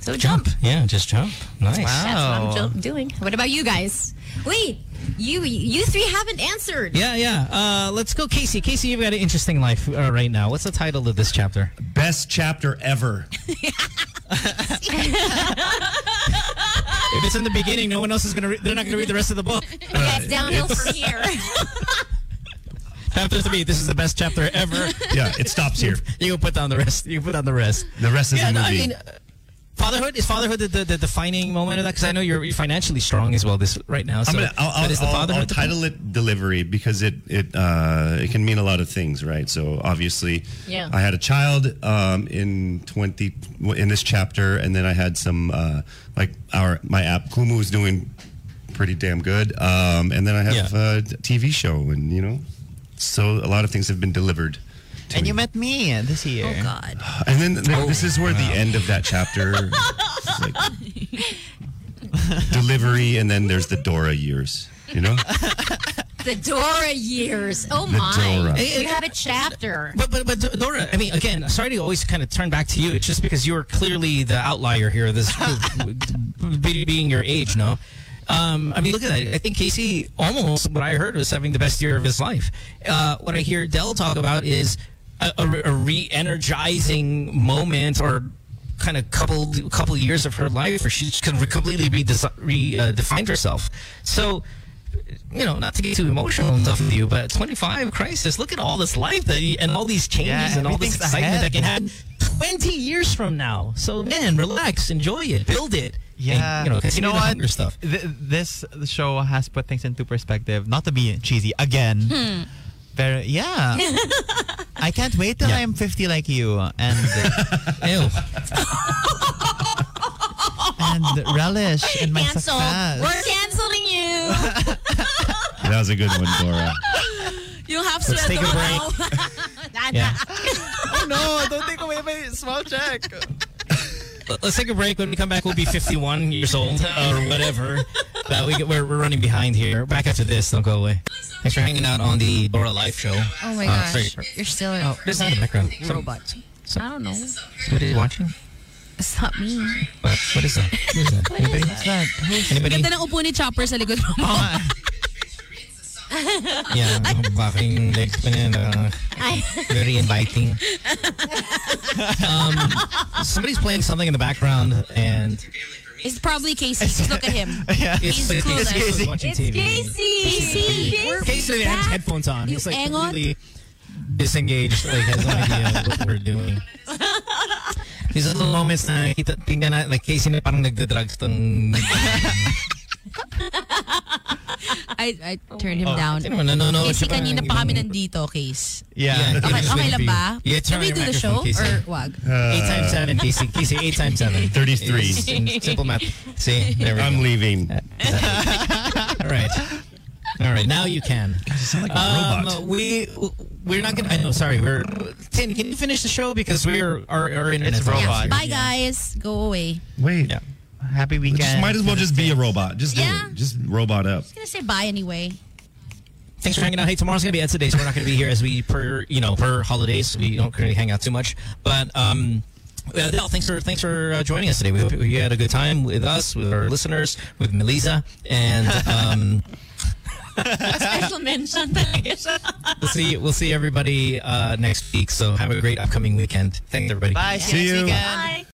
Speaker 4: so jump.
Speaker 3: Jump. Yeah, just jump. Nice.
Speaker 4: That's what I'm
Speaker 6: Wow.
Speaker 4: jump doing. What about you guys? Wait, you you three haven't answered.
Speaker 3: Yeah, yeah. Uh, let's go, Casey. Casey, you've got an interesting life uh, right now. What's the title of this chapter?
Speaker 5: Best chapter ever.
Speaker 3: If it's in the beginning, no one else is gonna. Re- they're not gonna read the rest of the book.
Speaker 4: Yeah, it's downhill from here.
Speaker 3: chapter three. This is the best chapter ever.
Speaker 5: Yeah, it stops here.
Speaker 3: You can put down the rest. You can put down the rest.
Speaker 5: The rest is
Speaker 3: Yeah,
Speaker 5: a
Speaker 3: no,
Speaker 5: movie.
Speaker 3: I mean, uh, fatherhood is fatherhood the, the, the defining moment of that because I know you're you're financially strong as well. This right now. So,
Speaker 5: I'm gonna, I'll, I'll,
Speaker 3: but is the
Speaker 5: I'll- I'll
Speaker 3: fatherhood the-
Speaker 5: title it delivery because it it uh, it can mean a lot of things, right? So obviously,
Speaker 4: Yeah.
Speaker 5: I had a child um, in twenty in this chapter, and then I had some uh, like our my app Kumu is doing pretty damn good, um, and then I have
Speaker 3: Yeah.
Speaker 5: a TV show, and you know, so a lot of things have been delivered. to
Speaker 6: And
Speaker 5: me.
Speaker 6: you met me this year.
Speaker 4: Oh God.
Speaker 5: and then th- this is where
Speaker 3: Oh,
Speaker 5: the end of that chapter. is like delivery, and then there's the Dora years. You know,
Speaker 4: The Dora years. Oh
Speaker 5: The
Speaker 4: my.
Speaker 5: Dora.
Speaker 4: You have a chapter.
Speaker 3: But, but but Dora, I mean, again, sorry to always kind of turn back to you. It's just because you're clearly the outlier here. This group, be- being your age, no. Um, I mean, look at that. I think Casey almost what I heard was having the best year of his life. Uh, what I hear Dell talk about is a, a, a re-energizing moment or kind of couple couple years of her life where she can completely redesi- redefine herself. So you know, not to get too emotional and stuff with you, but 25 crisis. Look at all this life that you, and all these changes
Speaker 6: Yeah,
Speaker 3: and all this
Speaker 6: everything's
Speaker 3: excitement
Speaker 6: ahead.
Speaker 3: that can happen 20 years from now. So man, relax, enjoy it, build it.
Speaker 6: Yeah,
Speaker 3: and, you know, continue the hunger stuff.
Speaker 6: Th- this show has put things into perspective. Not to be cheesy again.
Speaker 7: Hmm.
Speaker 1: Hmm.
Speaker 6: Very
Speaker 3: Uh.
Speaker 6: yeah. I can't wait till
Speaker 3: Yeah.
Speaker 6: I'm 50 like you and
Speaker 3: Ew.
Speaker 6: and relish in my
Speaker 4: Cancel.
Speaker 6: success.
Speaker 4: We're canceling you.
Speaker 5: that was a good one, Dora.
Speaker 1: You'll have to
Speaker 3: Let's take a break. Yeah.
Speaker 6: Oh no! Don't take away my small check.
Speaker 3: Let- Let's take a break. When we come back, we'll be 51 years old or whatever. But we, we're, we're running behind here. Back after this. Don't go away. Thanks for hanging out on the Dora Life Show.
Speaker 1: Oh my
Speaker 3: Uh,
Speaker 1: gosh.
Speaker 3: sorry.
Speaker 1: You're still a
Speaker 3: Oh, there's not a background. Some-
Speaker 1: robot.
Speaker 3: some-
Speaker 1: I don't know.
Speaker 3: Somebody's watching.
Speaker 1: It's not me.
Speaker 3: What, what is that? What is that? Anybody? Anybody? Ah.
Speaker 1: Ganda ng upo ni Chopper sa likod mo.
Speaker 3: Yeah, ang buffing legs pa niya. uh, Very inviting. um, somebody's playing something in the background and
Speaker 1: It's probably Casey. Just look at him.
Speaker 6: yeah.
Speaker 1: He's
Speaker 3: it's,
Speaker 1: clueless.
Speaker 3: Casey watching
Speaker 4: It's
Speaker 3: TV.
Speaker 4: Casey.
Speaker 1: We're
Speaker 3: Casey
Speaker 1: back.
Speaker 3: has headphones on.
Speaker 1: You
Speaker 3: He's like
Speaker 1: hang on.
Speaker 3: really disengaged, like has no idea what we're doing. These little moments na nakikita, tingnan na, like Casey na parang nagda-drugs tong...
Speaker 1: I, I turned him
Speaker 3: Oh,
Speaker 1: down.
Speaker 3: sino mo, nanonood
Speaker 1: Kasi
Speaker 3: siya pa ng
Speaker 1: kanina
Speaker 3: ibang-
Speaker 1: pa kami nandito, Case.
Speaker 6: Yeah.
Speaker 1: Okay,
Speaker 3: Casey
Speaker 1: okay
Speaker 3: will
Speaker 1: lang
Speaker 3: be-
Speaker 1: ba?
Speaker 3: Yeah,
Speaker 1: Can
Speaker 3: turn
Speaker 1: we
Speaker 3: your
Speaker 1: do the show
Speaker 3: microphone, Casey.
Speaker 1: or wag?
Speaker 3: 8 times 7, Casey. Casey, 8 times 7.
Speaker 5: 33.
Speaker 3: Simple math. See, there we
Speaker 5: I'm
Speaker 3: go.
Speaker 5: leaving.
Speaker 3: All right. All right, now you can.
Speaker 5: sound like a robot.
Speaker 3: Um, we we're not gonna. I know. Sorry, we're Tin. Can you finish the show because we're our, our internet's
Speaker 6: It's
Speaker 3: off.
Speaker 6: robot.
Speaker 1: Bye, guys. Go away.
Speaker 5: Wait.
Speaker 3: Yeah.
Speaker 6: Happy weekend.
Speaker 5: Just might as well just be a robot. Just do
Speaker 1: Yeah.
Speaker 5: it. Just robot up.
Speaker 1: I'm gonna say bye anyway.
Speaker 3: Thanks for hanging out. Hey, tomorrow's gonna be Ed's Day, so we're not gonna be here as we per you know per holidays. We don't really hang out too much, but um. uh, Adele, thanks for thanks for uh, joining us today. We hope you had a good time with us, with our listeners, with Melissa, and um,
Speaker 1: Special mention.
Speaker 3: we'll see we'll see everybody uh, next week. So have a great upcoming weekend. Thanks everybody.
Speaker 6: Bye. See,
Speaker 5: you.
Speaker 6: you next weekend.